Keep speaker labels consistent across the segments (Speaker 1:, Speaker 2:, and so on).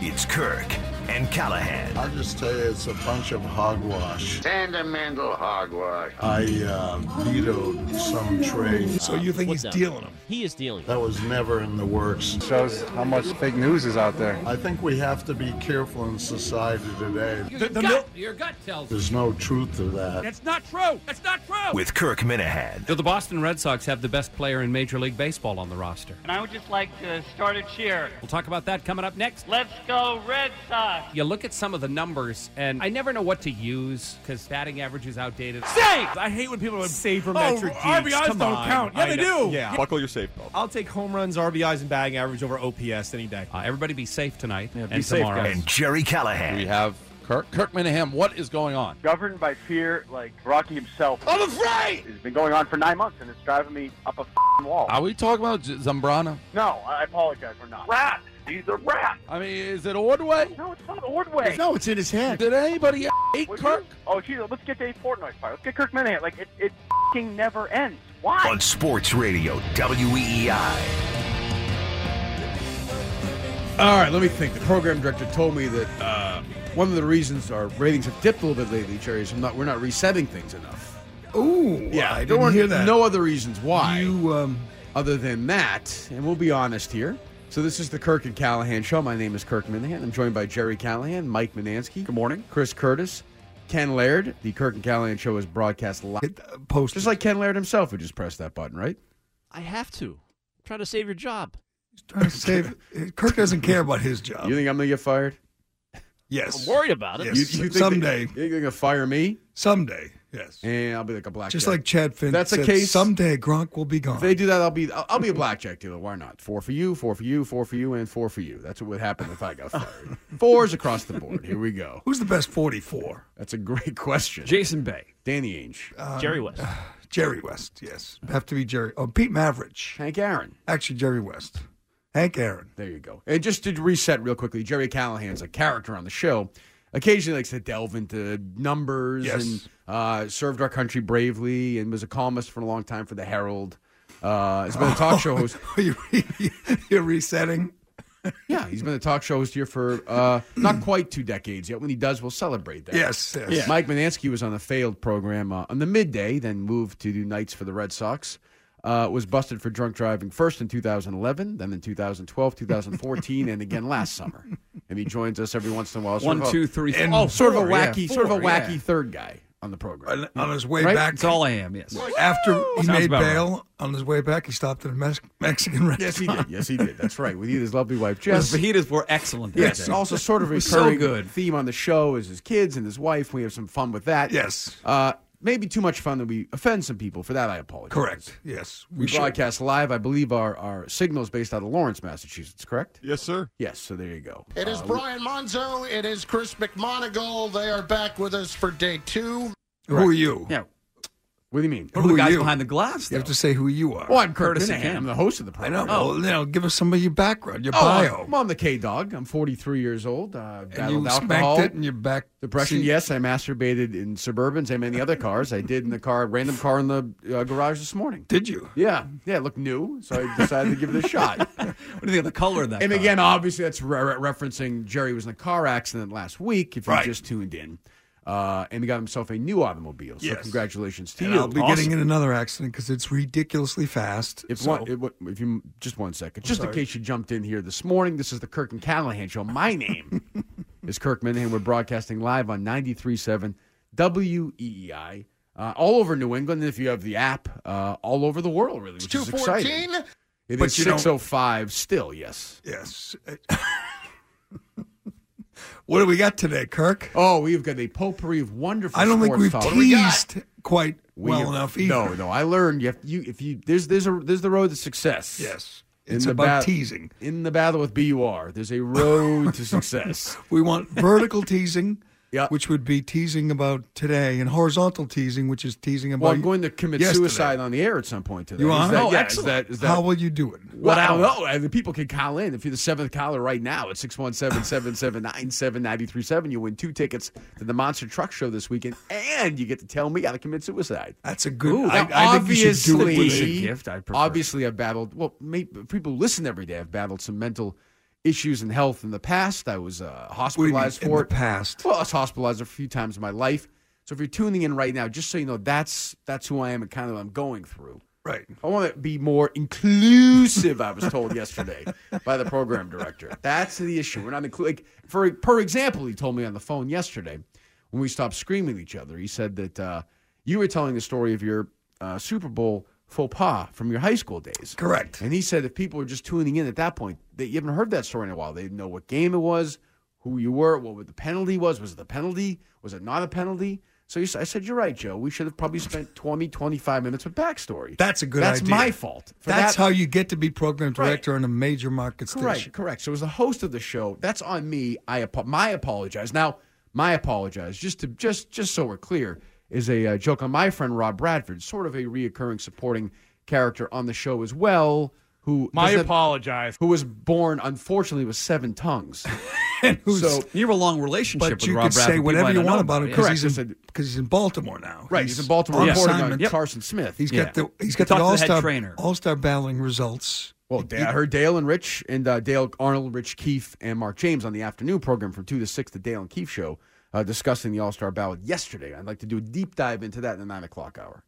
Speaker 1: It's Kirk and Callahan.
Speaker 2: I'll just tell you, it's a bunch of hogwash.
Speaker 3: Sandamandal hogwash.
Speaker 2: I uh, vetoed some trade.
Speaker 4: So you think he's dealing them?
Speaker 5: He is dealing.
Speaker 2: That was never in the works.
Speaker 6: shows how much fake news is out there.
Speaker 2: I think we have to be careful in society today.
Speaker 4: The, the mil-
Speaker 7: gut, your gut tells you.
Speaker 2: There's no truth to that.
Speaker 7: That's not true. That's not true.
Speaker 1: With Kirk Minahan
Speaker 7: Do the Boston Red Sox have the best player in Major League Baseball on the roster?
Speaker 8: And I would just like to start a cheer.
Speaker 7: We'll talk about that coming up next.
Speaker 8: Let's go Red Sox!
Speaker 7: You look at some of the numbers, and I never know what to use because batting average is outdated. Save!
Speaker 9: I hate when people are
Speaker 4: sabermetric
Speaker 9: Oh,
Speaker 4: geeks,
Speaker 9: RBIs
Speaker 4: come
Speaker 9: don't
Speaker 4: on."
Speaker 9: count. Yeah,
Speaker 4: I
Speaker 9: they
Speaker 4: know.
Speaker 9: do.
Speaker 4: Yeah.
Speaker 10: Buckle your safebelt.
Speaker 9: I'll take home runs, RBIs, and batting average over OPS any day.
Speaker 7: Uh, everybody be safe tonight
Speaker 6: Yeah, be
Speaker 7: and
Speaker 6: safe,
Speaker 7: tomorrow.
Speaker 6: guys.
Speaker 1: and Jerry
Speaker 11: We
Speaker 1: Callahan.
Speaker 11: have Kirk, Kirk Minahan. What is going on?
Speaker 6: Governed by fear, like Rocky himself. I'm afraid. It's been going on for nine months, and it's driving me up a f***ing wall.
Speaker 11: Are we talking about Z- Zambrana?
Speaker 6: no, I apologize. We're not.
Speaker 3: Rat! He's a rat!
Speaker 11: I mean, is it Ordway?
Speaker 6: No, it's not Ordway.
Speaker 4: No, it's in his head.
Speaker 11: Did anybody hate
Speaker 6: Would
Speaker 11: Kirk?
Speaker 6: you- Oh, geez, let's get Dave Portnoy fired. Let's get Kirk Minahan. Like it, it f***ing never ends. Why?
Speaker 1: On Sports Radio E WEEI.
Speaker 12: All right, let me think. The program director told me that uh, one of the reasons our ratings have dipped a little bit lately, Jerry, is I'm not, we're not resetting things enough.
Speaker 4: Ooh, yeah, I
Speaker 12: There
Speaker 4: didn't hear
Speaker 12: weren't
Speaker 4: that.
Speaker 12: No other reasons why,
Speaker 4: you um,
Speaker 12: other than that. And we'll be honest here. So this is the Kirk and Callahan show. My name is Kirk Minahan. I'm joined by Jerry Callahan, Mike Minansky. Good morning, Chris Curtis, Ken Laird. The Kirk and Callahan show is broadcast live,
Speaker 4: post.
Speaker 12: just like Ken Laird himself, who just pressed that button, right?
Speaker 5: I have to. Try to save your job.
Speaker 4: trying to save. Kirk doesn't care about his job.
Speaker 12: You think I'm going to get fired?
Speaker 4: yes.
Speaker 5: I'm worried about it.
Speaker 4: Yes.
Speaker 12: You, you think they-
Speaker 4: someday.
Speaker 12: you think they're going to fire me,
Speaker 4: Someday. Yes.
Speaker 12: and I'll be like a black.
Speaker 4: Just like Chad Finn
Speaker 12: That's a
Speaker 4: said,
Speaker 12: case-
Speaker 4: someday Gronk will be gone.
Speaker 12: If they do that, I'll be I'll, I'll be a blackjack dealer. Why not? Four for you, four for you, four for you, and four for you. That's what would happen if I got fired. Fours across the board. Here we go.
Speaker 4: Who's the best 44?
Speaker 12: That's a great question.
Speaker 6: Jason Bay.
Speaker 12: Danny Ainge,
Speaker 5: Jerry West.
Speaker 4: Jerry West, yes. Have to be Jerry. Oh, Pete Maverich.
Speaker 12: Hank Aaron.
Speaker 4: Actually, Jerry West. Hank Aaron.
Speaker 12: There you go. And just to reset real quickly, Jerry Callahan's a character on the show. Occasionally likes to delve into numbers
Speaker 4: Yes.
Speaker 12: and uh, served our country bravely and was a columnist for a long time for the Herald. Uh, has been a talk show host.
Speaker 4: Are you re- you're resetting?
Speaker 12: Yeah, he's been a talk show host here for uh, not quite two decades yet. When he does, we'll celebrate that.
Speaker 4: Yes. yes.
Speaker 12: Mike Manansky was on a failed program uh, on the midday, then moved to do nights for the Red Sox. Uh, was busted for drunk driving first in 2011, then in 2012, 2014, and again last summer. And he joins us every once in a while. Sort
Speaker 7: One,
Speaker 12: of a-
Speaker 7: two, three, four.
Speaker 4: And-
Speaker 12: Oh, sort of a
Speaker 4: Four, yeah,
Speaker 12: wacky, sort of a
Speaker 4: four, yeah.
Speaker 12: wacky third guy on the program.
Speaker 4: On, on his way
Speaker 12: Right?
Speaker 4: back,
Speaker 7: That's all I am, yes.
Speaker 4: after he
Speaker 7: Sounds
Speaker 4: made
Speaker 7: about right.
Speaker 4: bail, on his way back, he stopped at a Mex- Mexican restaurant.
Speaker 12: Yes, he did. Yes, he did. That's right. We need his lovely wife,
Speaker 7: His
Speaker 12: Jess.
Speaker 7: fajitas were excellent. that
Speaker 12: Yes,
Speaker 7: day.
Speaker 12: also sort of a
Speaker 7: was so
Speaker 12: recurring
Speaker 7: good.
Speaker 12: theme on the show is his kids and his wife. We have some fun with that.
Speaker 4: Yes.
Speaker 12: Uh, maybe too much fun that we offend some people. For that, I apologize.
Speaker 4: Correct. Yes.
Speaker 12: We,
Speaker 4: should.
Speaker 12: broadcast live. I believe our, our signal is based out of Lawrence, Massachusetts, correct?
Speaker 10: Yes, sir.
Speaker 12: Yes, so there you go. Uh,
Speaker 2: It is Brian Monzo. It is Chris McMonagle. They are back with us for day two.
Speaker 4: Who are you?
Speaker 7: Yeah.
Speaker 12: What do you mean?
Speaker 4: Who,
Speaker 7: The
Speaker 4: are
Speaker 7: guys
Speaker 4: you?
Speaker 7: behind the glass,
Speaker 4: you
Speaker 7: though.
Speaker 4: have to say who you are.
Speaker 12: Well, I'm Curtis
Speaker 7: Curtis
Speaker 12: Minahan.
Speaker 7: Minahan.
Speaker 12: I'm the host of the
Speaker 4: I
Speaker 12: program.
Speaker 4: know. Oh, Well, you know, give us some of your background, your
Speaker 12: Oh,
Speaker 4: bio.
Speaker 12: I'm on the K Dog. I'm 43 years old. Uh, I've
Speaker 4: and
Speaker 12: battled
Speaker 4: you
Speaker 12: alcohol.
Speaker 4: spanked it, and you're back.
Speaker 12: Depression,
Speaker 4: See,
Speaker 12: yes. I masturbated in Suburbans and many other cars. I did in the car, random car in the uh, garage this morning.
Speaker 4: Did you?
Speaker 12: Yeah, yeah, it looked new, so I decided to give it a shot.
Speaker 7: What do you think of the color of that?
Speaker 12: And
Speaker 7: car?
Speaker 12: again, obviously, that's re- re- referencing Jerry was in a car accident last week. If you
Speaker 4: Right.
Speaker 12: just tuned in, uh, and he got himself a new automobile. So
Speaker 4: Yes.
Speaker 12: congratulations to
Speaker 4: And
Speaker 12: you.
Speaker 4: I'll be getting in another accident because it's ridiculously fast.
Speaker 12: If
Speaker 4: so-
Speaker 12: one, if one- if you just one second, just in
Speaker 4: sorry.
Speaker 12: case you jumped in here this morning, this is the Kirk and Callahan show. My name is Kirk Minahan. We're broadcasting live on 93.7 WEEI. Uh, all over New England, if you have the app, uh, all over the world, really, which is exciting.
Speaker 2: 214.
Speaker 12: It
Speaker 4: But
Speaker 12: is
Speaker 4: you don't-
Speaker 12: 6.05 still, yes.
Speaker 4: yes. what do we got today, Kirk?
Speaker 12: Oh, we've got a potpourri of wonderful
Speaker 4: I don't think we've
Speaker 12: sports talk.
Speaker 4: teased quite
Speaker 12: We
Speaker 4: well
Speaker 12: have-
Speaker 4: enough either.
Speaker 12: No, no. I learned you, have, you if you there's there's a there's the road to success.
Speaker 4: Yes.
Speaker 12: In
Speaker 4: It's
Speaker 12: the
Speaker 4: about
Speaker 12: ba-
Speaker 4: teasing.
Speaker 12: In the battle with BUR, there's a road to success.
Speaker 4: We want vertical teasing,
Speaker 12: Yeah.
Speaker 4: which would be teasing about today, and horizontal teasing, which is teasing about.
Speaker 12: Well, I'm going to commit
Speaker 4: yesterday.
Speaker 12: suicide on the air at some point today.
Speaker 4: You
Speaker 12: Is
Speaker 4: are?
Speaker 12: that,
Speaker 4: Oh,
Speaker 12: yeah,
Speaker 4: excellent.
Speaker 12: Is that, is that,
Speaker 4: How will you do it?
Speaker 12: well, I don't know. I mean, people can call in. If you're the seventh caller right now at 617-779-7937, you win two tickets to the Monster Truck Show this weekend, and you get to tell me how to commit suicide.
Speaker 4: That's a good.
Speaker 12: Ooh,
Speaker 4: I,
Speaker 12: now,
Speaker 4: I think you should do it.
Speaker 12: obviously-
Speaker 4: with it.
Speaker 7: Decent gift, I'd prefer.
Speaker 12: Obviously, I've battled. Well, maybe people who listen every day have battled some mental issues in health in the past. I was uh,
Speaker 4: do you mean,
Speaker 12: hospitalized
Speaker 4: in
Speaker 12: for
Speaker 4: the
Speaker 12: it. past. Well, I was hospitalized a few times in my life. So if you're tuning in right now, just so you know, that's that's who I am and kind of what I'm going through.
Speaker 4: Right.
Speaker 12: I want to be more inclusive. I was told yesterday by the program director. That's the issue. We're not including. Like, for per example, he told me on the phone yesterday when we stopped screaming at each other. He said that uh, you were telling the story of your uh, Super Bowl faux pas from your high school days. Correct. And he said if people are just tuning in at that point, that you haven't heard that story in a while. They didn't know what game it was, who you were, what the penalty was. Was it the penalty? Was it not a penalty? So you, s- I said, you're right, Joe. We should have probably spent 20, 25 minutes with backstory.
Speaker 4: That's a good
Speaker 12: That's
Speaker 4: idea.
Speaker 12: my fault. for
Speaker 4: That's
Speaker 12: that.
Speaker 4: how you get to be program director on a major market
Speaker 12: Correct,
Speaker 4: station.
Speaker 12: correct. So as the host of the show, that's on me. I apo- my apologize. Now, my apologize. Just to just just so we're clear, is a uh, joke on my friend Rob Bradford, sort of a reoccurring supporting character on the show as well. Who
Speaker 9: My
Speaker 12: doesn't-
Speaker 9: apologize.
Speaker 12: Who was born unfortunately with seven tongues. so
Speaker 4: you
Speaker 11: have a long relationship
Speaker 4: But you could say whatever you want about him because he's, in- 'cause he's in Baltimore now.
Speaker 12: Right, he's in Baltimore
Speaker 4: on
Speaker 12: reporting on
Speaker 4: assignment.
Speaker 12: Carson Smith.
Speaker 4: He's
Speaker 12: Yeah.
Speaker 4: got the he's
Speaker 12: He
Speaker 4: got the
Speaker 12: talked to
Speaker 4: all
Speaker 12: the head
Speaker 4: star
Speaker 12: trainer.
Speaker 4: all star battling results.
Speaker 12: Well,
Speaker 4: He-
Speaker 12: Da- I heard Dale and Rich and uh, Dale Arnold, Rich Keefe, and Mark James on the afternoon program from two to six, the Dale and Keefe show, uh, discussing the All Star ballot yesterday. I'd like to do a deep dive into that in the nine o'clock hour.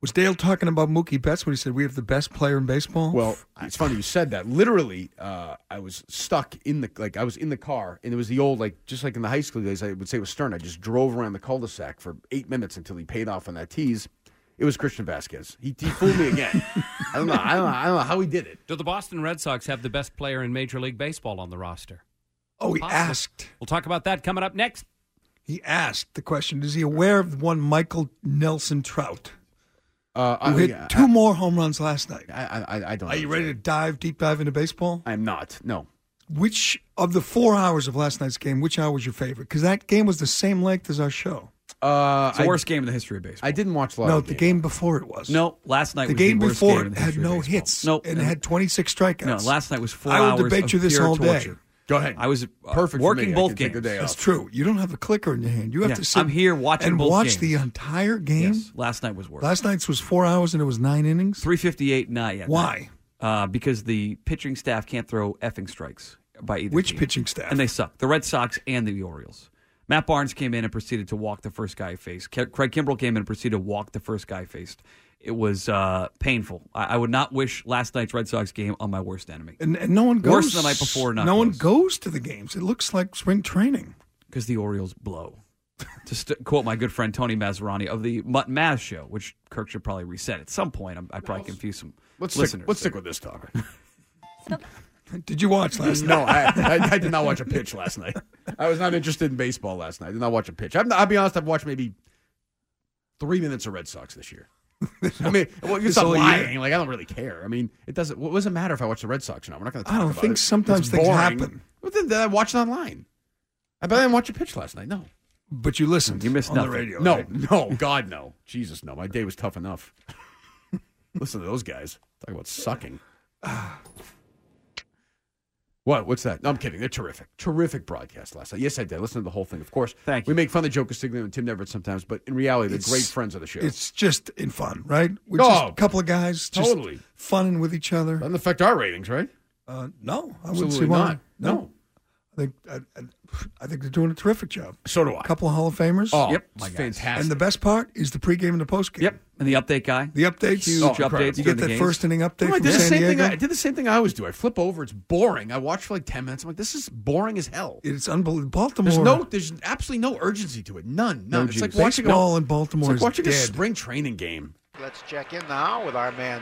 Speaker 4: Was Dale talking about Mookie Betts when he said we have the best player in baseball?
Speaker 12: Well, it's funny you said that. Literally, uh, I was stuck in the like I was in the car, and it was the old like just like in the high school days. I would say it was Stern. I just drove around the cul-de-sac for eight minutes until he paid off on that tease. It was Christian Vasquez. He, he fooled me again. I don't know. I don't know. I don't know how he did it.
Speaker 7: Do the Boston Red Sox have the best player in Major League Baseball on the roster?
Speaker 4: Oh, he
Speaker 7: Possible.
Speaker 4: asked.
Speaker 7: We'll talk about that coming up next.
Speaker 4: He asked the question: Is he aware of one Michael Nelson Trout
Speaker 12: Uh,
Speaker 4: who
Speaker 12: I-
Speaker 4: hit
Speaker 12: I-
Speaker 4: two more home runs last night?
Speaker 12: I, I, I don't.
Speaker 4: Are you ready to dive deep dive into baseball?
Speaker 12: I'm not. No.
Speaker 4: Which of the four hours of last night's game? Which hour was your favorite? Because that game was the same length as our show.
Speaker 12: Uh,
Speaker 10: It's the worst game in the history of baseball.
Speaker 12: I didn't watch
Speaker 4: No, the game before it was.
Speaker 10: No, last night
Speaker 4: the
Speaker 10: was
Speaker 4: game
Speaker 10: the worst
Speaker 4: before
Speaker 10: game in
Speaker 4: it
Speaker 10: the
Speaker 4: had
Speaker 10: history of
Speaker 4: no
Speaker 10: baseball.
Speaker 4: hits.
Speaker 10: Nope.
Speaker 4: and it had twenty six strikeouts.
Speaker 10: No, last night was four
Speaker 4: I will
Speaker 10: hours
Speaker 4: debate
Speaker 10: of
Speaker 4: you this
Speaker 10: pure
Speaker 4: whole day.
Speaker 10: torture. Go ahead. I was, uh, Perfect for working me. I both can take the games. day
Speaker 4: That's
Speaker 10: off.
Speaker 4: true. You don't have a clicker in your hand. You have
Speaker 10: Yeah,
Speaker 4: to sit.
Speaker 10: I'm here watching
Speaker 4: and
Speaker 10: both
Speaker 4: watch
Speaker 10: games.
Speaker 4: the entire game.
Speaker 10: Yes, last night was worse.
Speaker 4: Last night's was four hours and it was nine innings.
Speaker 10: Three fifty eight. Not yet.
Speaker 4: Why?
Speaker 10: Uh, because the pitching staff can't throw effing strikes by either.
Speaker 4: Which
Speaker 10: team.
Speaker 4: pitching staff?
Speaker 10: And they suck. The Red Sox and the Orioles. Matt Barnes came in and proceeded to walk the first guy he faced. Ke- Craig Kimbrell came in and proceeded to walk the first guy he faced. It was uh, painful. I-, I would not wish last night's Red Sox game on my worst enemy.
Speaker 4: And, and no one goes.
Speaker 10: Worse than the night before, not
Speaker 4: no one goes to the games. It looks like spring training.
Speaker 10: because the Orioles blow. to st- quote my good friend Tony Maserani of the Mutt Maz show, which Kirk should probably reset at some point. I'm, I probably confuse some
Speaker 12: Let's
Speaker 10: listeners.
Speaker 12: stick, let's stick with this topic.
Speaker 4: Did you watch last night?
Speaker 12: no, I, I, I did not watch a pitch last night. I was not interested in baseball last night. I did not watch a pitch. I'm not, I'll be honest. I've watched maybe three minutes of Red Sox this year. I mean, well, you
Speaker 4: This
Speaker 12: stop
Speaker 4: whole year.
Speaker 12: lying. Like I don't really care. I mean, it doesn't. What does it matter if I watch the Red Sox or not? We're not going to talk
Speaker 4: I don't
Speaker 12: about
Speaker 4: think
Speaker 12: it.
Speaker 4: sometimes
Speaker 12: It's
Speaker 4: things
Speaker 12: boring.
Speaker 4: happen.
Speaker 12: But then, then I watched it online. I bet I didn't watch a pitch last night. No,
Speaker 4: But you listened. You missed on
Speaker 12: Nothing.
Speaker 4: the radio.
Speaker 12: No,
Speaker 4: right?
Speaker 12: no, God, no, Jesus, no. My day was tough enough. Listen to those guys talk about sucking. What? What's that? No, I'm kidding. They're terrific. Terrific broadcast last night. Yes, I did. Listen to the whole thing, of course. Thank you. We make fun of Joe Castiglione and Tim Neverett sometimes, but in reality, they're
Speaker 4: It's-
Speaker 12: great friends of the show.
Speaker 4: It's just in fun, right? We're
Speaker 12: Oh,
Speaker 4: just a couple of guys just
Speaker 12: totally.
Speaker 4: funning with each other.
Speaker 12: Doesn't affect our ratings, right?
Speaker 4: Uh, no, I wouldn't
Speaker 12: Absolutely
Speaker 4: see why.
Speaker 12: not. No.
Speaker 4: I think I, I- I think they're doing a terrific job.
Speaker 12: So do I.
Speaker 4: couple of Hall of Famers.
Speaker 12: Oh, Yep, my it's guys. fantastic.
Speaker 4: And the best part is the pregame and the postgame. Yep,
Speaker 10: and the update guy.
Speaker 4: The updates,
Speaker 10: Huge Oh, incredible. updates
Speaker 4: You
Speaker 10: during
Speaker 4: get
Speaker 10: the
Speaker 4: that
Speaker 10: games.
Speaker 4: first inning update
Speaker 12: No, I
Speaker 4: from
Speaker 12: did the
Speaker 4: San
Speaker 12: same
Speaker 4: Diego.
Speaker 12: thing. I, I did the same thing I always do. I flip over. It's boring. I watch for like ten minutes. I'm like, this is boring as hell.
Speaker 4: It's unbelievable. Baltimore.
Speaker 12: There's no, there's absolutely no urgency to it. None,
Speaker 4: No
Speaker 12: none. it's like
Speaker 4: juice.
Speaker 12: watching
Speaker 4: Baseball
Speaker 12: a,
Speaker 4: in Baltimore
Speaker 12: It's
Speaker 4: is
Speaker 12: like watching a
Speaker 4: dead.
Speaker 12: spring training game.
Speaker 13: Let's check in now with our man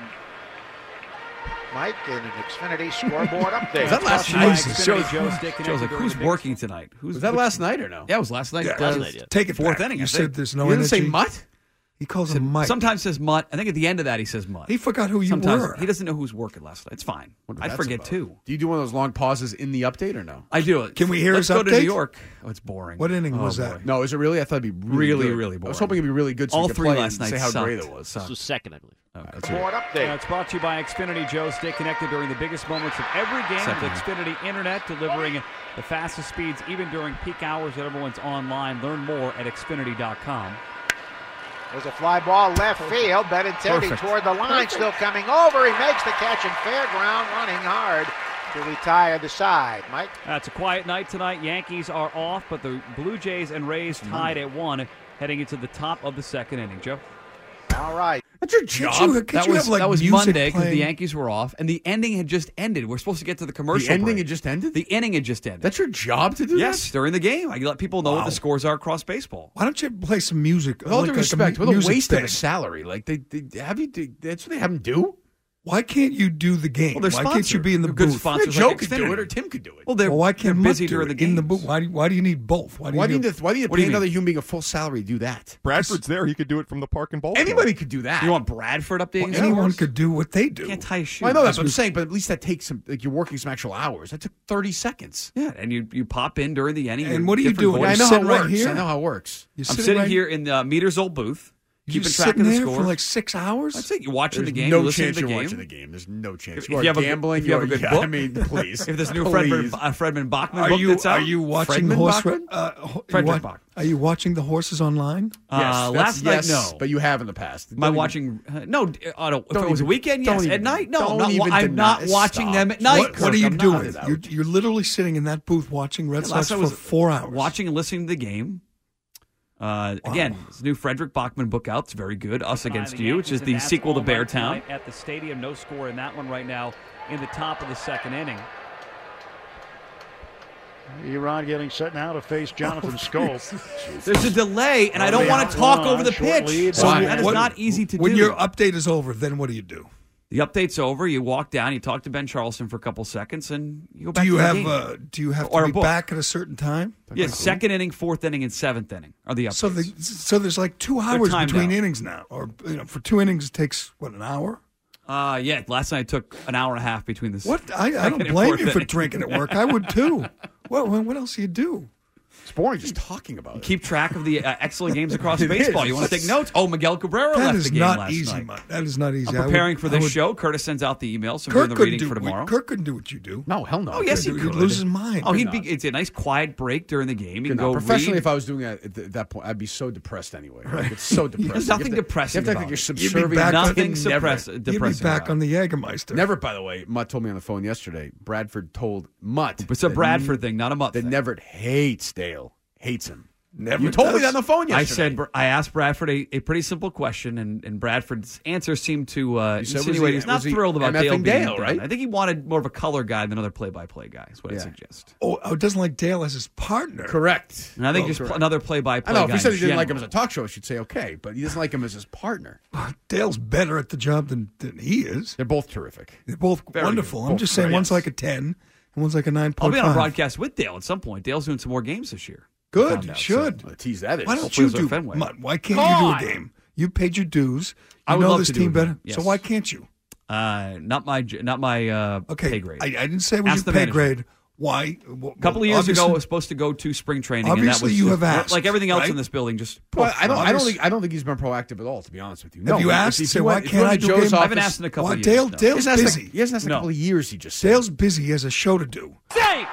Speaker 13: Mike in an Xfinity scoreboard update.
Speaker 10: Was that last
Speaker 13: Plus
Speaker 10: night?
Speaker 13: Mike
Speaker 10: Jesus.
Speaker 13: Xfinity
Speaker 10: Joe's-
Speaker 13: Joe Stick
Speaker 10: Joe's like,
Speaker 13: during
Speaker 10: who's
Speaker 13: the big-
Speaker 10: working tonight? Who's
Speaker 12: Was that
Speaker 10: which-
Speaker 12: last night or no?
Speaker 10: Yeah, it was last night.
Speaker 4: Yeah,
Speaker 10: uh,
Speaker 4: Take it
Speaker 10: fourth
Speaker 4: back.
Speaker 10: inning. I
Speaker 4: You
Speaker 10: think.
Speaker 4: said there's no
Speaker 10: You didn't
Speaker 4: energy.
Speaker 10: say mutt.
Speaker 4: He calls him Mike.
Speaker 10: Sometimes says mutt. I think at the end of that he says mutt.
Speaker 4: He forgot who you
Speaker 10: Sometimes
Speaker 4: were.
Speaker 10: He doesn't know who's working last night. It's fine. I forget too.
Speaker 12: Do you do one of those long pauses in the update or no?
Speaker 10: I do it.
Speaker 12: Can we hear
Speaker 10: Let's
Speaker 12: his
Speaker 10: go to
Speaker 12: update?
Speaker 10: New York. Oh, it's boring.
Speaker 4: What inning
Speaker 10: Oh,
Speaker 4: was
Speaker 10: boy.
Speaker 4: that?
Speaker 12: No, is it really? I thought it'd be
Speaker 10: Really,
Speaker 12: really,
Speaker 10: really,
Speaker 12: good. I
Speaker 10: boring.
Speaker 12: was hoping it'd be really good. So
Speaker 10: All
Speaker 12: we could
Speaker 10: three
Speaker 12: play
Speaker 10: last
Speaker 12: and
Speaker 10: night
Speaker 12: Say how
Speaker 10: sucked.
Speaker 12: great it was.
Speaker 10: Sucked.
Speaker 5: This was second, I believe.
Speaker 12: That's it.
Speaker 13: Scoreboard update.
Speaker 7: Now, it's brought to you by Xfinity Joe. Stay connected during the biggest moments of every game
Speaker 10: Second.
Speaker 7: with Xfinity Internet, delivering the fastest speeds even during peak hours that everyone's online. Learn more at Xfinity.com.
Speaker 13: There's a fly ball left field. Benintendi
Speaker 7: Perfect.
Speaker 13: toward the line, still coming over. He makes the catch and fair ground, running hard. to retire the side. Mike?
Speaker 7: Uh, it's a quiet night tonight. Yankees are off, but the Blue Jays and Rays tied at one, heading into the top of the second inning. Joe,
Speaker 13: all right.
Speaker 7: That's your
Speaker 10: Job? that was, that was Monday because the Yankees were off, and the ending had just ended. We're supposed to get to the commercial.
Speaker 12: ending
Speaker 10: had
Speaker 12: just ended.
Speaker 10: The inning had just ended. That's
Speaker 12: your job to do.
Speaker 10: Yes, during the game, I let people know what the scores are across baseball.
Speaker 4: Why don't you play some music?
Speaker 10: With all
Speaker 4: like-
Speaker 10: due
Speaker 4: like mu-
Speaker 10: respect, with a
Speaker 4: music
Speaker 10: waste of a
Speaker 4: thing?
Speaker 12: salary. Like they, they have you. do- That's what they have them do.
Speaker 4: Why can't you do the game?
Speaker 12: Well, they're
Speaker 4: why can't you
Speaker 12: sponsored.
Speaker 4: be in the
Speaker 12: They're good
Speaker 4: booth?
Speaker 12: sponsors Yeah, Joe like could do Xfinity. it or Tim could do it.
Speaker 4: Well, they're, why can't
Speaker 12: they're
Speaker 4: Mutt
Speaker 12: busy
Speaker 4: do
Speaker 12: during
Speaker 4: it
Speaker 12: the games.
Speaker 4: in the booth? Why do, why do you need both? Why do
Speaker 12: Why do
Speaker 4: you
Speaker 12: you need to- why do you
Speaker 4: What
Speaker 12: pay
Speaker 4: mean?
Speaker 12: another human being a full salary to do that?
Speaker 9: Bradford's there. He could do it from the park in Baltimore.
Speaker 12: Anybody could do that.
Speaker 9: You
Speaker 10: want Bradford updating?
Speaker 12: Well,
Speaker 4: Anyone
Speaker 12: anyone-
Speaker 4: could do what they do.
Speaker 10: Can't tie a shoe.
Speaker 12: Well, I know that's what I'm
Speaker 10: That's
Speaker 12: saying, but at least that takes some. Like you're working some actual hours. That took 30 seconds.
Speaker 10: Yeah, and you you pop in during the inning.
Speaker 12: And what are you
Speaker 10: different
Speaker 12: doing? Yeah, I
Speaker 10: voices.
Speaker 12: know how it Sitting right works. here? I know how it works.
Speaker 10: I'm
Speaker 12: You're
Speaker 10: sitting,
Speaker 12: sitting right-
Speaker 10: here in the uh, meters old booth,
Speaker 4: You
Speaker 10: keeping
Speaker 4: just
Speaker 10: track
Speaker 4: sitting
Speaker 10: of the
Speaker 4: there
Speaker 10: score
Speaker 4: for like six hours.
Speaker 10: That's it. You watching the
Speaker 12: There's
Speaker 10: game.
Speaker 12: No
Speaker 10: you listening
Speaker 12: chance
Speaker 10: to the
Speaker 12: you're
Speaker 10: game.
Speaker 12: watching the game. There's no chance.
Speaker 10: If,
Speaker 12: you
Speaker 10: if
Speaker 12: are
Speaker 10: you have
Speaker 12: gambling,
Speaker 10: a, if you have a
Speaker 12: are-
Speaker 10: good
Speaker 12: yeah,
Speaker 10: book,
Speaker 12: I mean, please.
Speaker 10: If there's a new
Speaker 12: Please.
Speaker 10: Fredman, uh, Fredman Bachman
Speaker 4: Are
Speaker 10: book
Speaker 4: you-
Speaker 10: that's out,
Speaker 4: are you watching
Speaker 10: Fredman
Speaker 4: horse
Speaker 10: Bachman?
Speaker 4: ra- uh, ho- you
Speaker 10: Frederick
Speaker 4: wa-
Speaker 10: Bach.
Speaker 4: Are you watching the horses online?
Speaker 10: Yes, Uh, last night, no.
Speaker 12: but you have in the past.
Speaker 10: Am I
Speaker 12: Don't even-
Speaker 10: watching? uh, no, d- I don't. If
Speaker 12: Don't
Speaker 10: it was a
Speaker 12: even-
Speaker 10: weekend,
Speaker 12: don't
Speaker 10: yes.
Speaker 12: even-
Speaker 10: at night, no.
Speaker 12: don't
Speaker 10: I'm not wa-
Speaker 12: even
Speaker 10: I'm not
Speaker 12: deny-
Speaker 10: watching
Speaker 12: stop.
Speaker 10: them at night.
Speaker 4: What, what are
Speaker 10: Kirk,
Speaker 4: you
Speaker 10: I'm not
Speaker 4: doing?
Speaker 10: that.
Speaker 4: You're, you're literally sitting in that booth watching Red
Speaker 10: Yeah,
Speaker 4: Sox
Speaker 10: I
Speaker 4: for four hours.
Speaker 10: watching and listening to the game. Uh, Again, it's a new Frederick Bachman book out. It's very good. Us Against You, which is the sequel to Bear Town.
Speaker 7: At the stadium, no score in that one right now. In the top of the second inning,
Speaker 14: Erod getting set now to face Jonathan Scope.
Speaker 10: There's a delay, and I don't want to talk over the pitch. So that is not easy to
Speaker 4: When
Speaker 10: do.
Speaker 4: your update is over, then what do you do?
Speaker 10: the update's over. You walk down. You talk to Ben Charleston for a couple seconds, and you go back.
Speaker 4: Do you
Speaker 10: to the
Speaker 4: have
Speaker 10: game.
Speaker 4: uh, Do you have
Speaker 10: Or a
Speaker 4: to be
Speaker 10: book.
Speaker 4: back at a certain time?
Speaker 10: Yeah, second inning, fourth inning, and seventh inning are the updates.
Speaker 4: So the, so there's like two
Speaker 10: They're
Speaker 4: hours
Speaker 10: timed
Speaker 4: between
Speaker 10: out.
Speaker 4: innings now, or you know, for two innings it takes what an hour.
Speaker 10: Uh, yeah, last night took an hour and a half between the.
Speaker 4: What I, I
Speaker 10: second
Speaker 4: don't
Speaker 10: and
Speaker 4: blame
Speaker 10: fourth
Speaker 4: you for
Speaker 10: inning.
Speaker 4: drinking at work. I would too. What what else do you do?
Speaker 12: It's boring just talking about it.
Speaker 10: Keep track of the uh, excellent games across
Speaker 4: It
Speaker 10: baseball.
Speaker 4: is.
Speaker 10: You want to take notes? Oh, Miguel Cabrera
Speaker 4: That
Speaker 10: left
Speaker 4: is
Speaker 10: the game
Speaker 4: not
Speaker 10: last
Speaker 4: easy,
Speaker 10: night.
Speaker 4: Mutt. That is not easy.
Speaker 10: I'm
Speaker 4: I would-
Speaker 10: preparing for
Speaker 4: I
Speaker 10: this
Speaker 4: would-
Speaker 10: show. Curtis sends out the email, so we're
Speaker 4: Kirk
Speaker 10: in the
Speaker 4: couldn't
Speaker 10: reading
Speaker 4: do
Speaker 10: for
Speaker 4: what-
Speaker 10: tomorrow.
Speaker 4: Kirk couldn't do what you do.
Speaker 12: No, hell no.
Speaker 10: Oh yes, he
Speaker 12: Couldn't do
Speaker 10: could.
Speaker 12: it. He'd lose his
Speaker 4: mind.
Speaker 10: Oh,
Speaker 12: Could
Speaker 10: he'd
Speaker 12: not.
Speaker 10: be. It's a nice quiet break during the game. You can
Speaker 12: Could
Speaker 10: go
Speaker 12: not. professionally,
Speaker 10: read.
Speaker 12: if I was doing that at th- that point, I'd be so depressed anyway. Like, It's so depressing.
Speaker 10: There's
Speaker 12: You have
Speaker 10: nothing
Speaker 12: to-
Speaker 10: depressing
Speaker 12: You have to act
Speaker 10: about
Speaker 12: like you're
Speaker 10: it. You'd
Speaker 4: be
Speaker 12: subservient.
Speaker 4: back
Speaker 12: to
Speaker 4: on-
Speaker 12: nothing
Speaker 4: Nothing
Speaker 12: never.
Speaker 10: suppress-
Speaker 4: You'd be back on the Jägermeister.
Speaker 12: Never, by the way, Mutt told me on the phone yesterday. Bradford told Mutt.
Speaker 10: It's a
Speaker 12: that
Speaker 10: Bradford thing, not a Mutt.
Speaker 12: That Neverett hates Dale. Hates him.
Speaker 4: Never
Speaker 12: You told me
Speaker 10: does.
Speaker 12: that on the phone yesterday.
Speaker 10: I said Br- I asked Bradford a, a pretty simple question, and, and Bradford's answer seemed to uh,
Speaker 12: You said, was he-
Speaker 10: insinuate he's not
Speaker 12: was he
Speaker 10: thrilled about Dale being
Speaker 12: MFing Dale,
Speaker 10: down.
Speaker 12: right?
Speaker 10: I think he wanted more of a color guy than another play-by-play guy. Is what I suggest.
Speaker 4: Oh, oh, it doesn't like Dale as his partner.
Speaker 12: Correct.
Speaker 10: And I think
Speaker 12: Well,
Speaker 10: just pl-
Speaker 12: correct.
Speaker 10: another play-by-play.
Speaker 12: I know. If
Speaker 10: guy
Speaker 12: he said
Speaker 10: in
Speaker 12: he didn't like him as
Speaker 10: general.
Speaker 12: a talk show, I should say okay. But he doesn't like him as his partner.
Speaker 4: Dale's better at the job than, than he is.
Speaker 12: They're both terrific.
Speaker 4: They're both
Speaker 10: Very
Speaker 4: wonderful.
Speaker 10: good.
Speaker 4: I'm
Speaker 10: Both
Speaker 4: just saying,
Speaker 10: great.
Speaker 4: one's like a ten and one's like a nine
Speaker 10: I'll
Speaker 4: point
Speaker 10: be on a
Speaker 4: five.
Speaker 10: broadcast with Dale at some point. Dale's doing some more games this year.
Speaker 4: Good,
Speaker 10: Found
Speaker 4: you
Speaker 10: out,
Speaker 4: should
Speaker 10: so-
Speaker 12: tease that is.
Speaker 4: Why don't
Speaker 10: Hopefully
Speaker 4: you
Speaker 10: it's at
Speaker 4: do
Speaker 10: Fenway.
Speaker 4: Mutt, Why can't
Speaker 10: Come
Speaker 4: you do
Speaker 10: on!
Speaker 4: a game? You paid your dues. You
Speaker 10: I would
Speaker 4: know
Speaker 10: love
Speaker 4: this
Speaker 10: to do
Speaker 4: team
Speaker 10: a
Speaker 4: better.
Speaker 10: game, yes.
Speaker 4: So why can't you?
Speaker 10: Uh, not my j- not my uh, pay grade.
Speaker 4: I, I didn't say we
Speaker 10: Ask
Speaker 4: was
Speaker 10: the
Speaker 4: your pay
Speaker 10: manager.
Speaker 4: grade. Why?
Speaker 10: A couple of years ago, I was supposed to go to spring training. and that
Speaker 4: Obviously
Speaker 10: was
Speaker 4: you
Speaker 10: just-
Speaker 4: have asked,
Speaker 10: like everything else
Speaker 4: right?
Speaker 10: in this building. Just
Speaker 12: Well, I don't. I don't
Speaker 4: Obvious-
Speaker 12: think. I don't think he's been proactive at all. To be honest with you.
Speaker 4: Have you asked?
Speaker 12: if- if
Speaker 4: Say,
Speaker 12: you
Speaker 4: why
Speaker 12: went- if you
Speaker 4: can't
Speaker 12: went
Speaker 4: I
Speaker 12: to
Speaker 4: do
Speaker 12: Joe's
Speaker 4: games? I
Speaker 12: office-
Speaker 4: haven't
Speaker 10: asked in a couple
Speaker 4: Why,
Speaker 10: years,
Speaker 4: Dale,
Speaker 10: no.
Speaker 12: He
Speaker 4: Dale's
Speaker 12: hasn't asked in a-
Speaker 4: busy.
Speaker 12: he hasn't asked in a couple of years. He just said.
Speaker 4: Dale's busy. He has a show to do.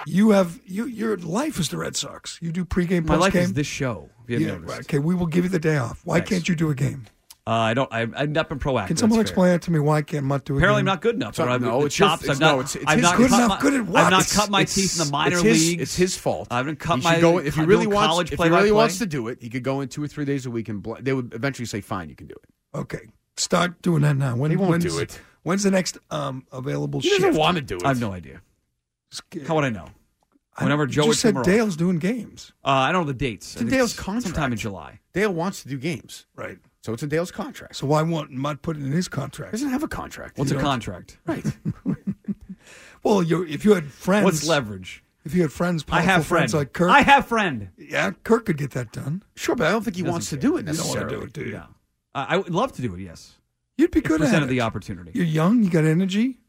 Speaker 4: You have you. Your life is the Red Sox. You do pregame,
Speaker 10: My life
Speaker 4: postgame.
Speaker 10: is this show. If you
Speaker 4: Yeah,
Speaker 10: haven't noticed.
Speaker 4: okay, we will give you the day off. Why
Speaker 10: Thanks.
Speaker 4: can't you do a game?
Speaker 10: Uh, I don't. I, I've not been proactive.
Speaker 4: Can someone
Speaker 10: that's fair.
Speaker 4: explain that to me? Why can't Mutt do a
Speaker 10: Apparently, I'm
Speaker 4: game?
Speaker 10: not good enough.
Speaker 12: So,
Speaker 10: I've-
Speaker 12: no,
Speaker 10: the
Speaker 12: it's
Speaker 10: chops.
Speaker 12: his-
Speaker 10: I've
Speaker 12: it's-
Speaker 10: not.
Speaker 12: no, it's- it's
Speaker 10: I've
Speaker 12: his
Speaker 10: not cut
Speaker 12: fault. Good
Speaker 10: my,
Speaker 12: enough, good at
Speaker 10: I've
Speaker 12: what?
Speaker 10: not
Speaker 12: It's-
Speaker 10: cut my
Speaker 12: it's
Speaker 10: teeth in
Speaker 12: his-
Speaker 10: the minor
Speaker 12: it's his-
Speaker 10: leagues.
Speaker 12: it's his fault.
Speaker 10: I haven't cut
Speaker 12: he
Speaker 10: my.
Speaker 12: should go, if he
Speaker 10: I
Speaker 12: really
Speaker 10: do
Speaker 12: wants.
Speaker 10: college
Speaker 12: if he really
Speaker 10: play-by-play.
Speaker 12: wants to do it, he could go in two or three days a week, and bl- they would eventually say, "Fine, you can do it."
Speaker 4: Okay, start doing that now. When
Speaker 12: He won't
Speaker 4: when's,
Speaker 12: do it.
Speaker 4: When's the next um, available
Speaker 12: He
Speaker 4: shift?
Speaker 12: doesn't want to do it.
Speaker 10: I have no idea. How would I know? Whenever Joe
Speaker 4: you
Speaker 10: would
Speaker 4: just said
Speaker 10: come around.
Speaker 4: Dale's doing games.
Speaker 10: Uh, I don't know the dates.
Speaker 12: It's in
Speaker 10: I think
Speaker 12: Dale's contract.
Speaker 10: Sometime in July.
Speaker 12: Dale wants to do games,
Speaker 4: right?
Speaker 12: So it's in Dale's contract.
Speaker 4: So why won't Mutt put it in his contract?
Speaker 12: He doesn't have a contract.
Speaker 10: What's
Speaker 12: You
Speaker 10: a
Speaker 12: know?
Speaker 10: contract?
Speaker 12: Right.
Speaker 4: Well, you if you had friends,
Speaker 10: What's leverage?
Speaker 4: If you had friends,
Speaker 10: I
Speaker 4: powerful
Speaker 10: have friend.
Speaker 4: friends like Kirk.
Speaker 10: I have friend.
Speaker 4: yeah, Kirk could get that done.
Speaker 12: Sure, but I don't think he, wants to do it
Speaker 4: You don't want to
Speaker 12: necessarily.
Speaker 4: do it, do you?
Speaker 10: No. I, I would love to do it. Yes.
Speaker 4: You'd be
Speaker 10: If
Speaker 4: good at
Speaker 10: presented
Speaker 4: it.
Speaker 10: the opportunity.
Speaker 4: You're young. You got energy.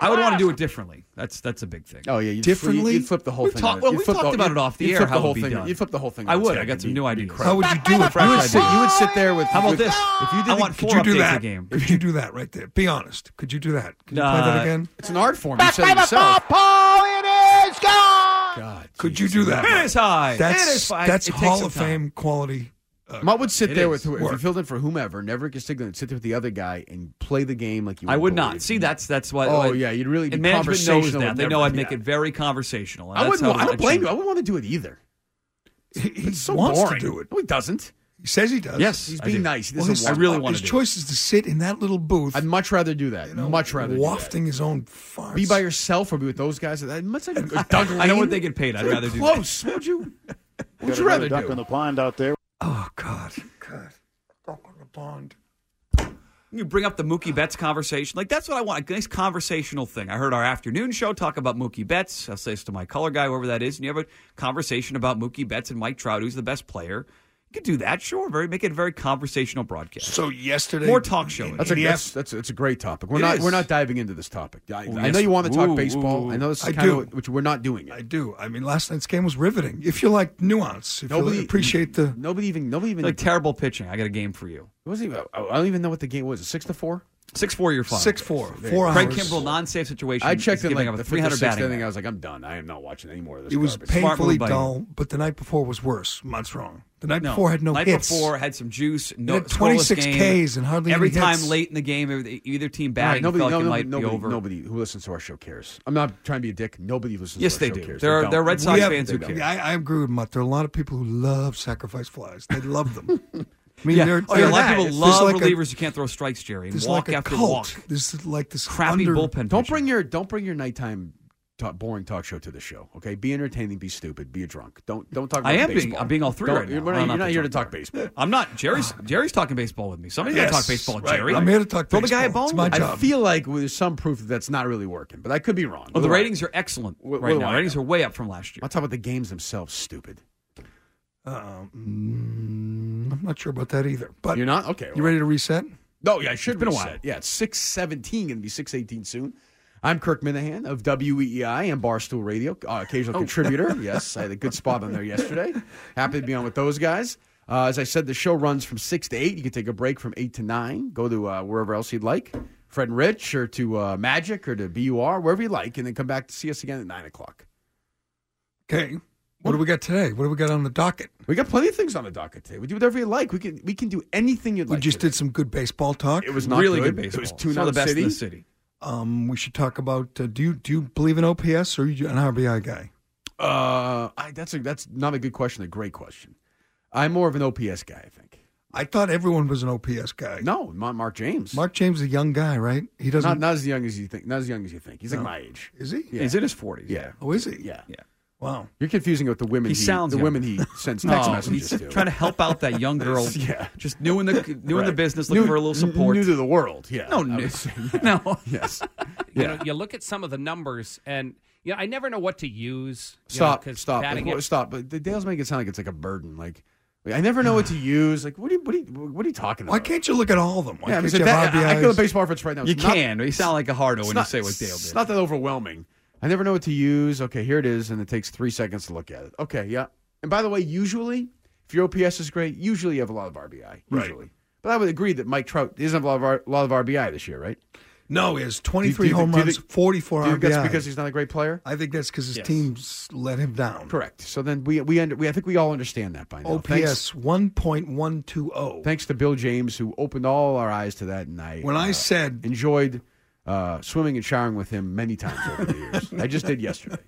Speaker 10: I would want to do it differently. That's that's a big thing.
Speaker 12: Oh yeah, you'd
Speaker 4: Differently?
Speaker 12: You'd flip the whole
Speaker 10: We've
Speaker 12: thing.
Speaker 10: talked-
Speaker 12: on
Speaker 10: well,
Speaker 12: You'd
Speaker 10: we've
Speaker 12: flip
Speaker 10: talked about it off the
Speaker 12: you'd
Speaker 10: air,
Speaker 12: flip
Speaker 10: how it
Speaker 12: whole
Speaker 10: would be
Speaker 12: thing.
Speaker 10: done.
Speaker 12: You'd flip the whole thing.
Speaker 10: I
Speaker 12: on its
Speaker 10: would.
Speaker 12: head.
Speaker 10: I
Speaker 12: It'd
Speaker 10: got some
Speaker 12: be-
Speaker 10: new
Speaker 12: it'd be
Speaker 10: ideas.
Speaker 12: crap.
Speaker 4: How would you do it?
Speaker 12: You would
Speaker 4: Mutt?
Speaker 12: sit. You would sit there with.
Speaker 10: How about
Speaker 12: with-
Speaker 10: this?
Speaker 12: If you did
Speaker 10: I
Speaker 12: the-
Speaker 10: want
Speaker 12: could
Speaker 10: four
Speaker 12: you
Speaker 4: Could you
Speaker 10: updates
Speaker 4: do
Speaker 10: a
Speaker 4: that?
Speaker 10: game.
Speaker 4: Could you do that right there? Be honest. Could you do that? Could you play
Speaker 10: Uh,
Speaker 4: that again?
Speaker 12: It's an art form. You
Speaker 13: Back
Speaker 12: said
Speaker 13: by
Speaker 12: it
Speaker 13: the ball,
Speaker 12: yourself.
Speaker 13: Paul. It is gone.
Speaker 12: God,
Speaker 4: Could you do that?
Speaker 10: It is high.
Speaker 4: That's
Speaker 10: it is high.
Speaker 4: that's
Speaker 10: It takes
Speaker 4: Hall
Speaker 10: some
Speaker 4: of
Speaker 10: time.
Speaker 4: Fame quality
Speaker 12: Mutt would sit
Speaker 10: it
Speaker 12: there
Speaker 10: is
Speaker 12: with whoever. If you
Speaker 10: work.
Speaker 12: filled in for whomever, never get signal, sit there with the other guy and play the game like you
Speaker 10: I would
Speaker 12: were
Speaker 10: not.
Speaker 12: bullied.
Speaker 10: See, that's that's why.
Speaker 12: Oh,
Speaker 10: why-
Speaker 12: yeah, you'd really be
Speaker 10: and management knows
Speaker 12: conversational
Speaker 10: that.
Speaker 12: with
Speaker 10: They know I'd
Speaker 12: everybody.
Speaker 10: make it very conversational. and
Speaker 12: I
Speaker 10: that's
Speaker 12: wouldn't.
Speaker 10: how
Speaker 12: wa- I don't blame
Speaker 10: changed
Speaker 12: you. I wouldn't want to do it either.
Speaker 4: He
Speaker 12: it's so
Speaker 4: wants to
Speaker 12: boring.
Speaker 4: do it.
Speaker 12: No, he doesn't.
Speaker 4: He says he does.
Speaker 12: Yes, he's
Speaker 4: I
Speaker 12: being
Speaker 4: do.
Speaker 12: nice. He
Speaker 4: Well,
Speaker 12: doesn't
Speaker 4: his-
Speaker 12: want
Speaker 4: uh, His choice is to sit in that little booth. I'd
Speaker 12: much rather do that. much rather do that.
Speaker 4: wafting his own farts.
Speaker 12: Be by yourself or be with those guys. That must have
Speaker 4: I-
Speaker 12: Doug
Speaker 4: I know what
Speaker 12: Lane?
Speaker 4: they get paid. I'd
Speaker 12: They're
Speaker 4: rather do that.
Speaker 12: close. Would you? What would
Speaker 14: Got
Speaker 12: you
Speaker 14: another
Speaker 12: rather
Speaker 14: duck
Speaker 12: do?
Speaker 14: in the pond out there?
Speaker 4: Oh God, God, duck on the pond.
Speaker 10: You bring up the Mookie Betts conversation. Like, that's what I want. A nice conversational thing. I heard our afternoon show talk about Mookie Betts. I'll say this to my color guy, whoever that is. And you have a conversation about Mookie Betts and Mike Trout, who's the best player. You could do that, sure. Very Make it a very conversational broadcast.
Speaker 4: So yesterday,
Speaker 10: More talk show.
Speaker 12: That's a, that's, that's, that's a great topic. We're
Speaker 10: It
Speaker 12: not
Speaker 10: is.
Speaker 12: we're not diving into this topic. I,
Speaker 4: Oh,
Speaker 12: I
Speaker 4: yes.
Speaker 12: know you want to talk
Speaker 4: Ooh,
Speaker 12: baseball.
Speaker 4: ooh,
Speaker 12: I know this is
Speaker 4: I
Speaker 12: kind
Speaker 4: do.
Speaker 12: of which we're not doing it. I
Speaker 4: do. I mean, last night's game was riveting. If you like nuance, if
Speaker 12: Nobody-
Speaker 4: you appreciate the
Speaker 12: nobody even nobody even
Speaker 10: like terrible pitching. I got a game for you.
Speaker 12: It wasn't even. I I don't even know what the game was. Six to four.
Speaker 10: Six four. Your final.
Speaker 12: Six four.
Speaker 10: There you go. Craig Kimbrell non-safe situation.
Speaker 12: I checked
Speaker 10: is
Speaker 12: it
Speaker 10: giving
Speaker 12: like
Speaker 10: up a
Speaker 12: the
Speaker 10: 300
Speaker 12: 300
Speaker 10: batting.
Speaker 12: Thing I was like, I'm done. I am not watching any more of this.
Speaker 4: It was
Speaker 12: garbage.
Speaker 4: painfully dull, but the night before was worse. Mutt's wrong. The night
Speaker 10: No.
Speaker 4: before had no
Speaker 10: night
Speaker 4: hits.
Speaker 10: before had some juice.
Speaker 4: It
Speaker 10: No
Speaker 4: had 26
Speaker 10: scoreless game.
Speaker 4: Ks and hardly
Speaker 10: every
Speaker 4: any
Speaker 10: time
Speaker 4: hits.
Speaker 10: late in the game. every- Either team
Speaker 12: All
Speaker 10: batting
Speaker 12: nobody,
Speaker 10: felt
Speaker 12: no,
Speaker 10: like it might
Speaker 12: nobody, nobody,
Speaker 10: be over.
Speaker 12: nobody who listens to our show cares. I'm not trying to be a dick. Nobody listens.
Speaker 10: Yes,
Speaker 12: to
Speaker 10: they
Speaker 12: our show
Speaker 10: do.
Speaker 12: Cares.
Speaker 10: There
Speaker 12: They
Speaker 10: are-
Speaker 12: don't.
Speaker 10: there are Red
Speaker 12: They
Speaker 10: Sox
Speaker 12: don't.
Speaker 10: fans
Speaker 12: They
Speaker 10: who
Speaker 12: don't.
Speaker 10: care.
Speaker 4: Yeah, I, I agree with Mutt. There are a lot of people who love sacrifice flies. They love them. I mean,
Speaker 10: yeah.
Speaker 4: they're,
Speaker 10: oh, yeah, a
Speaker 4: they're-
Speaker 10: lot of people
Speaker 4: there's
Speaker 10: love
Speaker 4: like a-
Speaker 10: relievers who can't throw strikes, Jerry, and
Speaker 4: there's
Speaker 10: walk
Speaker 4: like a
Speaker 10: after
Speaker 4: cult.
Speaker 10: walk.
Speaker 4: This is like this
Speaker 10: Crappy
Speaker 4: under-
Speaker 10: bullpen
Speaker 12: Don't bring your don't bring your nighttime talk, boring talk show to the show. Okay, be entertaining, be stupid, be a drunk. Don't don't talk. About
Speaker 10: I am
Speaker 12: baseball.
Speaker 10: being I'm being all 3
Speaker 12: Don't-
Speaker 10: right now.
Speaker 12: You're not,
Speaker 10: I'm
Speaker 12: you're not
Speaker 10: the
Speaker 12: here to
Speaker 10: drunk
Speaker 12: talk
Speaker 10: guy.
Speaker 12: baseball.
Speaker 10: I'm not. Jerry's Jerry's talking baseball with me. Somebody's got to talk baseball, Jerry. Throw the guy a bone.
Speaker 12: I feel like there's some proof that that's not really working, but I could be wrong.
Speaker 10: Well, the
Speaker 12: What do I-
Speaker 10: ratings are excellent
Speaker 12: What-
Speaker 10: right
Speaker 12: what do
Speaker 10: now.
Speaker 12: I
Speaker 10: Ratings are way up from last year.
Speaker 12: I'll talk about the games themselves. Stupid.
Speaker 4: Um, Uh, I'm not sure about that either. But
Speaker 12: You're not okay.
Speaker 4: You ready to reset?
Speaker 12: No, Oh, yeah, I should
Speaker 4: It's been a
Speaker 12: reset.
Speaker 4: while.
Speaker 12: Yeah, it's six seventeen, going to be six eighteen soon. I'm Kirk Minahan of WEEI and Barstool Radio, uh, occasional contributor. Yes, I had a good spot on there yesterday. Happy to be on with those guys. Uh, as I said, the show runs from six to eight. You can take a break from eight to nine. Go to uh, wherever else you'd like, Fred and Rich, or to uh, Magic, or to BUR, wherever you like, and then come back to see us again at nine o'clock.
Speaker 4: Okay. What do we got today? What do we got on the docket?
Speaker 12: We got plenty of things on the docket today. We do whatever you like. We can we can do anything you'd
Speaker 4: We
Speaker 12: like.
Speaker 4: just did some good baseball talk.
Speaker 12: It was not Really good. good It was baseball. tune Some of out the best in city. the city.
Speaker 4: Um, we should talk about uh, do you do you believe in OPS or are you an RBI guy?
Speaker 12: Uh, I, that's a, that's not a good question. A great question. I'm more of an OPS guy. I think.
Speaker 4: I thought everyone was an OPS guy.
Speaker 12: No, not Mark James.
Speaker 4: Mark James is a young guy, right? He doesn't.
Speaker 12: Not, not as young as you think. Not as young as you think. He's like
Speaker 4: No.
Speaker 12: my age.
Speaker 4: Is he?
Speaker 12: Yeah.
Speaker 10: He's in his forties.
Speaker 12: Yeah.
Speaker 4: Oh, is he?
Speaker 12: Yeah.
Speaker 10: Yeah.
Speaker 4: Wow.
Speaker 12: You're confusing it with the women.
Speaker 10: He
Speaker 12: He,
Speaker 10: sounds
Speaker 12: the
Speaker 10: young.
Speaker 12: women he sends
Speaker 10: No,
Speaker 12: text messages
Speaker 10: he's
Speaker 12: to.
Speaker 10: trying to help out that young girl. yeah. Just new in the new in the
Speaker 12: Right.
Speaker 10: business, looking
Speaker 12: New-
Speaker 10: for a little support.
Speaker 12: new to the world, yeah.
Speaker 10: No,
Speaker 12: I
Speaker 10: new.
Speaker 12: would say,
Speaker 10: no.
Speaker 12: Yes.
Speaker 15: You,
Speaker 12: Yeah.
Speaker 15: know, you look at some of the numbers, and you know, I never know what to use. you know,
Speaker 12: Stop.
Speaker 15: 'cause
Speaker 12: stop.
Speaker 15: batting
Speaker 12: Like,
Speaker 15: it-
Speaker 12: stop. But the Dales make it sound like it's like a burden. Like I never know what to use. Like what are you, what are you, what are you talking about?
Speaker 4: Why can't you look at all of them? Why
Speaker 12: yeah, I, mean,
Speaker 4: can't
Speaker 12: so
Speaker 4: you have
Speaker 12: that, I, I
Speaker 4: RBIs?
Speaker 12: go to baseball reference right now.
Speaker 10: You
Speaker 12: It's not-
Speaker 10: can, but you sound like a hardo
Speaker 12: it's
Speaker 10: when you say what Dale
Speaker 12: It's
Speaker 10: did.
Speaker 12: not that overwhelming. I never know what to use. Okay, here it is, and it takes three seconds to look at it. Okay, yeah. And by the way, usually, if your OPS is great, usually you have a lot of RBI. Usually. But I would agree that Mike Trout doesn't have a lot of, R- lot of RBI this year, right?
Speaker 4: No, he has
Speaker 12: Do you-
Speaker 4: 23
Speaker 12: do you think-
Speaker 4: home
Speaker 12: do you
Speaker 4: runs,
Speaker 12: think-
Speaker 4: 44
Speaker 12: do you think that's
Speaker 4: RBI.
Speaker 12: because he's not a great player?
Speaker 4: I think that's because his team's let him down.
Speaker 12: Correct. So then we we, under, we I think we all understand that by now. Thanks,
Speaker 4: OPS 1.120.
Speaker 12: thanks to Bill James who opened all our eyes to that, and I
Speaker 4: When I
Speaker 12: uh,
Speaker 4: said-
Speaker 12: enjoyed uh, swimming and showering with him many times over the years. I just did yesterday.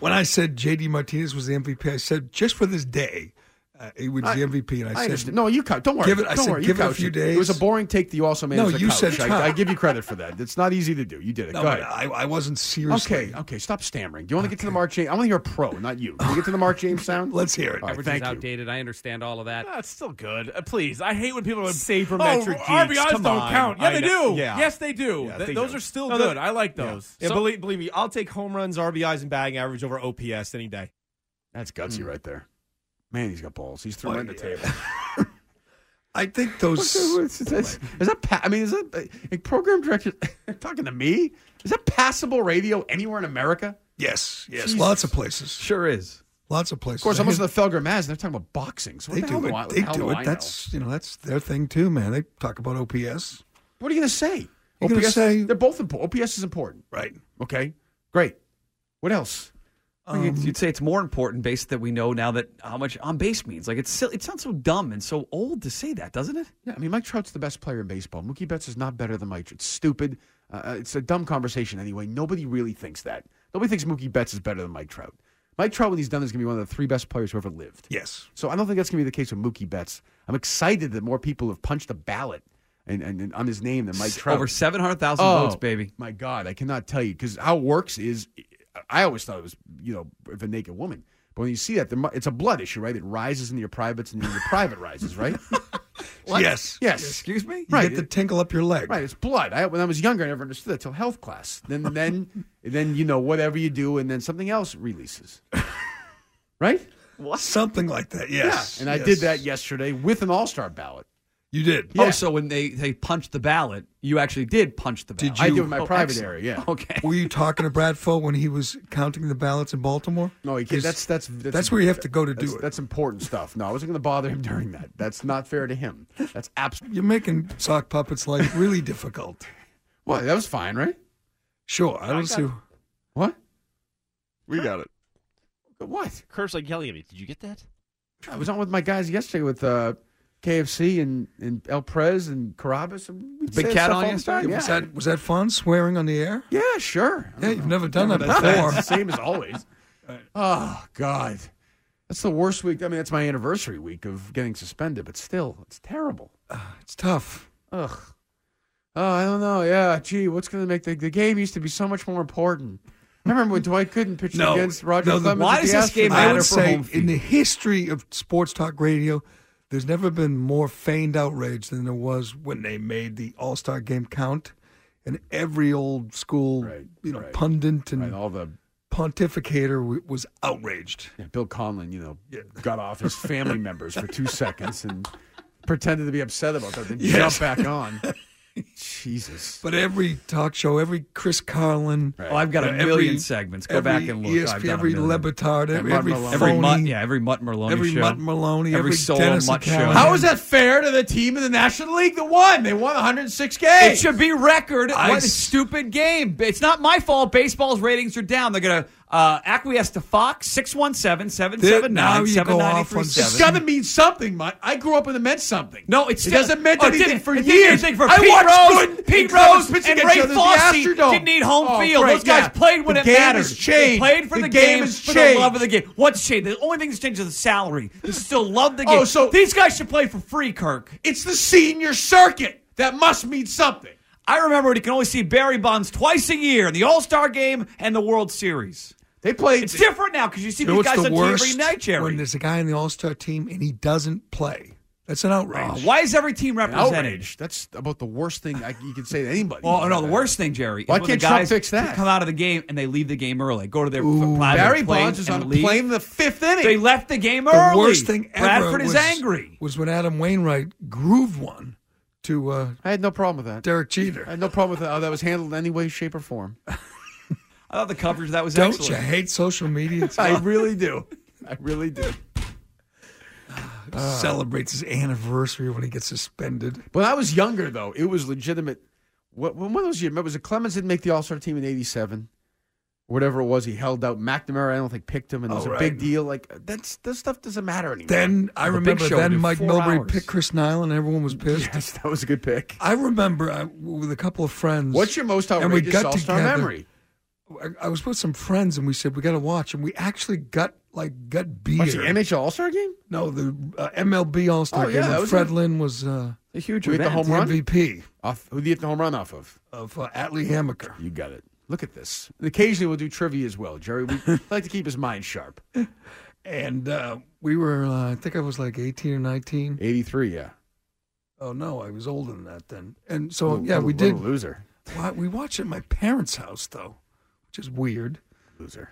Speaker 4: When I said JD Martinez was the MVP, I said just for this day, uh, he was the MVP. And I,
Speaker 12: I
Speaker 4: said,
Speaker 12: understand. No, you cou- don't worry.
Speaker 4: Give it, I
Speaker 12: Don't
Speaker 4: said,
Speaker 12: worry, you
Speaker 4: give it a
Speaker 12: couched
Speaker 4: few
Speaker 12: it.
Speaker 4: days.
Speaker 12: It was a boring take that you also made.
Speaker 4: No,
Speaker 12: as a
Speaker 4: you
Speaker 12: couch.
Speaker 4: said
Speaker 12: I,
Speaker 4: Trout.
Speaker 12: I give you credit for that. It's not easy to do. You did it.
Speaker 4: No,
Speaker 12: Go
Speaker 4: but uh,
Speaker 12: ahead.
Speaker 4: I, I wasn't serious.
Speaker 12: Okay, okay. Stop stammering. Do you want to get to the Mark James? I want to hear a pro, not you. Can we get to the Mark James sound?
Speaker 4: Let's hear it.
Speaker 12: All right,
Speaker 15: Average is
Speaker 12: thank you.
Speaker 15: outdated. I understand all of that.
Speaker 9: That's still good. Uh, please, I hate when people are sabermetric.
Speaker 15: Oh, RBIs
Speaker 9: Come
Speaker 15: don't
Speaker 9: on.
Speaker 15: count.
Speaker 9: I
Speaker 15: Yeah, they
Speaker 9: know.
Speaker 15: do.
Speaker 9: Yeah.
Speaker 15: Yes, they do.
Speaker 9: Yeah,
Speaker 15: Th-
Speaker 9: they
Speaker 15: those
Speaker 9: do.
Speaker 15: are still
Speaker 9: they're-
Speaker 15: good. I like those.
Speaker 9: Yeah,
Speaker 15: So-
Speaker 9: believe, believe me, I'll take home runs, RBIs, and batting average over OPS any day.
Speaker 12: That's gutsy right there. Man, he's got balls. He's throwing
Speaker 9: Oh,
Speaker 12: right at the
Speaker 9: yeah.
Speaker 12: table.
Speaker 4: I think those.
Speaker 12: What's, what's- is that? Pa- I mean, is that a program director talking to me? Is that passable radio anywhere in America?
Speaker 4: Yes, yes.
Speaker 12: Jesus.
Speaker 4: Lots of places.
Speaker 10: Sure is.
Speaker 4: Lots of places.
Speaker 12: Of course,
Speaker 4: I
Speaker 12: I'm
Speaker 4: hear-
Speaker 12: listening to Felger Maz, and they're talking about boxing. So what
Speaker 4: they
Speaker 12: the hell
Speaker 4: do
Speaker 12: do I-
Speaker 4: it.
Speaker 12: what
Speaker 4: They
Speaker 12: the hell
Speaker 4: do
Speaker 12: do I
Speaker 4: it.
Speaker 12: know?
Speaker 4: That's you know that's their thing too, man. They talk about OPS.
Speaker 12: What are you going to say?
Speaker 4: You're gonna
Speaker 12: OPS,
Speaker 4: say-
Speaker 12: they're both important. OPS is important,
Speaker 4: right?
Speaker 12: Okay, great. What else?
Speaker 10: Well, you'd,
Speaker 4: Um,
Speaker 10: you'd say it's more important based that we know now that how much on base means. Like it's silly, it sounds so dumb and so old to say that, doesn't it?
Speaker 12: Yeah, I mean, Mike Trout's the best player in baseball. Mookie Betts is not better than Mike. Trout. It's stupid. Uh, it's a dumb conversation anyway. Nobody really thinks that. Nobody thinks Mookie Betts is better than Mike Trout. Mike Trout, when he's done, is going to be one of the three best players who ever lived.
Speaker 4: Yes.
Speaker 12: So I don't think that's going to be the case with Mookie Betts. I'm excited that more people have punched a ballot and, and, and on his name than Mike
Speaker 10: S-
Speaker 12: Trout.
Speaker 10: over 700,000
Speaker 4: Oh.
Speaker 10: votes, baby.
Speaker 12: My God, I cannot tell you because how it works is I always thought it was you know if a naked woman, but when you see that, there mu- it's a blood issue, right? It rises into your privates and then your private rises, right? What?
Speaker 4: Yes.
Speaker 12: Yes.
Speaker 4: Excuse me? You
Speaker 12: Right.
Speaker 4: get the tinkle up your leg.
Speaker 12: Right, it's blood. I, when I was younger, I never understood that till health class. Then, then, then you know whatever you do, and then something else releases. Right?
Speaker 4: What? Something like that. Yes.
Speaker 12: Yeah, and I
Speaker 4: Yes.
Speaker 12: did that yesterday with an All Star ballot.
Speaker 4: You did.
Speaker 10: Oh, so when they they punched the ballot, you actually did punch the ballot.
Speaker 4: Did you?
Speaker 10: Oh, excellent. Okay.
Speaker 4: Oh, Were you talking to Brad Foe when he was counting the ballots in Baltimore?
Speaker 12: No, he can't.
Speaker 4: 'Cause
Speaker 12: That's that's
Speaker 4: that's, where you have to go to do
Speaker 12: that's-
Speaker 4: it.
Speaker 12: That's important stuff. No, I wasn't going to bother him during that. That's not fair to him. That's absolutely.
Speaker 4: You're making sock puppets life really difficult.
Speaker 12: Well, that was fine, right?
Speaker 4: Sure. I don't see.
Speaker 12: What? We got it. What?
Speaker 5: Curse like yelling at me. Did you get that?
Speaker 12: I was on with my guys yesterday with uh, KFC and, and El Prez and Carabas. And we say that stuff all the time.
Speaker 4: Was
Speaker 12: Yeah.
Speaker 4: that was that fun? Swearing on the air?
Speaker 12: Yeah, sure.
Speaker 4: Yeah, you've never done that
Speaker 12: Never done that.
Speaker 4: before.
Speaker 12: It's the same as always. Oh God, that's the worst week. I mean, that's my anniversary week of getting suspended, but still, it's terrible.
Speaker 4: it's tough.
Speaker 12: Ugh. Oh, I don't know. Yeah, gee, what's going to make the, the game used to be so much more important. I remember when Dwight couldn't pitch
Speaker 4: No.
Speaker 12: against Roger
Speaker 4: No, the-
Speaker 12: Clemens. at the Astros.
Speaker 4: I would say in the history of sports talk radio, there's never been more feigned outrage than there was when they made the All Star Game count, and every old school, you know, pundit and
Speaker 12: all the
Speaker 4: pontificator w- was outraged.
Speaker 12: Yeah, Bill Conlon, you know, got off his family members for two seconds and pretended to be upset about that, then
Speaker 4: Yes.
Speaker 12: jumped back on. Jesus.
Speaker 4: But every talk show, every Chris Carlin,
Speaker 10: Oh, I've got a
Speaker 4: you know,
Speaker 10: million
Speaker 4: every-
Speaker 10: segments. Go back
Speaker 4: every E
Speaker 10: and look.
Speaker 4: ESP,
Speaker 10: I've done a
Speaker 4: every
Speaker 10: million.
Speaker 4: Lebitard,
Speaker 10: Yeah,
Speaker 4: every,
Speaker 10: Mutt
Speaker 4: every
Speaker 10: Maloney.
Speaker 4: phony,
Speaker 10: Every Mutt- yeah, every Mutt Maloney
Speaker 4: every
Speaker 10: show.
Speaker 4: Mutt Maloney,
Speaker 10: Every
Speaker 4: every,
Speaker 10: Solo
Speaker 4: Dennis
Speaker 10: Mutt show.
Speaker 4: O'Callaghan.
Speaker 10: How
Speaker 12: is that fair to the team in the National League that won? They won 106 games.
Speaker 10: It should be record.
Speaker 12: I
Speaker 10: what a
Speaker 12: s-
Speaker 10: stupid game. It's not my fault. Baseball's ratings are down. They're going to uh, acquiesce to Fox 617
Speaker 12: Now
Speaker 10: 779
Speaker 12: you go off on It's got to mean something, Mike. I grew up and it meant something.
Speaker 10: No, it's
Speaker 12: It doesn't mean
Speaker 10: oh, it
Speaker 12: anything
Speaker 10: didn't-
Speaker 12: for
Speaker 10: it didn't mean
Speaker 12: years.
Speaker 10: anything for
Speaker 12: I
Speaker 10: Pete
Speaker 12: watched
Speaker 10: Rose
Speaker 12: Good
Speaker 10: and Clemens pitching
Speaker 12: and
Speaker 10: each
Speaker 12: Ray
Speaker 10: other at the
Speaker 12: Fossey
Speaker 10: Astrodome.
Speaker 12: didn't need home
Speaker 10: Oh,
Speaker 12: field.
Speaker 10: great,
Speaker 12: Those guys
Speaker 10: yeah.
Speaker 12: played when
Speaker 10: The
Speaker 12: it
Speaker 10: game
Speaker 12: mattered.
Speaker 10: has changed.
Speaker 12: They played for
Speaker 10: The
Speaker 12: the,
Speaker 10: game
Speaker 12: game,
Speaker 10: has
Speaker 12: for the love
Speaker 10: changed.
Speaker 12: of the game.
Speaker 10: What's changed? The only thing that's changed is the salary. They still love the game.
Speaker 12: Oh, so
Speaker 10: these guys should play for free, Kirk.
Speaker 12: It's the senior circuit. That must mean something.
Speaker 10: I remember you can only see Barry Bonds twice a year in the All Star game and the World Series.
Speaker 12: They play.
Speaker 10: It's different now because you see
Speaker 4: You know
Speaker 10: these
Speaker 4: what's
Speaker 10: guys
Speaker 4: the
Speaker 10: on TV every
Speaker 4: worst?
Speaker 10: night, Jerry.
Speaker 4: When there's a guy in the All Star team and he doesn't play, that's an outrage.
Speaker 10: Oh, why is every team represented?
Speaker 12: Outrage. Oh, That's about the worst thing I, you could say to anybody.
Speaker 10: Well, no, the worst thing, Jerry,
Speaker 12: Why
Speaker 10: is when the
Speaker 12: can't Trump
Speaker 10: guys
Speaker 12: fix that?
Speaker 10: come out of the game and they leave the game early, go to their
Speaker 12: Ooh.
Speaker 10: private
Speaker 12: Barry
Speaker 10: plane
Speaker 12: Bonds is
Speaker 10: and
Speaker 12: on a
Speaker 10: leave.
Speaker 12: plane in the fifth inning.
Speaker 10: They left the game
Speaker 4: the
Speaker 10: early.
Speaker 4: worst thing ever
Speaker 10: Bradford
Speaker 4: was,
Speaker 10: is angry.
Speaker 4: was when Adam Wainwright grooved one to uh,
Speaker 12: I had no problem with that.
Speaker 4: Derek Jeter.
Speaker 12: I had no problem with that. Oh, that was handled in any way, shape, or form.
Speaker 10: I thought the coverage of that was
Speaker 4: Don't
Speaker 10: excellent.
Speaker 4: you hate social media?
Speaker 12: I really do. I really do.
Speaker 4: Uh, Celebrates his anniversary when he gets suspended.
Speaker 12: When I was younger, though, it was legitimate. What, when when was you? Remember, was it Clemens didn't make the All Star team in '87? Whatever it was, he held out. McNamara, I don't think picked him, and it was
Speaker 4: Oh,
Speaker 12: a
Speaker 4: right.
Speaker 12: big deal. Like that's that stuff doesn't matter anymore.
Speaker 4: Then I
Speaker 12: The Big
Speaker 4: remember
Speaker 12: Show
Speaker 4: then
Speaker 12: did
Speaker 4: Mike
Speaker 12: four
Speaker 4: Milbury
Speaker 12: hours.
Speaker 4: picked Chris Nyle and everyone was pissed.
Speaker 12: Yes, that was a good pick.
Speaker 4: I remember I, with a couple of friends.
Speaker 12: What's your most
Speaker 4: and we
Speaker 12: outrageous
Speaker 4: got
Speaker 12: All-Star
Speaker 4: together.
Speaker 12: memory?
Speaker 4: I- I was with some friends and we said we got to watch, and we actually got like got beer.
Speaker 12: What's the NHL All Star game?
Speaker 4: No, the uh, MLB All Star
Speaker 12: Oh,
Speaker 4: Game.
Speaker 12: yeah, that
Speaker 4: and
Speaker 12: was
Speaker 4: Fred
Speaker 12: a-
Speaker 4: Lynn was uh,
Speaker 12: A huge Who hit the event. home run?
Speaker 4: MVP.
Speaker 12: Off who do you hit the home run off of?
Speaker 4: Of uh, Atlee Hammaker.
Speaker 12: You got it. Look at this. And occasionally we'll do trivia as well, Jerry. We like to keep his mind sharp.
Speaker 4: And uh, we were, uh, I think I was like 18 or 19.
Speaker 12: 83, yeah.
Speaker 4: Oh, no, I was older than that then. And so,
Speaker 12: Little-
Speaker 4: yeah, we
Speaker 12: little-
Speaker 4: did.
Speaker 12: little loser.
Speaker 4: Wa- we watched it at my parents' house, though, which is weird.
Speaker 12: Loser.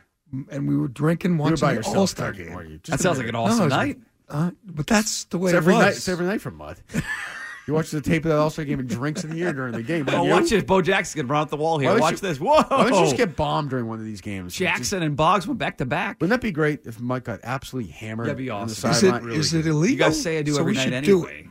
Speaker 4: And we were drinking,
Speaker 12: You were
Speaker 4: watching
Speaker 12: by
Speaker 4: the
Speaker 12: yourself,
Speaker 4: All Star
Speaker 12: weren't you?
Speaker 4: game.
Speaker 12: Were you? Just That a sounds minute. like an awesome
Speaker 4: No, it was-
Speaker 12: night.
Speaker 4: Uh, but that's the way
Speaker 12: it's every
Speaker 4: it was.
Speaker 12: night. It's every night for Mutt. He watches the tape of that All Star game and drinks in the air during the game.
Speaker 10: Oh,
Speaker 12: Wouldn't
Speaker 10: watch
Speaker 12: you?
Speaker 10: this. Bo Jackson can run out the wall
Speaker 12: Why
Speaker 10: here.
Speaker 12: don't
Speaker 10: Watch
Speaker 12: you-
Speaker 10: this. Whoa.
Speaker 12: Why don't you just get bombed during one of these games?
Speaker 10: Jackson and Boggs went back to back.
Speaker 12: Wouldn't that be great if Mike got absolutely hammered?
Speaker 10: That'd be
Speaker 12: on the
Speaker 10: awesome. Is
Speaker 12: sideline?
Speaker 10: it- Really is it good. illegal? You guys say I do So every we night should do anyway.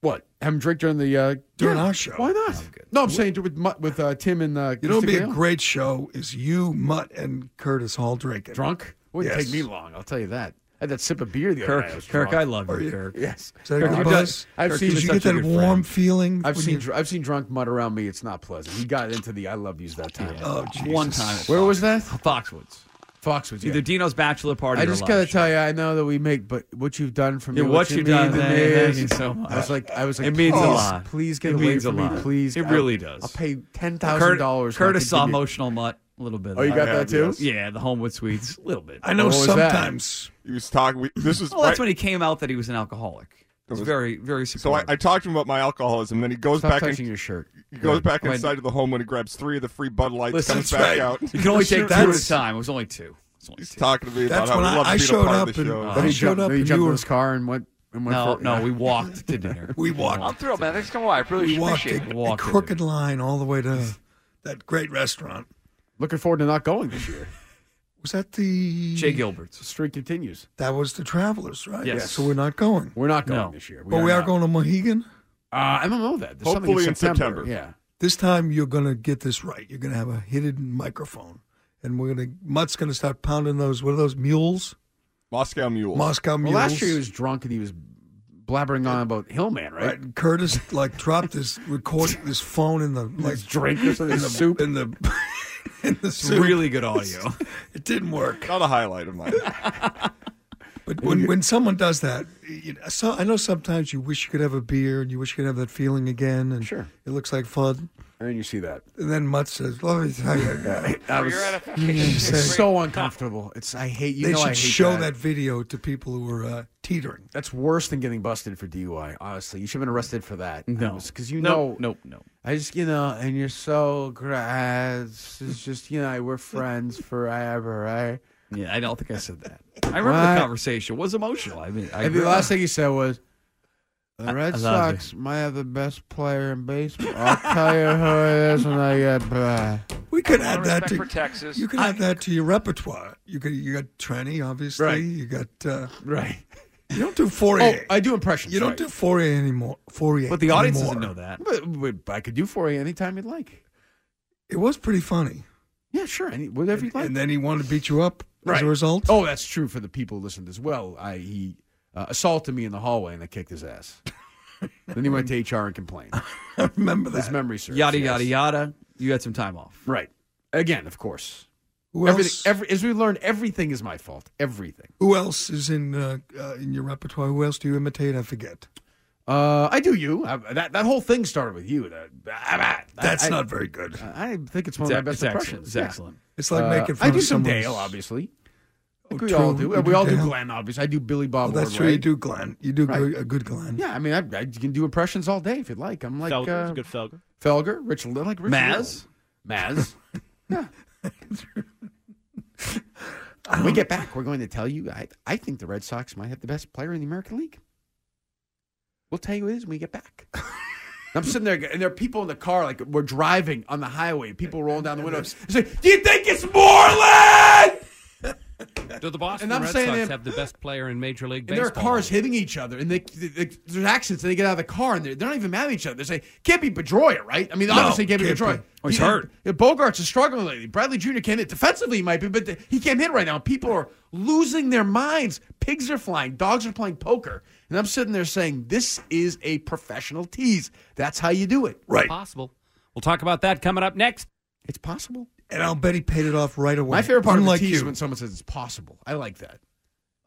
Speaker 12: What? Have him drink during the uh,
Speaker 4: During
Speaker 12: yeah.
Speaker 4: our show.
Speaker 12: Why not? No, I'm saying do it with Mutt, with uh, Tim and uh,
Speaker 4: You know, it'd be a
Speaker 12: Instagram.
Speaker 4: great show is you, Mutt, and Curtis all drinking.
Speaker 12: Drunk? Wouldn't
Speaker 10: Yes.
Speaker 12: take me long. I'll tell you that. I had that sip of beer the other
Speaker 10: Kirk,
Speaker 12: night. I was
Speaker 10: Kirk,
Speaker 12: drunk.
Speaker 10: I love you, Are you- Kirk.
Speaker 12: Yes,
Speaker 10: Is that a good
Speaker 12: I've
Speaker 10: buzz?
Speaker 12: done- I've
Speaker 10: Kirk,
Speaker 12: seen
Speaker 10: did
Speaker 12: him
Speaker 10: you
Speaker 12: such
Speaker 10: get
Speaker 12: a
Speaker 10: that
Speaker 12: good
Speaker 10: warm
Speaker 12: friend.
Speaker 10: feeling
Speaker 12: I've
Speaker 10: when
Speaker 12: seen
Speaker 10: you-
Speaker 12: dr- I've seen drunk mud around me. It's not pleasant. He got into the I love yous that time.
Speaker 10: Oh,
Speaker 12: One
Speaker 10: Jesus.
Speaker 12: time. Where was that?
Speaker 10: Foxwoods.
Speaker 12: Foxwoods.
Speaker 10: Either Dino's bachelor party.
Speaker 12: I
Speaker 10: or
Speaker 12: just
Speaker 10: lunch.
Speaker 12: gotta tell you, I know that we make, but what you've done for me,
Speaker 10: Yeah, what
Speaker 12: you
Speaker 10: you've done,
Speaker 12: mean to
Speaker 10: that-
Speaker 12: me
Speaker 10: that
Speaker 12: is-
Speaker 10: means so much.
Speaker 12: I was like, I was like,
Speaker 10: It means a
Speaker 12: please,
Speaker 10: lot.
Speaker 12: Please get
Speaker 10: It
Speaker 12: away
Speaker 10: means a
Speaker 12: from me,
Speaker 10: lot.
Speaker 12: please.
Speaker 10: It
Speaker 12: I'll-
Speaker 10: really does.
Speaker 12: I'll pay ten thousand dollars.
Speaker 10: Cur- Curtis saw emotional mutt a little bit.
Speaker 12: Oh, you got that too?
Speaker 10: Yeah, the Homewood Suites, a little bit.
Speaker 4: I know What was that? sometimes-
Speaker 16: he was talking. We, this is
Speaker 10: Well, that's
Speaker 16: right-
Speaker 10: when he came out that he was an alcoholic. It's very, very.
Speaker 16: So I, I talked to him about my alcoholism. Then he goes
Speaker 10: Stop
Speaker 16: back.
Speaker 10: touching
Speaker 16: in,
Speaker 10: your shirt.
Speaker 16: He goes
Speaker 10: Good.
Speaker 16: back
Speaker 10: Wait.
Speaker 16: inside of the home when he grabs three of the free Bud Lights,
Speaker 10: Listen,
Speaker 16: comes
Speaker 10: that's
Speaker 16: back
Speaker 10: right.
Speaker 16: out.
Speaker 10: You can only take two at a
Speaker 16: That's-
Speaker 10: time. It was only two. It's only two.
Speaker 16: He's talking to me about
Speaker 10: That's
Speaker 16: how
Speaker 10: when
Speaker 16: he
Speaker 10: I-
Speaker 16: loved
Speaker 10: I
Speaker 16: being
Speaker 10: showed
Speaker 16: a part
Speaker 10: up
Speaker 16: of the
Speaker 10: and-
Speaker 16: show.
Speaker 10: I showed Uh, up
Speaker 12: You
Speaker 10: and
Speaker 12: Oh, jumped
Speaker 10: you
Speaker 12: in
Speaker 10: were-
Speaker 12: his car and went. And went
Speaker 10: No,
Speaker 12: for,
Speaker 10: no, we walked to dinner.
Speaker 4: We walked.
Speaker 13: I'm thrilled, man. Thanks for coming by. I really
Speaker 4: we walked
Speaker 13: appreciate
Speaker 4: a,
Speaker 13: it.
Speaker 4: a crooked line all the way to that great restaurant.
Speaker 12: Looking forward to not going this year.
Speaker 4: Was that the
Speaker 12: Jay Gilbert's the streak continues.
Speaker 4: That was the Travelers, right?
Speaker 12: Yes.
Speaker 4: So we're not going.
Speaker 12: We're not going this year.
Speaker 4: but we are
Speaker 12: not.
Speaker 4: going to Mohegan.
Speaker 12: Uh, I don't know that. There's something
Speaker 4: Hopefully in
Speaker 12: September.
Speaker 4: September.
Speaker 12: Yeah.
Speaker 4: This time you're going to get this right. You're going to have a hidden microphone, and we're going to Mutt's going to start pounding those. What are those mules?
Speaker 16: Moscow Mule.
Speaker 4: Moscow
Speaker 12: Well,
Speaker 4: Mules.
Speaker 12: last year he was drunk and he was blabbering on about Hillman, right?
Speaker 4: Right, Curtis like dropped his record, his phone in the like
Speaker 12: drink or something,
Speaker 4: in the
Speaker 12: soup?
Speaker 4: in the in the
Speaker 10: It's
Speaker 4: soup.
Speaker 10: really good audio.
Speaker 4: It didn't work.
Speaker 12: Oh.
Speaker 16: Not a highlight of mine.
Speaker 4: But when, when someone does that, you know, so I know sometimes you wish you could have a beer and you wish you could have that feeling again, and sure. it looks like fun.
Speaker 12: And then you see that.
Speaker 4: And then Mutt says, "Let me tell you,
Speaker 12: I was it's so uncomfortable. It's I hate you.
Speaker 4: they
Speaker 12: know
Speaker 4: should
Speaker 12: I hate
Speaker 4: show that.
Speaker 12: that
Speaker 4: video to people who are uh, teetering.
Speaker 12: That's worse than getting busted for DUI. Honestly, you should have been arrested for that.
Speaker 4: No.
Speaker 12: because you
Speaker 4: No,
Speaker 12: know, no, no. I just, you know, and you're so great. It's just, you know, we're friends forever, right?
Speaker 10: Yeah, I don't think I said that. I remember
Speaker 12: What?
Speaker 10: the conversation. It was emotional. I mean, I
Speaker 12: and the last thing he said was,
Speaker 10: I-
Speaker 12: "The Red
Speaker 10: I love you."
Speaker 12: Sox might have the best player in baseball." I'll tell you who it is when I get back.
Speaker 4: We could add
Speaker 12: of
Speaker 4: that
Speaker 12: respect
Speaker 4: to
Speaker 12: for Texas.
Speaker 4: You could
Speaker 12: I-
Speaker 4: add that to your repertoire. You could you got Tranny, obviously.
Speaker 12: Right.
Speaker 4: You got uh,
Speaker 12: right.
Speaker 4: You don't do Fourier.
Speaker 12: Oh, I do impressions.
Speaker 4: you don't
Speaker 12: right.
Speaker 4: do Fourier anymore. Fourier,
Speaker 12: But the audience
Speaker 4: anymore.
Speaker 12: doesn't know that. But, but I could do Fourier anytime you'd like.
Speaker 4: It was pretty funny.
Speaker 12: Yeah, sure. Any, whatever you'd like.
Speaker 4: And then he wanted to beat you up as
Speaker 12: Right.
Speaker 4: a result.
Speaker 12: Oh, that's true for the people who listened as well. I he uh, assaulted me in the hallway and I kicked his ass. then he went to HR and complained.
Speaker 4: I remember
Speaker 12: that. His memory serves.
Speaker 10: yada
Speaker 12: yes.
Speaker 10: yada yada. You had some time off.
Speaker 12: Right. Again, of course.
Speaker 4: Who
Speaker 12: everything,
Speaker 4: else?
Speaker 12: every, as we learned, everything is my fault. Everything.
Speaker 4: Who else is in uh, uh, in your repertoire? Who else do you imitate? I forget.
Speaker 12: Uh, I do you. I, that that whole thing started with you. That,
Speaker 4: That's
Speaker 12: I-
Speaker 4: not very good.
Speaker 12: Oh, I think it's one
Speaker 4: It's
Speaker 12: of my
Speaker 4: ec-
Speaker 12: best
Speaker 4: it's excellent.
Speaker 12: impressions.
Speaker 4: It's
Speaker 12: Yeah.
Speaker 4: excellent. It's like
Speaker 12: Uh,
Speaker 4: making fun
Speaker 12: I do
Speaker 4: of
Speaker 12: some
Speaker 4: someone's-
Speaker 12: Dale, obviously.
Speaker 4: Oh,
Speaker 12: we all
Speaker 4: true.
Speaker 12: do.
Speaker 4: You
Speaker 12: we
Speaker 4: do
Speaker 12: all do
Speaker 4: Dale.
Speaker 12: Glenn, obviously. I do Billy Bob.
Speaker 4: Oh, that's
Speaker 12: Ordway.
Speaker 4: true. You do Glenn. You do
Speaker 12: Right.
Speaker 4: go- a good Glenn.
Speaker 12: Yeah, I mean, I, I can do impressions all day if you'd like. I'm like
Speaker 4: Felger's
Speaker 12: uh,
Speaker 4: good Felger.
Speaker 12: Felger, Rich, Li- like Rich
Speaker 10: Maz?
Speaker 12: Little. Maz. yeah. when we get back, we're going to tell you. I, I think the Red Sox might have the best player in the American League. We'll tell you who it is when we get back. And I'm sitting there, and there are people in the car, like we're driving on the highway. People rolling down the windows. It's like, do you think it's Moreland?
Speaker 15: Do the Boston
Speaker 12: And I'm
Speaker 15: Red
Speaker 12: saying
Speaker 15: Sox
Speaker 12: him-
Speaker 15: have the best player in Major League
Speaker 12: And there
Speaker 15: Baseball?
Speaker 12: are cars hitting each other, and they, they, they, there's accidents, and they get out of the car, and they're, they're not even mad at each other. They say, can't be Pedroia, right? I mean,
Speaker 10: No,
Speaker 12: obviously, it can't be
Speaker 10: can't
Speaker 12: Pedroia.
Speaker 10: be. Oh, he's
Speaker 12: He-
Speaker 10: hurt.
Speaker 12: yeah, Bogart's is struggling lately. Bradley Jr. can't hit. Defensively, he might be, but he can't hit right now. People are losing their minds. Pigs are flying. Dogs are playing poker. And I'm sitting there saying, this is a professional tease. That's how you do it.
Speaker 4: Right.
Speaker 15: Possible. We'll talk about that coming up next.
Speaker 12: It's possible.
Speaker 4: And I'll bet he paid it off right away.
Speaker 12: My favorite part
Speaker 4: Unlike
Speaker 12: of a tease
Speaker 4: you.
Speaker 12: is when someone says it's possible. I like that.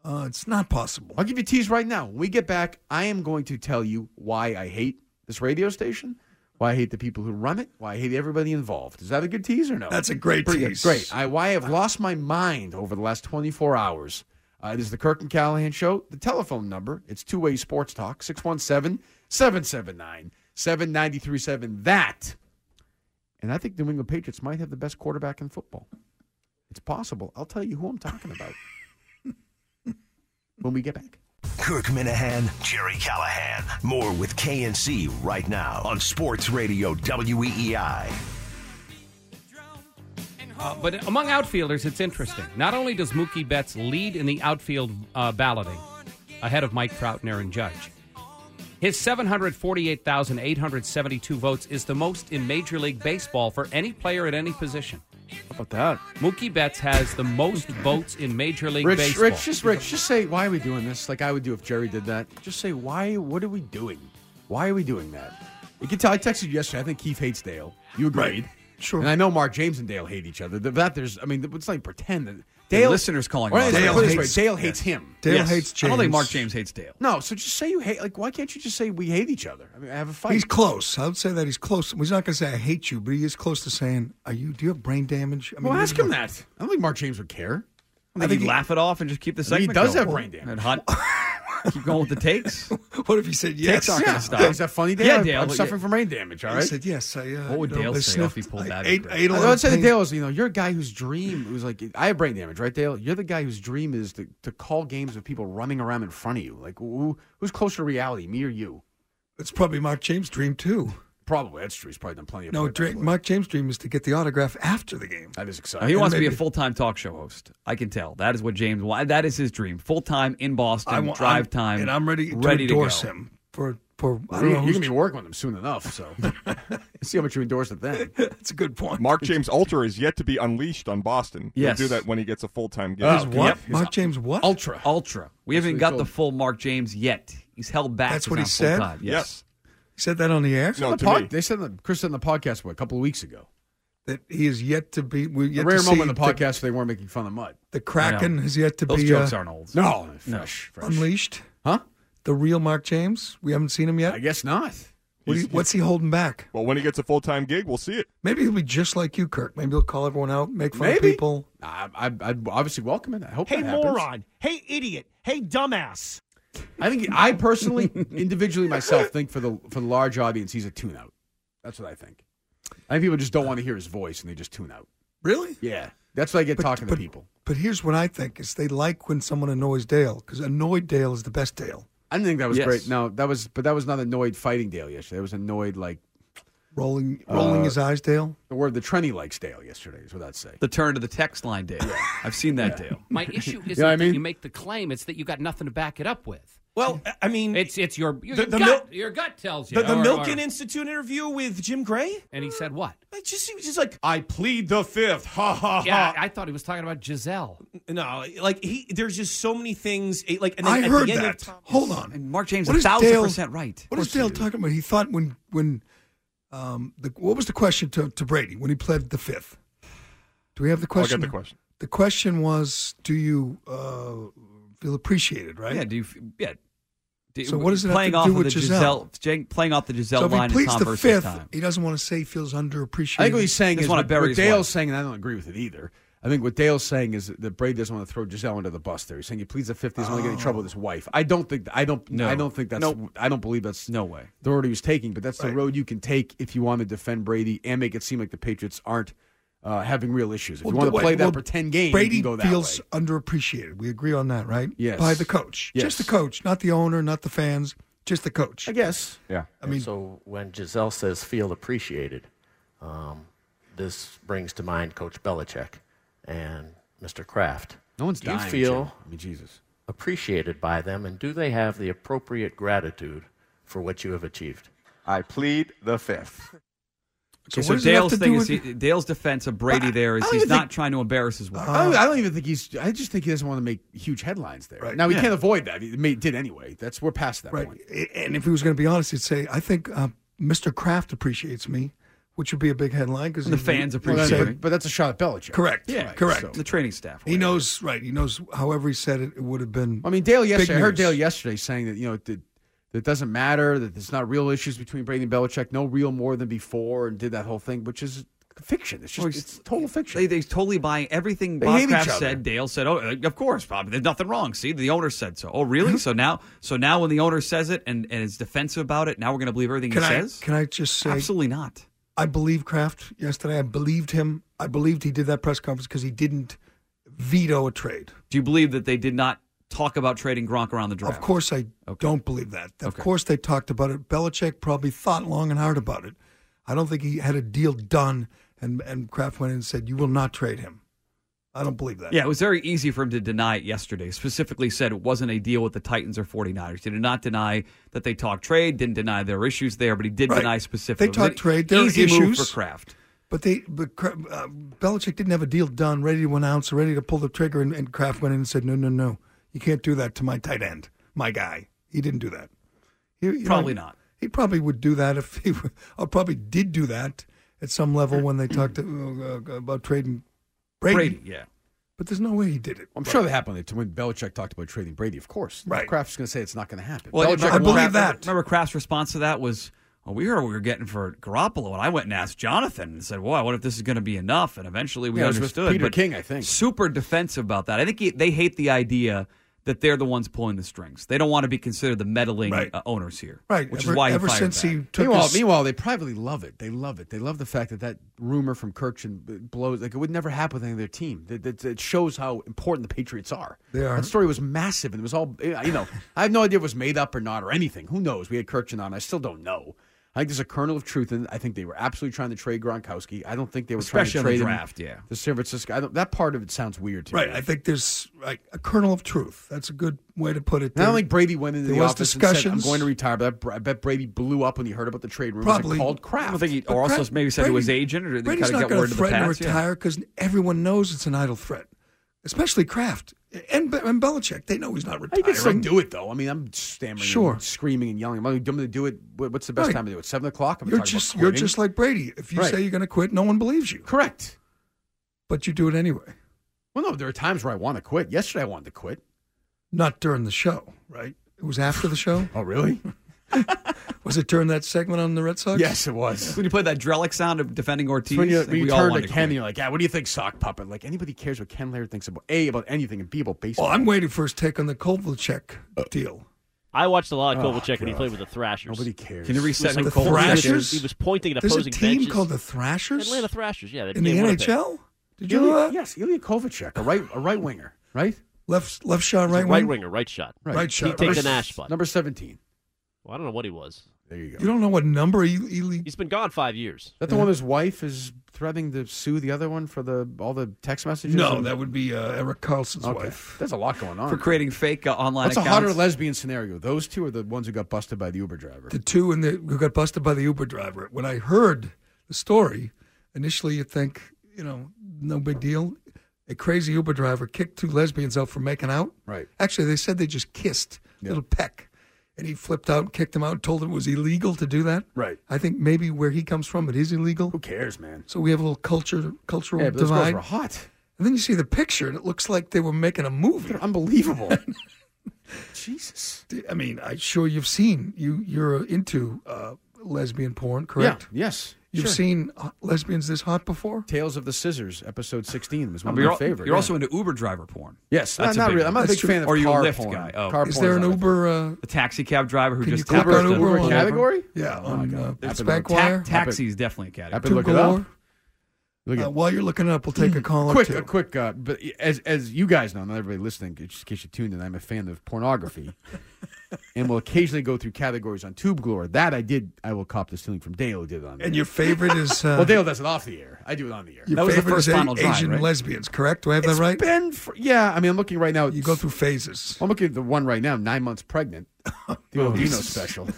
Speaker 4: Uh, it's not possible.
Speaker 12: I'll give you a tease right now. When we get back, I am going to tell you why I hate this radio station, why I hate the people who run it, why I hate everybody involved. Is that a good tease or no?
Speaker 4: That's a great
Speaker 12: Pretty good.
Speaker 4: tease.
Speaker 12: Great. I, why I have lost my mind over the last 24 hours. Uh, it is the Kirk and Callahan Show. The telephone number, it's two way sports talk, 617 779 7937. That. And I think the New England Patriots might have the best quarterback in football. It's possible. I'll tell you who I'm talking about when we get back.
Speaker 1: Kirk Minahan, Jerry Callahan. More with KNC right now on Sports Radio E WEEI.
Speaker 15: Uh, but among outfielders, it's interesting. Not only does Mookie Betts lead in the outfield uh, balloting ahead of Mike Trout and Aaron Judge, his 748,872 votes is the most in Major League Baseball for any player at any position.
Speaker 12: about that?
Speaker 15: Mookie Betts has the most votes in Major League
Speaker 12: Rich,
Speaker 15: Baseball.
Speaker 12: Rich, just Rich, just say why are we doing this? Like I would do if Jerry did that. Just say why? What are we doing? Why are we doing that? You can tell. I texted you yesterday. I think Keith hates Dale. You agreed, sure. And I know Mark James and Dale hate each other. Th- That there's, I mean, th- it's like pretend that Dale.
Speaker 10: listeners calling
Speaker 12: Or
Speaker 10: Mark
Speaker 12: let's
Speaker 10: Dale
Speaker 12: put it this
Speaker 10: hates-
Speaker 12: way, Dale hates him.
Speaker 10: Dale Yes. hates I don't think James. Mark James hates Dale.
Speaker 12: No, so just say you hate. Like, why can't you just say we hate each other? I mean, I have a fight.
Speaker 4: He's close. I would say that he's close. He's not going to say I hate you, but he is close to saying, "Are you? Do you have brain damage?" I
Speaker 12: well,
Speaker 4: he's
Speaker 12: ask him
Speaker 4: like-
Speaker 12: that. I don't think Mark James would care.
Speaker 4: I think he-
Speaker 10: laugh it off and just keep the
Speaker 12: He
Speaker 10: segment.
Speaker 12: does
Speaker 10: going.
Speaker 12: have brain damage.
Speaker 10: And hot. keep going with the takes.
Speaker 4: What if he said
Speaker 10: Takes aren't
Speaker 12: Yeah.
Speaker 10: going to stop.
Speaker 12: Is that funny, Dale?
Speaker 10: Yeah,
Speaker 12: I'm-
Speaker 10: Dale.
Speaker 12: I'm
Speaker 10: yeah.
Speaker 12: suffering from brain damage. All
Speaker 4: He
Speaker 12: right.
Speaker 4: said, "Yes, I." Uh,
Speaker 10: What would
Speaker 4: you know,
Speaker 10: Dale say
Speaker 4: I
Speaker 10: if
Speaker 4: sniffed-
Speaker 10: he pulled
Speaker 4: I
Speaker 10: that?
Speaker 4: Ate, ate a
Speaker 12: I
Speaker 4: lot
Speaker 12: would
Speaker 4: of
Speaker 12: say to
Speaker 4: pain."
Speaker 12: Dale is, you know, you're a guy whose dream it was like I have brain damage, right, Dale? You're the guy whose dream is to, to call games with people running around in front of you. Like who, who's closer to reality, me or you?
Speaker 4: It's probably Mark James' dream too.
Speaker 12: Probably that's true. He's probably done plenty of
Speaker 4: No,
Speaker 12: play-by-play.
Speaker 4: Drake, Mark James' dream is to get the autograph after the game.
Speaker 12: That is exciting.
Speaker 10: Uh, he
Speaker 4: And
Speaker 10: wants to be
Speaker 4: maybe-
Speaker 10: a full time talk show host. I can tell. That is what James. wa- That is his dream. Full time in Boston.
Speaker 4: I want-
Speaker 10: drive
Speaker 4: I'm-
Speaker 10: time.
Speaker 4: and I'm ready to
Speaker 10: Ready
Speaker 4: endorse
Speaker 10: go.
Speaker 4: him for for. I don't
Speaker 12: Well, you-
Speaker 4: know.
Speaker 12: you're
Speaker 4: who's-
Speaker 12: gonna be working with him soon enough, so see how much you endorse it then.
Speaker 4: That's a good point.
Speaker 16: Mark James Alter is yet to be unleashed on Boston.
Speaker 10: Yes.
Speaker 16: He'll do that when he gets a full time gig.
Speaker 10: His Oh, what?
Speaker 4: Mark James what?
Speaker 12: Ultra.
Speaker 10: Ultra. We haven't got the full Mark James yet. He's held back.
Speaker 4: That's
Speaker 10: He's
Speaker 4: what he
Speaker 10: not
Speaker 4: said?
Speaker 10: full-time. Yes.
Speaker 4: He said that on the air.
Speaker 12: On the pod- They said on the, Chris said on the podcast what, a couple of weeks ago.
Speaker 4: that he is yet to be. We
Speaker 12: A
Speaker 4: yet
Speaker 12: rare
Speaker 4: to
Speaker 12: moment in
Speaker 4: see
Speaker 12: the podcast they weren't making fun of Mud.
Speaker 4: The Kraken has yet to
Speaker 12: Those
Speaker 4: be. uh,
Speaker 12: jokes aren't old. No,
Speaker 4: no.
Speaker 12: fresh, fresh.
Speaker 4: Unleashed.
Speaker 12: Huh?
Speaker 4: The real Mark James. We haven't seen him yet. I
Speaker 12: guess not.
Speaker 4: What do you- what's he holding back?
Speaker 16: Well, when he gets a full time gig, we'll see it.
Speaker 4: Maybe he'll be just like you, Kirk. Maybe he'll call everyone out, make fun
Speaker 12: Maybe.
Speaker 4: of people.
Speaker 12: I, I, I'd obviously welcome it. I hope.
Speaker 17: Hey,
Speaker 12: that happens.
Speaker 17: moron. Hey, idiot. Hey, dumbass.
Speaker 12: I think I personally, individually myself, think for the for the large audience, he's a tune out. That's what I think. I think people just don't want to hear his voice and they just tune out.
Speaker 4: Really?
Speaker 12: Yeah, that's what I get talking to people.
Speaker 4: But here's what I think: is they like when someone annoys Dale because annoyed Dale is the best Dale.
Speaker 12: I didn't think that was
Speaker 4: Yes.
Speaker 12: great. No, that was, but that was not annoyed fighting Dale yesterday. That was annoyed like
Speaker 4: Rolling, rolling
Speaker 12: Uh,
Speaker 4: his eyes, Dale.
Speaker 12: the word the Trenny likes Dale yesterday. Is what I'd say.
Speaker 10: The turn to the text line, Dale. I've seen that, Dale.
Speaker 15: My issue
Speaker 12: You
Speaker 15: isn't
Speaker 12: know what I
Speaker 15: that
Speaker 12: mean?
Speaker 15: you make the claim; it's that you got nothing to back it up with.
Speaker 9: Well, I mean,
Speaker 15: it's it's your your,
Speaker 9: the- the
Speaker 15: gut,
Speaker 9: mil-
Speaker 15: your gut tells you.
Speaker 9: The, the
Speaker 15: or-
Speaker 9: Milken
Speaker 15: or-
Speaker 9: Institute interview with Jim Gray?
Speaker 15: and he said what?
Speaker 9: I just he was just like I plead the fifth. Ha ha ha.
Speaker 15: Yeah, I thought he was talking about Giselle.
Speaker 9: No, like he there's just so many things eh, like and then
Speaker 4: I
Speaker 9: at the
Speaker 4: heard
Speaker 9: end
Speaker 4: that.
Speaker 9: Of,
Speaker 4: Hold on.
Speaker 10: And Mark James
Speaker 4: What
Speaker 10: a
Speaker 4: is
Speaker 10: thousand
Speaker 4: Dale-
Speaker 10: percent right.
Speaker 4: What is Dale talking about? He thought when when um the, what was the question to, to Brady when he pled the fifth? Do we have the
Speaker 16: I'll get
Speaker 4: question?
Speaker 16: the question.
Speaker 4: The question was, do you uh, feel appreciated? Right?
Speaker 10: Yeah. Do you? f- Yeah. Do-
Speaker 4: So what does it have
Speaker 10: playing
Speaker 4: to
Speaker 10: off
Speaker 4: do
Speaker 10: of
Speaker 4: with
Speaker 10: the
Speaker 4: Giselle?
Speaker 10: Jan- playing off the Giselle
Speaker 4: so if he
Speaker 10: line in
Speaker 4: pleads
Speaker 10: Tom
Speaker 4: the
Speaker 10: versus
Speaker 4: fifth,
Speaker 10: time.
Speaker 4: he doesn't want to say he feels underappreciated.
Speaker 12: I think what he's saying
Speaker 10: Just
Speaker 12: is
Speaker 10: wanna
Speaker 12: what,
Speaker 10: bury
Speaker 12: what
Speaker 10: his
Speaker 12: Dale's
Speaker 10: wife.
Speaker 12: saying, and I don't agree with it either. I think what Dale's saying is that Brady doesn't want to throw Giselle under the bus. There, he's saying he pleads the fifth. He's only getting in trouble with his wife. I don't think. I don't.
Speaker 10: No.
Speaker 12: I don't think that's.
Speaker 10: Nope.
Speaker 12: I don't believe that's
Speaker 10: No way.
Speaker 12: the road he was taking. But that's the
Speaker 10: Right.
Speaker 12: road you can take if you want to defend Brady and make it seem like the Patriots aren't uh, having real issues. If you want to
Speaker 4: Well,
Speaker 12: play that
Speaker 4: well,
Speaker 12: pretend game,
Speaker 4: Brady
Speaker 12: you can go that
Speaker 4: feels
Speaker 12: way.
Speaker 4: underappreciated. We agree on that, right?
Speaker 12: Yes.
Speaker 4: By the coach,
Speaker 12: Yes.
Speaker 4: just the coach, not the owner, not the fans, just the coach. I
Speaker 12: guess.
Speaker 18: Yeah.
Speaker 4: I mean-
Speaker 18: so when Giselle says feel appreciated, um, this brings to mind Coach Belichick and Mr. Kraft.
Speaker 12: No one's
Speaker 18: do you
Speaker 12: dying,
Speaker 18: feel
Speaker 12: Jim. I mean, Jesus.
Speaker 18: appreciated by them, and do they have the appropriate gratitude for what you have achieved? I plead the fifth.
Speaker 10: Okay,
Speaker 18: So
Speaker 10: so
Speaker 18: what does it have
Speaker 10: Dale's
Speaker 18: to do
Speaker 10: thing is
Speaker 18: with-
Speaker 10: he, Dale's defense of Brady there is
Speaker 12: I don't
Speaker 10: he's
Speaker 12: even
Speaker 10: not
Speaker 12: think-
Speaker 10: trying to embarrass his wife.
Speaker 12: I, don't, I don't even think he's. I just think he doesn't want to make huge headlines there.
Speaker 4: Right.
Speaker 12: Now he
Speaker 4: Yeah.
Speaker 12: can't avoid that. He may- did anyway. That's we're past that
Speaker 4: Right.
Speaker 12: point.
Speaker 4: And if he was going to be honest, he'd say, "I think uh, Mr. Kraft appreciates me," which would be a big headline because
Speaker 10: The fans appreciate
Speaker 12: Well, but, but that's a shot at Belichick.
Speaker 4: Correct.
Speaker 12: Yeah.
Speaker 4: Yeah. Correct.
Speaker 10: The training staff.
Speaker 4: He knows, right? He knows. However, he said it, it would have been.
Speaker 12: I mean, Dale
Speaker 4: big
Speaker 12: yesterday. I heard
Speaker 4: news.
Speaker 12: Dale yesterday saying that you know it, did- that it doesn't matter that there's not real issues between Brady and Belichick. No real more than before, and did that whole thing, which is fiction. It's just
Speaker 10: Oh, he's-
Speaker 12: it's total fiction.
Speaker 10: They, they totally buy everything
Speaker 12: They
Speaker 10: Bob
Speaker 12: hate each
Speaker 10: Kraft
Speaker 12: other.
Speaker 10: said. Dale said, "Oh, uh, of course, Bob. There's nothing wrong. See, the owner said so. Oh,
Speaker 4: Mm-hmm.
Speaker 10: really? so now, so now when the owner says it and, and is defensive about it, now we're going to believe everything
Speaker 4: Can
Speaker 10: he
Speaker 4: I?
Speaker 10: says.
Speaker 4: Can I just say?
Speaker 10: Absolutely not.
Speaker 4: I believe Kraft yesterday. I believed him. I believed he did that press conference because he didn't veto a trade.
Speaker 10: Do you believe that they did not talk about trading Gronk around the draft?
Speaker 4: Of course, I don't believe that. Of course, they talked about it. Belichick probably thought long and hard about it. I don't think he had a deal done, and and Kraft went in and said, "You will not trade him." I don't believe that.
Speaker 10: Yeah, it was very easy for him to deny it yesterday. Specifically said it wasn't a deal with the Titans or 49ers. He did not deny that they talked trade, didn't deny their issues there, but he did
Speaker 4: Right.
Speaker 10: deny specifically.
Speaker 4: They talked trade, there are
Speaker 10: easy move
Speaker 4: issues.
Speaker 10: for Kraft.
Speaker 4: But they, but Kra- uh, Belichick didn't have a deal done, ready to announce, ready to pull the trigger, and, and Kraft went in and said, "No, no, no, you can't do that to my tight end, my guy." He didn't do that. He, you know,
Speaker 10: Probably not.
Speaker 4: He probably would do that if he, were- or probably did do that at some level when they talked to, uh, about trading Brady.
Speaker 12: yeah.
Speaker 4: But there's no way he did it.
Speaker 12: I'm sure that happened when Belichick talked about trading Brady. Of course,
Speaker 4: Right.
Speaker 12: Kraft's going to say it's not going to happen.
Speaker 10: Well,
Speaker 12: Belichick
Speaker 10: remember-
Speaker 12: won't-
Speaker 10: remember- Remember Kraft's response to that was, well, we heard what we were getting for Garoppolo, and I went and asked Jonathan and said, "Well, what if this is going to be enough?" And eventually we
Speaker 12: Yeah, it was with
Speaker 10: understood.
Speaker 12: Peter
Speaker 10: but
Speaker 12: King, I think.
Speaker 10: super defensive about that. I think he, they hate the idea that they're the ones pulling the strings. They don't want to be considered the meddling uh, owners here,
Speaker 4: Right.
Speaker 10: Which
Speaker 4: Ever-
Speaker 10: is why he
Speaker 4: ever
Speaker 10: fired
Speaker 4: since
Speaker 10: back.
Speaker 4: he took
Speaker 12: Meanwhile,
Speaker 4: his-
Speaker 12: meanwhile, they privately love it. They love it. They love the fact that that rumor from Kirchin b- blows. Like it would never happen with any of their team. That, that, that shows how important the Patriots are.
Speaker 4: They are.
Speaker 12: That story was massive, and it was all eh, you know. I have no idea if it was made up or not or anything. Who knows? We had Kirchin on. I still don't know. I think there's a kernel of truth in. it. I think they were absolutely trying to trade Gronkowski. I don't think they were
Speaker 10: Especially in the
Speaker 12: trying to trade him
Speaker 10: draft, yeah.
Speaker 12: to San Francisco. I don't, that part of it sounds weird to
Speaker 4: Right.
Speaker 12: me.
Speaker 4: I think there's like a kernel of truth. That's a good way to put it.
Speaker 12: And I don't
Speaker 4: There-
Speaker 12: think Brady went into
Speaker 4: there
Speaker 12: the
Speaker 4: was
Speaker 12: office
Speaker 4: discussions.
Speaker 12: and said, "I'm going to retire." But I br- I bet Brady blew up when he heard about the trade rumors.
Speaker 4: Probably.
Speaker 12: and called Kraft.
Speaker 4: I
Speaker 10: don't think he- or also maybe said he was agent, or they
Speaker 4: Brady's
Speaker 10: kinda
Speaker 4: not
Speaker 10: got
Speaker 4: gonna
Speaker 10: word to the
Speaker 4: threaten
Speaker 10: Pats,
Speaker 4: to
Speaker 10: yeah.
Speaker 4: retire because everyone knows it's an idle threat, especially Kraft and, Be- and Belichick. They know he's not
Speaker 12: I
Speaker 4: retiring.
Speaker 12: can still do it though. I mean, I'm stammering,
Speaker 4: Sure.
Speaker 12: and screaming and yelling. I'm going to do it. what- What's the best
Speaker 4: Right.
Speaker 12: time to do it? Seven o'clock. I'm
Speaker 4: You're
Speaker 12: talking about
Speaker 4: just you're
Speaker 12: quitting.
Speaker 4: just like Brady. If you
Speaker 12: Right.
Speaker 4: say you're going to quit, no one believes you.
Speaker 12: Correct.
Speaker 4: But you do it anyway.
Speaker 12: Well, no, there are times where I want to quit. Yesterday, I wanted to quit.
Speaker 4: Not during the show, right? It was after the show.
Speaker 12: oh, really?
Speaker 4: was it during that segment on the Red Sox?
Speaker 12: Yes, it was.
Speaker 10: When you played that Drellick sound of defending Ortiz,
Speaker 12: It's when you,
Speaker 10: I think
Speaker 12: when you
Speaker 10: we all
Speaker 12: turn to
Speaker 10: wanted
Speaker 12: Ken,
Speaker 10: to
Speaker 12: and
Speaker 10: quit.
Speaker 12: you're like, "Yeah, what do you think, sock puppet? Like anybody cares what Ken Laird thinks about a about anything and b about baseball."
Speaker 4: Well, Oh, I'm waiting for his take on the Kovalchuk
Speaker 5: Uh,
Speaker 4: deal.
Speaker 5: I watched a lot of
Speaker 4: Oh,
Speaker 5: Kovalchuk when he
Speaker 4: God.
Speaker 5: played with the Thrashers.
Speaker 4: Nobody cares.
Speaker 12: Can you reset
Speaker 5: It was
Speaker 4: the
Speaker 5: Kovalchuk-
Speaker 4: Thrashers?
Speaker 5: He was pointing at
Speaker 4: There's
Speaker 5: opposing
Speaker 4: a team
Speaker 5: benches.
Speaker 4: called the Thrashers.
Speaker 5: Atlanta Thrashers, yeah. they
Speaker 4: in
Speaker 5: play
Speaker 4: the
Speaker 5: Winnipeg.
Speaker 4: NHL. Did you
Speaker 12: Ilya,
Speaker 4: know that?
Speaker 12: Yes, Ilya Kovalchuk, a right a right winger, right?
Speaker 4: Left left shot,
Speaker 5: He's a
Speaker 4: right
Speaker 5: right
Speaker 4: wing.
Speaker 5: winger, right shot.
Speaker 4: Right Right shot,
Speaker 5: He takes
Speaker 4: right
Speaker 5: an
Speaker 4: shot.
Speaker 5: ash spot.
Speaker 12: Number seventeen.
Speaker 5: Well, I don't know what he was.
Speaker 12: There you go.
Speaker 4: You don't know what number he, he
Speaker 5: He's been gone five years.
Speaker 12: Is that the one whose wife is threatening to sue the other one for the all the text messages?
Speaker 4: No,
Speaker 12: and-
Speaker 4: that would be uh, Eric Carlson's
Speaker 12: Okay.
Speaker 4: wife.
Speaker 12: There's a lot going on
Speaker 10: for creating fake uh, online
Speaker 12: What's a
Speaker 10: accounts.
Speaker 12: hotter lesbian scenario? Those two are the ones who got busted by the Uber driver.
Speaker 4: The two in the, who got busted by the Uber driver. When I heard the story, initially you think, you know, no big deal. A crazy Uber driver kicked two lesbians out for making out.
Speaker 12: Right.
Speaker 4: Actually, they said they just kissed, little peck. And he flipped out, kicked them out, and told them it was illegal to do that.
Speaker 12: Right.
Speaker 4: I think maybe where he comes from, it is illegal. Who
Speaker 12: cares, man?
Speaker 4: So we have a little culture, cultural
Speaker 12: Yeah, but those girls
Speaker 4: divide.
Speaker 12: were hot.
Speaker 4: And then you see the picture, and it looks like they were making a movie. They're
Speaker 12: unbelievable. Jesus.
Speaker 4: I mean, I'm sure you've seen you. You're into uh, lesbian porn, correct?
Speaker 12: Yeah, yes.
Speaker 4: You've
Speaker 12: sure.
Speaker 4: seen uh, lesbians this hot before?
Speaker 12: Tales of the Scissors, episode 16 was
Speaker 10: I
Speaker 12: one
Speaker 10: mean,
Speaker 12: of
Speaker 10: you're,
Speaker 12: my favorite.
Speaker 10: you're
Speaker 12: yeah.
Speaker 10: also into Uber driver porn.
Speaker 12: Yes,
Speaker 10: That's
Speaker 12: no, not
Speaker 10: big
Speaker 12: really.
Speaker 10: one.
Speaker 12: I'm not a
Speaker 10: That's
Speaker 12: big
Speaker 10: true.
Speaker 12: fan of
Speaker 10: Or you a
Speaker 12: car
Speaker 10: Lyft
Speaker 12: porn.
Speaker 10: guy. Oh.
Speaker 12: Car
Speaker 4: Is
Speaker 12: porn's
Speaker 4: there an
Speaker 12: not my
Speaker 4: Uber? Uh,
Speaker 10: The taxi cab driver who
Speaker 4: Can you
Speaker 10: just
Speaker 4: click
Speaker 10: tapped
Speaker 4: on
Speaker 10: us.
Speaker 4: Uber on-
Speaker 12: category?
Speaker 4: Yeah,
Speaker 12: Oh, my
Speaker 4: on uh,
Speaker 12: God. I've been
Speaker 4: Spank
Speaker 12: looking-
Speaker 4: Wire.
Speaker 10: Ta- taxi is definitely a category.
Speaker 12: I've been looking it
Speaker 4: galore.
Speaker 12: up. Look
Speaker 4: Uh,
Speaker 12: at-
Speaker 4: while you're looking it up, we'll take a call. or
Speaker 12: quick,
Speaker 4: two.
Speaker 12: a quick. Uh, but as as you guys know, not everybody listening, just in case you tuned in, I'm a fan of pornography, and will occasionally go through categories on Tube Glory. That I did. I will cop the stealing from Dale. who Did it on
Speaker 4: And your favorite is uh,
Speaker 12: well, Dale does it off the air. I do it on the air.
Speaker 4: Your
Speaker 12: that was the
Speaker 4: favorite
Speaker 12: first
Speaker 4: is a-
Speaker 12: final drive,
Speaker 4: Asian
Speaker 12: right?
Speaker 4: lesbians, correct? Do I have that
Speaker 12: It's
Speaker 4: right?
Speaker 12: been for- yeah. I mean, I'm looking right now.
Speaker 4: You go through phases.
Speaker 12: I'm looking at the one right now, nine months pregnant.
Speaker 4: Oh,
Speaker 12: The old Dino
Speaker 4: Jesus.
Speaker 12: special.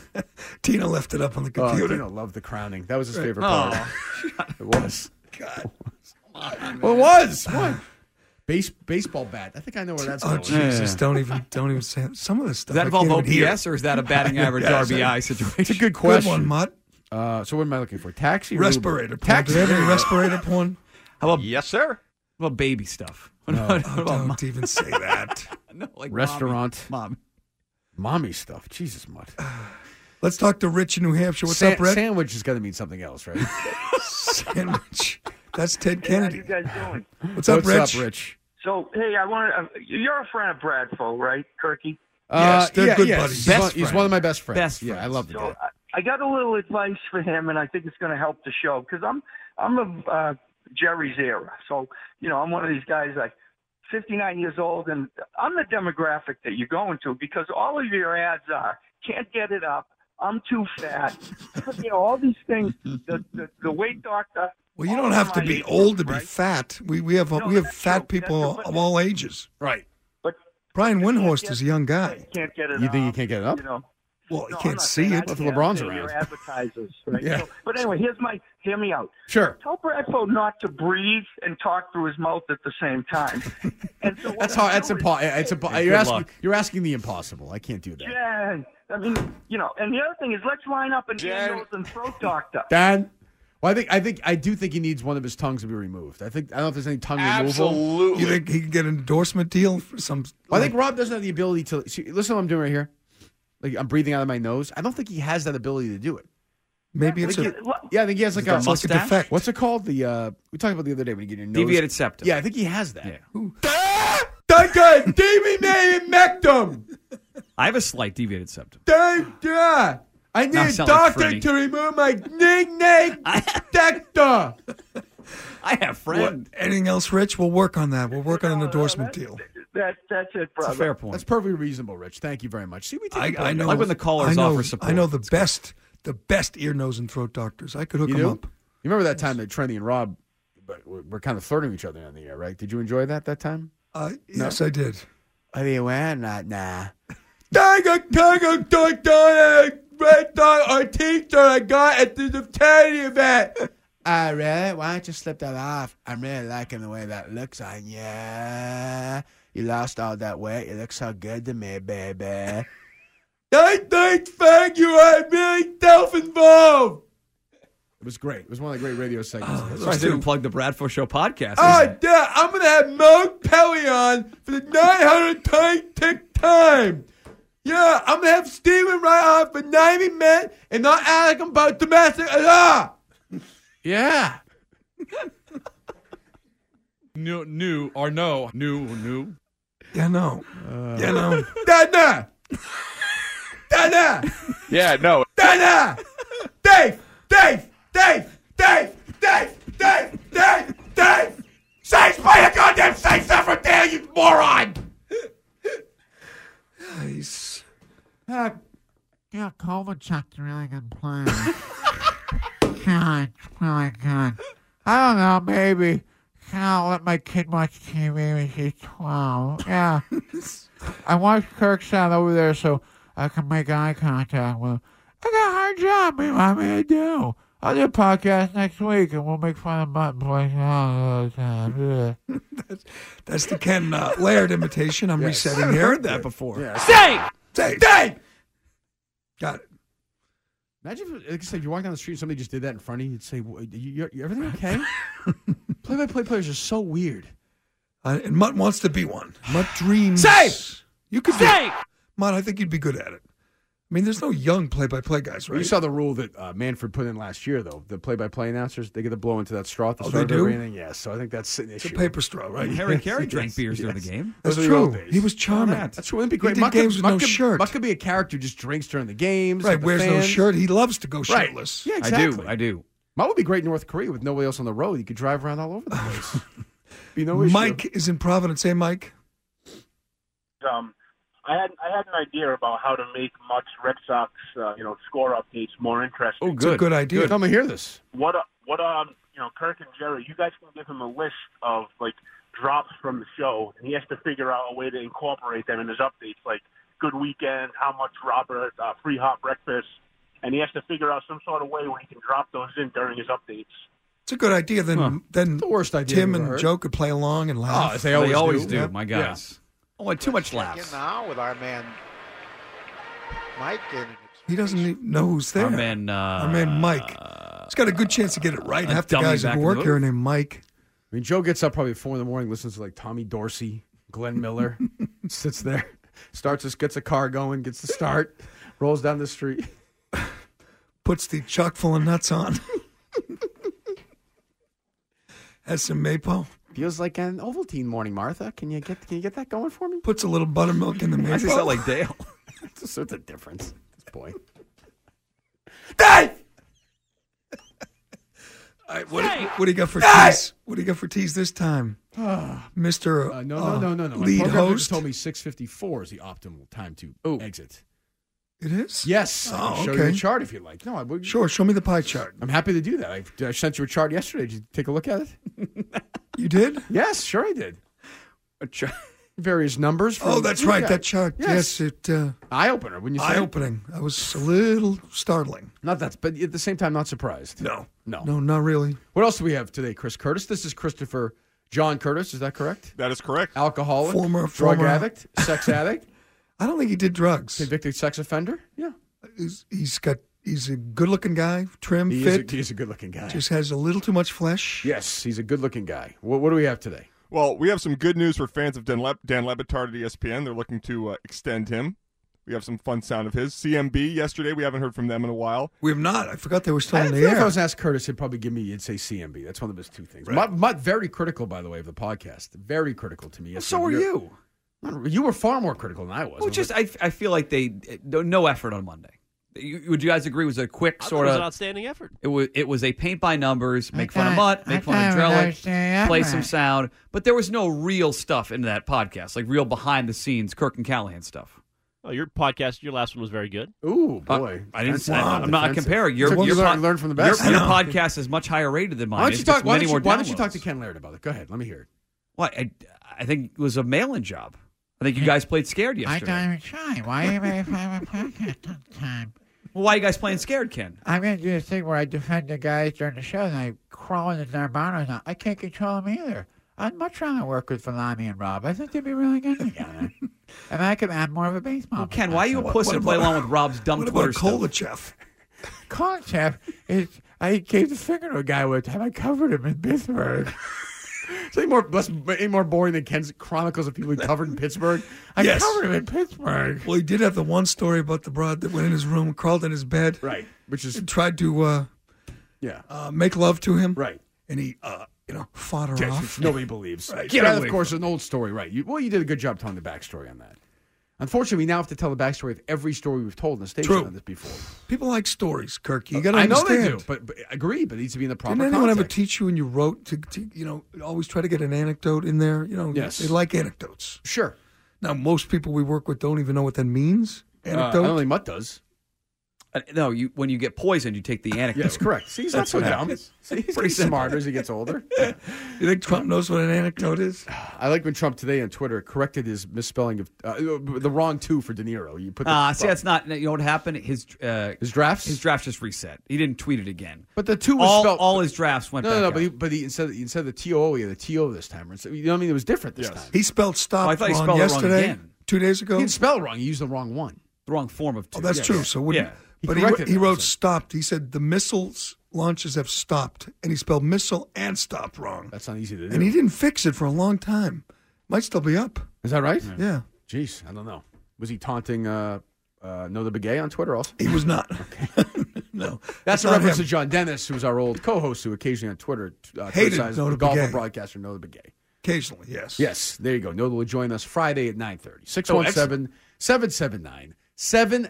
Speaker 4: Tina left it up on the
Speaker 12: Oh,
Speaker 4: computer.
Speaker 12: Dino loved the crowning. That was his
Speaker 4: Right.
Speaker 12: favorite
Speaker 4: Oh.
Speaker 12: part. it was. God. Well, it was. What? Base, baseball bat. I think I know where that's
Speaker 4: Oh
Speaker 12: going.
Speaker 4: Jesus! Don't even, don't even say some of this stuff.
Speaker 12: that
Speaker 4: I
Speaker 12: involve
Speaker 4: can't even hear.
Speaker 12: OPS or is that a batting average RBI
Speaker 10: situation?
Speaker 12: It's a
Speaker 4: Good
Speaker 12: good question.
Speaker 4: one, Mutt.
Speaker 12: Uh, so what am I looking for? Taxi, or Uber?
Speaker 4: Respirator porn.
Speaker 12: taxi.
Speaker 4: Do they have any respirator porn?
Speaker 10: How about yes, sir? How about baby stuff? What
Speaker 12: No.
Speaker 10: about,
Speaker 12: Oh,
Speaker 10: what about
Speaker 12: don't
Speaker 10: mom-
Speaker 4: even say that.
Speaker 10: no, like
Speaker 12: Restaurant.
Speaker 10: mommy, mom.
Speaker 12: mommy stuff. Jesus, mutt.
Speaker 4: Let's talk to Rich in New Hampshire. Uh, What's
Speaker 12: Sa-
Speaker 4: up, Rich?
Speaker 12: Sandwich has got to mean something else, right?
Speaker 4: Sandwich. That's Ted Kennedy.
Speaker 19: How you guys doing?
Speaker 4: What's up, Rich?
Speaker 12: What's up, Rich?
Speaker 19: So, hey, I want to. Uh, you're a friend of Bradful, right, Kirky?
Speaker 4: Yes, they're
Speaker 12: Uh, yeah,
Speaker 4: good
Speaker 12: yes.
Speaker 4: buddies.
Speaker 12: He's,
Speaker 4: Best
Speaker 12: one, he's
Speaker 4: friend.
Speaker 12: one of my best friends.
Speaker 4: Best
Speaker 12: yeah, I love the
Speaker 19: So
Speaker 12: guy.
Speaker 19: I, I got a little advice for him, and I think it's going to help the show because I'm I'm of uh, Jerry's era. So you know, I'm one of these guys like 59 years old, and I'm the demographic that you're going to because all of your ads are can't get it up. I'm too fat. you know, all these things. The the, the weight doctor.
Speaker 4: Well, you
Speaker 19: all
Speaker 4: don't
Speaker 19: of
Speaker 4: have to
Speaker 19: my
Speaker 4: be
Speaker 19: age
Speaker 4: old to
Speaker 19: group,
Speaker 4: be
Speaker 19: right?
Speaker 4: fat. We we have we have fat people of all ages.
Speaker 12: Right.
Speaker 19: But
Speaker 4: Brian Windhorst is a young guy.
Speaker 19: Can't get it.
Speaker 12: You think you
Speaker 19: up,
Speaker 12: can't get it up?
Speaker 19: You know.
Speaker 4: Well, you can't see it
Speaker 12: if LeBron's around.
Speaker 19: Your advertisers, right?
Speaker 12: Yeah.
Speaker 19: So- but anyway, here's my. Hear me out.
Speaker 12: Sure.
Speaker 19: Tell Bradfo not to breathe and talk through his mouth at the same time. and so
Speaker 12: That's hard. That's impossible. It's impo-
Speaker 19: Good
Speaker 12: you're asking.
Speaker 19: luck.
Speaker 12: You're asking the impossible. I can't do that.
Speaker 19: Yeah. I mean, you know. And the other thing is, let's line up an ear, nose, and throat doctor.
Speaker 12: Dan. Well, I think I think I do think he needs one of his tongues to be removed. I think I don't know if there's any tongue removal.
Speaker 4: You think he can get an endorsement deal for some?
Speaker 12: Well, I think Rob doesn't have the ability to see, listen. to What I'm doing right here, like I'm breathing out of my nose. I don't think he has that ability to do it.
Speaker 4: Maybe
Speaker 12: I
Speaker 4: it's
Speaker 12: think
Speaker 4: a-
Speaker 12: he- yeah. I think he has like
Speaker 4: Is it
Speaker 12: a,
Speaker 4: a mustache? defect.
Speaker 12: What's it called? The uh, we talked about the other day when you get your nose
Speaker 10: Deviated septum.
Speaker 12: Yeah, I think he has that. Duncan, Davy May and Mectum.
Speaker 10: I have a slight deviated septum.
Speaker 12: Thank God. I
Speaker 10: Now I sound like Freddy.
Speaker 12: remove my nickname, Doctor.
Speaker 10: I have
Speaker 4: What- anything else, Rich? We'll work on that. We'll work on an endorsement deal.
Speaker 19: That that's it,
Speaker 12: That's
Speaker 4: brother.
Speaker 12: a fair point. That's perfectly reasonable, Rich. Thank you very much. See, we
Speaker 10: Ah,
Speaker 12: take
Speaker 4: I,
Speaker 12: a
Speaker 4: I
Speaker 12: break.
Speaker 4: know. I know- I know the best, the best ear, nose, and throat doctors. I could hook
Speaker 12: You
Speaker 4: them
Speaker 12: do?
Speaker 4: up.
Speaker 12: You remember that time that Trendy and Rob but were, were kind of flirting with each other on the air, right? Did you enjoy that that time?
Speaker 4: Uh, yes, I did.
Speaker 12: I mean, why not? Nah.
Speaker 11: Tiger, tiger, dog, dog, red dog, or teacher I got at the charity event.
Speaker 12: I Ah, really? Why don't you slip that off? I'm really liking the way that looks on you. You lost all that weight. You look so good to me, baby.
Speaker 11: I think, thank you, I'm really self-involved.
Speaker 12: It was great. It was one of the great radio segments.
Speaker 10: That's why I didn't plug the Bradford Show podcast.
Speaker 11: Oh, yeah, I'm going to have Mark Pelly on for the 900th time. Yeah, I'm going to have Steven right on for 90 minutes and not ask him about domestic law.
Speaker 12: Yeah.
Speaker 11: New, new, or no, new, new.
Speaker 4: Yeah, no.
Speaker 12: Uh.
Speaker 4: yeah, no.
Speaker 11: Dana! Dana!
Speaker 16: Yeah, no.
Speaker 11: Dana! Dave! Dave! Dave! Dave! Dave! Dave! Dave! Dave! Say, play the goddamn safe stuff from there, you moron!
Speaker 4: Nice. Ah,
Speaker 12: Uh,
Speaker 20: yeah, Kovalchuk's really good player. God, really good. I don't know, maybe. I'll let my kid watch TV when she's 12. Yeah. I watched Kirk's out over there so I can make eye contact with him. I got a hard job. What do you want me to do? I'll do a podcast next week and we'll make fun of Mutton Boys all the time. Yeah.
Speaker 4: That's the Ken uh, Laird imitation. I'm
Speaker 20: Yes.
Speaker 4: resetting
Speaker 20: I've
Speaker 4: here.
Speaker 20: heard
Speaker 4: that before.
Speaker 12: Dave!
Speaker 4: Dave!
Speaker 12: Dave!
Speaker 4: Got it.
Speaker 12: Imagine if, like I said, you walk down the street and somebody just did that in front of you. You'd say, "Wha- you, you, everything okay? Play-by-play players are so weird.
Speaker 4: Uh, and Mutt wants to be one. Mutt dreams.
Speaker 12: Safe.
Speaker 4: You could Safe. Mutt, I think you'd be good at it. I mean, there's no young play-by-play guys, right?
Speaker 12: You saw the rule that uh, Manfred put in last year, though. The play-by-play announcers, they get to blow into that straw at the
Speaker 4: Oh,
Speaker 12: start
Speaker 4: they
Speaker 12: of
Speaker 4: do?
Speaker 12: everything. Yeah, so I think that's an issue.
Speaker 4: a paper straw, right?
Speaker 10: Harry Carey drank beers during the game.
Speaker 4: That's
Speaker 12: Those are the old
Speaker 4: true.
Speaker 12: days.
Speaker 4: He was charming.
Speaker 12: Yeah, That's true. It'd be
Speaker 4: He
Speaker 12: great.
Speaker 4: did
Speaker 12: Muck
Speaker 4: games
Speaker 12: could,
Speaker 4: with
Speaker 12: Muck
Speaker 4: no
Speaker 12: could-
Speaker 4: shirt.
Speaker 12: Muck could be a character who just drinks during the games.
Speaker 4: Right,
Speaker 12: with the
Speaker 4: wears no
Speaker 12: fans.
Speaker 4: shirt. He loves to go
Speaker 12: Right.
Speaker 4: shirtless.
Speaker 12: Yeah,
Speaker 10: I do,
Speaker 12: exactly.
Speaker 10: I do.
Speaker 12: Mutt would be great in North Korea with nobody else on the road. He could drive around all over the place. be no issue.
Speaker 4: Mike is in Providence. Hey, Mike.
Speaker 21: um, I had I had an idea about how to make Mutt's Red Sox uh, you know score updates more interesting.
Speaker 12: Oh,
Speaker 4: It's a good idea.
Speaker 12: Come and hear this.
Speaker 21: What uh, what um you know Kirk and Jerry, you guys can give him a list of like drops from the show, and he has to figure out a way to incorporate them in his updates, like good weekend, how much Robert, uh, free hot breakfast, and he has to figure out some sort of way where he can drop those in during his updates.
Speaker 4: It's a good idea. Then, then the worst
Speaker 12: idea
Speaker 4: Tim
Speaker 12: I've ever
Speaker 4: and
Speaker 12: heard.
Speaker 4: Joe could play along and laugh.
Speaker 10: Oh, they always, do.
Speaker 4: Yeah.
Speaker 10: My guys. Oh, I want too much
Speaker 13: In
Speaker 10: laughs.
Speaker 13: now with our man Mike and
Speaker 4: He doesn't even know who's there.
Speaker 10: Our man, uh,
Speaker 4: Our man Mike. He's got a good chance to get it right.
Speaker 12: a
Speaker 4: Half the
Speaker 12: dummy
Speaker 4: guys
Speaker 12: back
Speaker 4: who
Speaker 12: in
Speaker 4: work
Speaker 12: the
Speaker 4: here are
Speaker 12: booth.
Speaker 4: named Mike.
Speaker 12: I mean, Joe gets up probably at four in the morning, listens to like Tommy Dorsey, Glenn Miller, sits there, starts this, gets a car going, gets the start, rolls down the street.
Speaker 4: Puts the chock full of nuts on. Has some maple.
Speaker 12: Feels like an Ovaltine morning, Martha. Can you get can you get that going for me?
Speaker 4: Puts a little buttermilk in the maple.
Speaker 12: I just sound like
Speaker 10: Dale.
Speaker 12: It's a, it's a difference. This boy.
Speaker 4: All right, what, what do you got for
Speaker 12: Hey!
Speaker 4: tease? What do you got for tease this time,
Speaker 12: Ah.
Speaker 4: Mister?
Speaker 12: Uh, no,
Speaker 4: uh,
Speaker 12: no, no, no, no. My
Speaker 4: Lead
Speaker 12: program
Speaker 4: host.
Speaker 12: just told me 6:54 is the optimal time to exit.
Speaker 4: It is.
Speaker 12: Yes. I
Speaker 4: Oh,
Speaker 12: can show
Speaker 4: okay.
Speaker 12: you a chart if you like. No, I would.
Speaker 4: Sure, show me the pie chart.
Speaker 12: I'm happy to do that. I, I sent you a chart yesterday. Did you take a look at it?
Speaker 4: You did?
Speaker 12: yes, sure I did.
Speaker 10: A chart.
Speaker 12: various numbers.
Speaker 4: Oh,
Speaker 12: from-
Speaker 4: that's
Speaker 12: you
Speaker 4: right.
Speaker 12: got-
Speaker 4: That chart. Yes, it. Uh,
Speaker 12: Eye opener, wouldn't you say?
Speaker 4: Eye opening. I was a little startling.
Speaker 12: Not that, but at the same time, not surprised. No. No.
Speaker 4: No, not really.
Speaker 12: What else do we have today, Chris Curtis? This is Christopher John Curtis. Is that correct?
Speaker 16: That is correct.
Speaker 12: Alcoholic,
Speaker 4: Former-
Speaker 12: drug
Speaker 4: former-
Speaker 12: addict, sex addict.
Speaker 4: I don't think he did drugs.
Speaker 12: Convicted sex offender. Yeah.
Speaker 4: He's, he's got. He's a good-looking guy, trim,
Speaker 12: He is a-
Speaker 4: fit.
Speaker 12: he is a good-looking guy.
Speaker 4: Just has a little too much flesh.
Speaker 12: Yes, he's a good-looking guy. What, what do we have today?
Speaker 16: Well, we have some good news for fans of Dan, Le- Dan Lebitard at E ESPN. They're looking to uh, extend him. We have some fun sound of his. CMB yesterday. We haven't heard from them in a while.
Speaker 4: We have not. I forgot they were still
Speaker 12: I
Speaker 4: in
Speaker 12: feel
Speaker 4: the
Speaker 12: like if
Speaker 4: air.
Speaker 12: I was asked Curtis, he'd probably give me, he'd say CMB. That's one of his two things. Mutt, Mutt, very critical, by the way, of the podcast. Very critical to me. Yes,
Speaker 10: so are
Speaker 12: you're-
Speaker 10: you.
Speaker 12: You were far more critical than I was.
Speaker 10: Well, just I, I feel like they no, no effort on Monday. You, would you guys agree? It was a quick
Speaker 5: I thought
Speaker 10: sort
Speaker 5: it was
Speaker 10: of
Speaker 5: an outstanding effort.
Speaker 10: It was it was a paint by numbers, make fun of
Speaker 20: thought-
Speaker 10: Mutt, make
Speaker 20: I
Speaker 10: fun of
Speaker 20: thought it was
Speaker 10: Drellick,
Speaker 20: outstanding
Speaker 10: play
Speaker 20: effort.
Speaker 10: some sound, but there was no real stuff into that podcast, like real behind the scenes Kirk and Callahan stuff.
Speaker 5: Oh, your podcast, your last one was very good.
Speaker 12: Ooh
Speaker 10: Uh, I didn't. I, am not comparing. Your, your, pod- Your, your podcast is much higher rated than mine.
Speaker 12: Why don't
Speaker 10: It's
Speaker 12: you talk?
Speaker 10: just
Speaker 12: Why
Speaker 10: many
Speaker 12: don't you,
Speaker 10: more
Speaker 12: why don't you
Speaker 10: downloads.
Speaker 12: talk to Ken Laird about it? Go ahead. Let me hear it.
Speaker 10: Well, I, I think it was a mail-in job. I think you guys played scared
Speaker 20: I
Speaker 10: yesterday.
Speaker 20: don't even try. Why am I if I'm a podcast on time?
Speaker 10: Well, why are you guys playing scared, Ken?
Speaker 20: I'm going to do this thing where I defend the guys during the show and I crawl into their mouth and I can't control them either. I'd much rather work with Falami and Rob. I think they'd be really good together. and I could add more of a baseball.
Speaker 10: Well, Ken, why are you a
Speaker 20: What-
Speaker 10: puss
Speaker 20: what
Speaker 10: and play
Speaker 20: about-
Speaker 10: along with Rob's dumb
Speaker 20: what about
Speaker 10: Twitter stuff?
Speaker 20: Concept is I gave the finger to a guy one time. I covered him in Pittsburgh.
Speaker 12: Something more less, any more boring than Ken's chronicles of people he covered in Pittsburgh. I
Speaker 4: Yes.
Speaker 12: covered him in Pittsburgh.
Speaker 4: Well, he did have the one story about the broad that went in his room, crawled in his bed,
Speaker 12: right, which is
Speaker 4: tried to, uh,
Speaker 12: yeah,
Speaker 4: uh, make love to him,
Speaker 12: right,
Speaker 4: and he, uh, you know, fought her
Speaker 12: Yes,
Speaker 4: off.
Speaker 12: which nobody believes.
Speaker 4: Right.
Speaker 12: Yeah,
Speaker 4: Get
Speaker 12: of
Speaker 4: away
Speaker 12: course, an old story, right? You, well, you did a good job telling the backstory on that. Unfortunately, we now have to tell the backstory of every story we've told in the station
Speaker 4: True.
Speaker 12: on this before.
Speaker 4: People like stories, Kirk. You got to
Speaker 12: Uh, I know
Speaker 4: understand.
Speaker 12: they do, but, but agree, but it needs to be in the proper
Speaker 4: Didn't anyone
Speaker 12: context.
Speaker 4: ever teach you when you wrote to, to, you know, always try to get an anecdote in there? You know,
Speaker 12: Yes.
Speaker 4: they like anecdotes.
Speaker 12: Sure.
Speaker 4: Now, most people we work with don't even know what that means. Anecdote.
Speaker 12: Uh, only Mutt does.
Speaker 10: Uh, no, you when you get poisoned, you take the anecdote.
Speaker 12: That's correct. See, he's not so
Speaker 10: what
Speaker 12: dumb.
Speaker 10: happens.
Speaker 12: See, he's
Speaker 10: Pretty
Speaker 12: pretty smart as he gets older. you
Speaker 4: think Trump knows what an anecdote is?
Speaker 12: I like when Trump today on Twitter corrected his misspelling of uh, the wrong two for De Niro. You put the,
Speaker 10: Ah, see, that's not. You know what happened? His uh,
Speaker 12: his drafts.
Speaker 10: His drafts just reset. He didn't tweet it again.
Speaker 12: But the two was
Speaker 10: all,
Speaker 12: spelled-
Speaker 10: all his drafts
Speaker 12: no,
Speaker 10: went.
Speaker 12: no,
Speaker 10: back
Speaker 12: no.
Speaker 10: out.
Speaker 12: But he, but he instead instead of the T O, he had the T O this time. Or so- You know what I mean? It was different this time.
Speaker 4: He spelled stop
Speaker 12: Oh, I thought he
Speaker 4: wrong
Speaker 12: spelled it wrong
Speaker 4: yesterday,
Speaker 12: again.
Speaker 4: two days ago.
Speaker 12: He didn't spell it wrong. He used the wrong one.
Speaker 10: the wrong form of.
Speaker 4: Oh,
Speaker 10: Two.
Speaker 4: that's true. So wouldn't,
Speaker 10: yeah.
Speaker 4: but he, wr- he wrote stopped. He said the missiles launches have stopped, and he spelled missile and stopped wrong.
Speaker 12: That's not easy to do.
Speaker 4: And he didn't fix it for a long time. Might still be up.
Speaker 12: Is that right?
Speaker 4: Yeah.
Speaker 12: Jeez, I don't know. Was he taunting uh, uh, Know the Begay on Twitter also?
Speaker 4: He was not.
Speaker 12: no.
Speaker 4: That's
Speaker 12: That's a
Speaker 4: not
Speaker 12: reference
Speaker 4: him.
Speaker 12: to John Dennis, who's our old co host who occasionally on Twitter uh,
Speaker 4: Hated
Speaker 12: criticizes
Speaker 4: Know
Speaker 12: the
Speaker 4: the
Speaker 12: golfer
Speaker 4: Begay.
Speaker 12: broadcaster Know the Begay.
Speaker 4: Occasionally, yes.
Speaker 12: Yes, there you go. Noda will join us Friday at 9.30.
Speaker 4: Oh, excellent.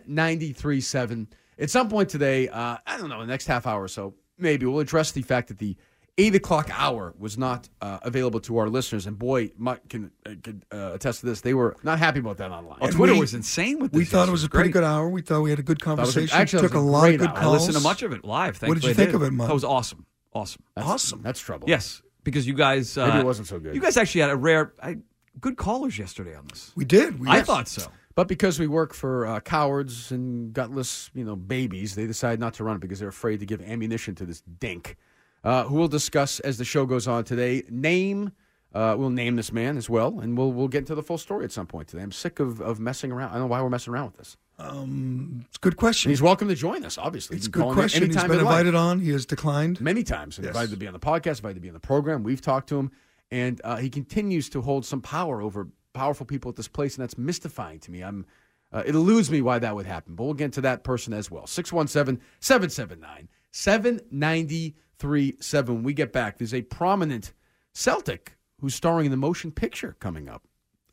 Speaker 12: 617-779-7937. At some point today, uh, I don't know, the next half hour or so, maybe we'll address the fact that the 8 o'clock hour was not uh, available to our listeners. And boy, Mutt can, uh, can uh, attest to this. They were not happy about that online.
Speaker 4: And Twitter we- was
Speaker 10: insane with
Speaker 4: We thought it was a pretty good hour. We thought we had a good
Speaker 12: was a-
Speaker 4: conversation.
Speaker 12: actually, that
Speaker 4: Took a
Speaker 12: was a
Speaker 4: lot of
Speaker 12: great
Speaker 4: good
Speaker 12: hour. I
Speaker 4: calls.
Speaker 10: Listen to much of it live.
Speaker 4: What did
Speaker 10: thankfully
Speaker 4: you
Speaker 10: I
Speaker 4: think
Speaker 10: did.
Speaker 4: of it, Mike?
Speaker 10: That was awesome. Awesome.
Speaker 4: awesome.
Speaker 12: That's trouble.
Speaker 10: Yes, because you guys uh,
Speaker 12: Maybe it wasn't so good.
Speaker 10: You guys actually had a rare, I, good callers yesterday on this.
Speaker 4: We did. We
Speaker 10: I
Speaker 12: Yes.
Speaker 10: thought so.
Speaker 12: But because we work for uh, cowards and gutless, you know, babies, they decide not to run it because they're afraid to give ammunition to this dink, uh, who we'll discuss as the show goes on today. Name, uh, we'll name this man as well, and we'll we'll get into the full story at some point today. I'm sick of, of messing around. I don't know why we're messing around with this.
Speaker 4: Um, it's a good question.
Speaker 12: And he's welcome to join us, obviously.
Speaker 4: It's
Speaker 12: He
Speaker 4: a good
Speaker 12: can call in
Speaker 4: question. He's
Speaker 12: anytime
Speaker 4: been
Speaker 12: he'd like.
Speaker 4: invited on. He has declined.
Speaker 12: Many times.
Speaker 4: Yes.
Speaker 12: Invited to be on the podcast, invited to be on the program. We've talked to him, and uh, he continues to hold some power over powerful people at this place, and that's mystifying to me. I'm, uh, it eludes me why that would happen, but we'll get to that person as well. 617 779 7937. When we get back, there's a prominent Celtic who's starring in the motion picture coming up.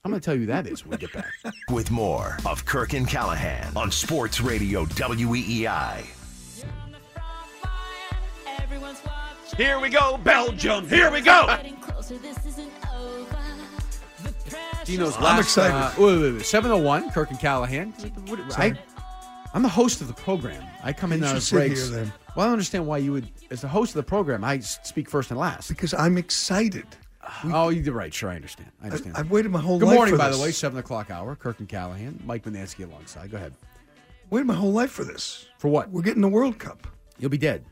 Speaker 12: I'm going to tell you who that is when we get back.
Speaker 1: With more of Kirk and Callahan on Sports Radio E WEEI.
Speaker 8: Here we go, Belgium. Here we go.
Speaker 12: Dino's
Speaker 8: I'm
Speaker 12: last.
Speaker 8: excited.
Speaker 12: uh, wait, wait, wait, 701, Kirk and Callahan. What- I,
Speaker 8: Sorry.
Speaker 12: I'm the host of the program. I come in
Speaker 4: You
Speaker 12: on
Speaker 4: should
Speaker 12: the
Speaker 4: sit
Speaker 12: breaks.
Speaker 4: here then.
Speaker 12: Well, I don't understand why you would, as the host of the program, I s- speak first and last.
Speaker 4: Because I'm excited.
Speaker 12: oh, you're right. Sure, I understand. I understand.
Speaker 4: I've waited my whole
Speaker 12: Good
Speaker 4: life
Speaker 12: morning,
Speaker 4: for
Speaker 12: by
Speaker 4: this.
Speaker 12: the way. Seven o'clock hour. Kirk and Callahan, Mike Manansky alongside. Go ahead.
Speaker 4: Waited my whole life for this.
Speaker 12: For what?
Speaker 4: We're getting the World Cup.
Speaker 12: You'll be dead.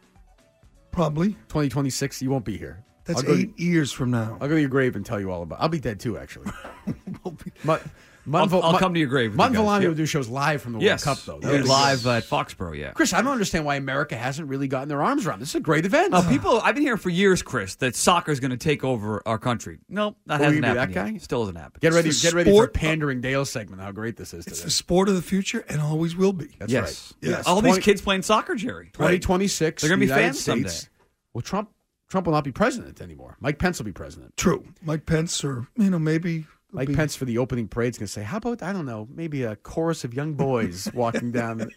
Speaker 4: Probably.
Speaker 12: 2026. You won't be here.
Speaker 4: That's
Speaker 12: I'll go to-
Speaker 4: eight years from now.
Speaker 12: I'll go to your grave and tell you all about. I'll be dead too, actually. Mon-
Speaker 10: I'll- I'll come to your grave with
Speaker 12: Mon
Speaker 10: you guys,
Speaker 12: Villani
Speaker 10: yeah.
Speaker 12: will do shows live from the
Speaker 10: Yes.
Speaker 12: World Cup, though. That
Speaker 10: Yeah,
Speaker 12: would be
Speaker 10: live
Speaker 12: good.
Speaker 10: at Foxborough, yeah.
Speaker 12: Chris, I don't understand why America hasn't really gotten their arms around. This is a great event.
Speaker 10: Now, Uh, people, I've been hearing for years, Chris, that soccer is going to take over our country. No, that
Speaker 12: Will
Speaker 10: hasn't
Speaker 12: you be
Speaker 10: happened.
Speaker 12: that
Speaker 10: yet.
Speaker 12: guy?
Speaker 10: Still hasn't happened.
Speaker 12: Get ready,
Speaker 10: It's the
Speaker 12: get ready for a
Speaker 10: sport-
Speaker 12: pandering Dale segment. How great this is today.
Speaker 4: It's the sport of the future and always will be.
Speaker 12: That's
Speaker 10: yes.
Speaker 12: right.
Speaker 10: All these
Speaker 12: Twenty-
Speaker 10: kids playing soccer, Jerry.
Speaker 12: 2026.
Speaker 10: They're going to be
Speaker 12: United
Speaker 10: fans someday.
Speaker 12: States. Well, Trump Trump will not be president anymore. Mike Pence will be president.
Speaker 4: True. Mike Pence or, you know, maybe.
Speaker 12: Mike Pence for the opening parade's going to say, "How about I don't know, maybe a chorus of young boys walking down,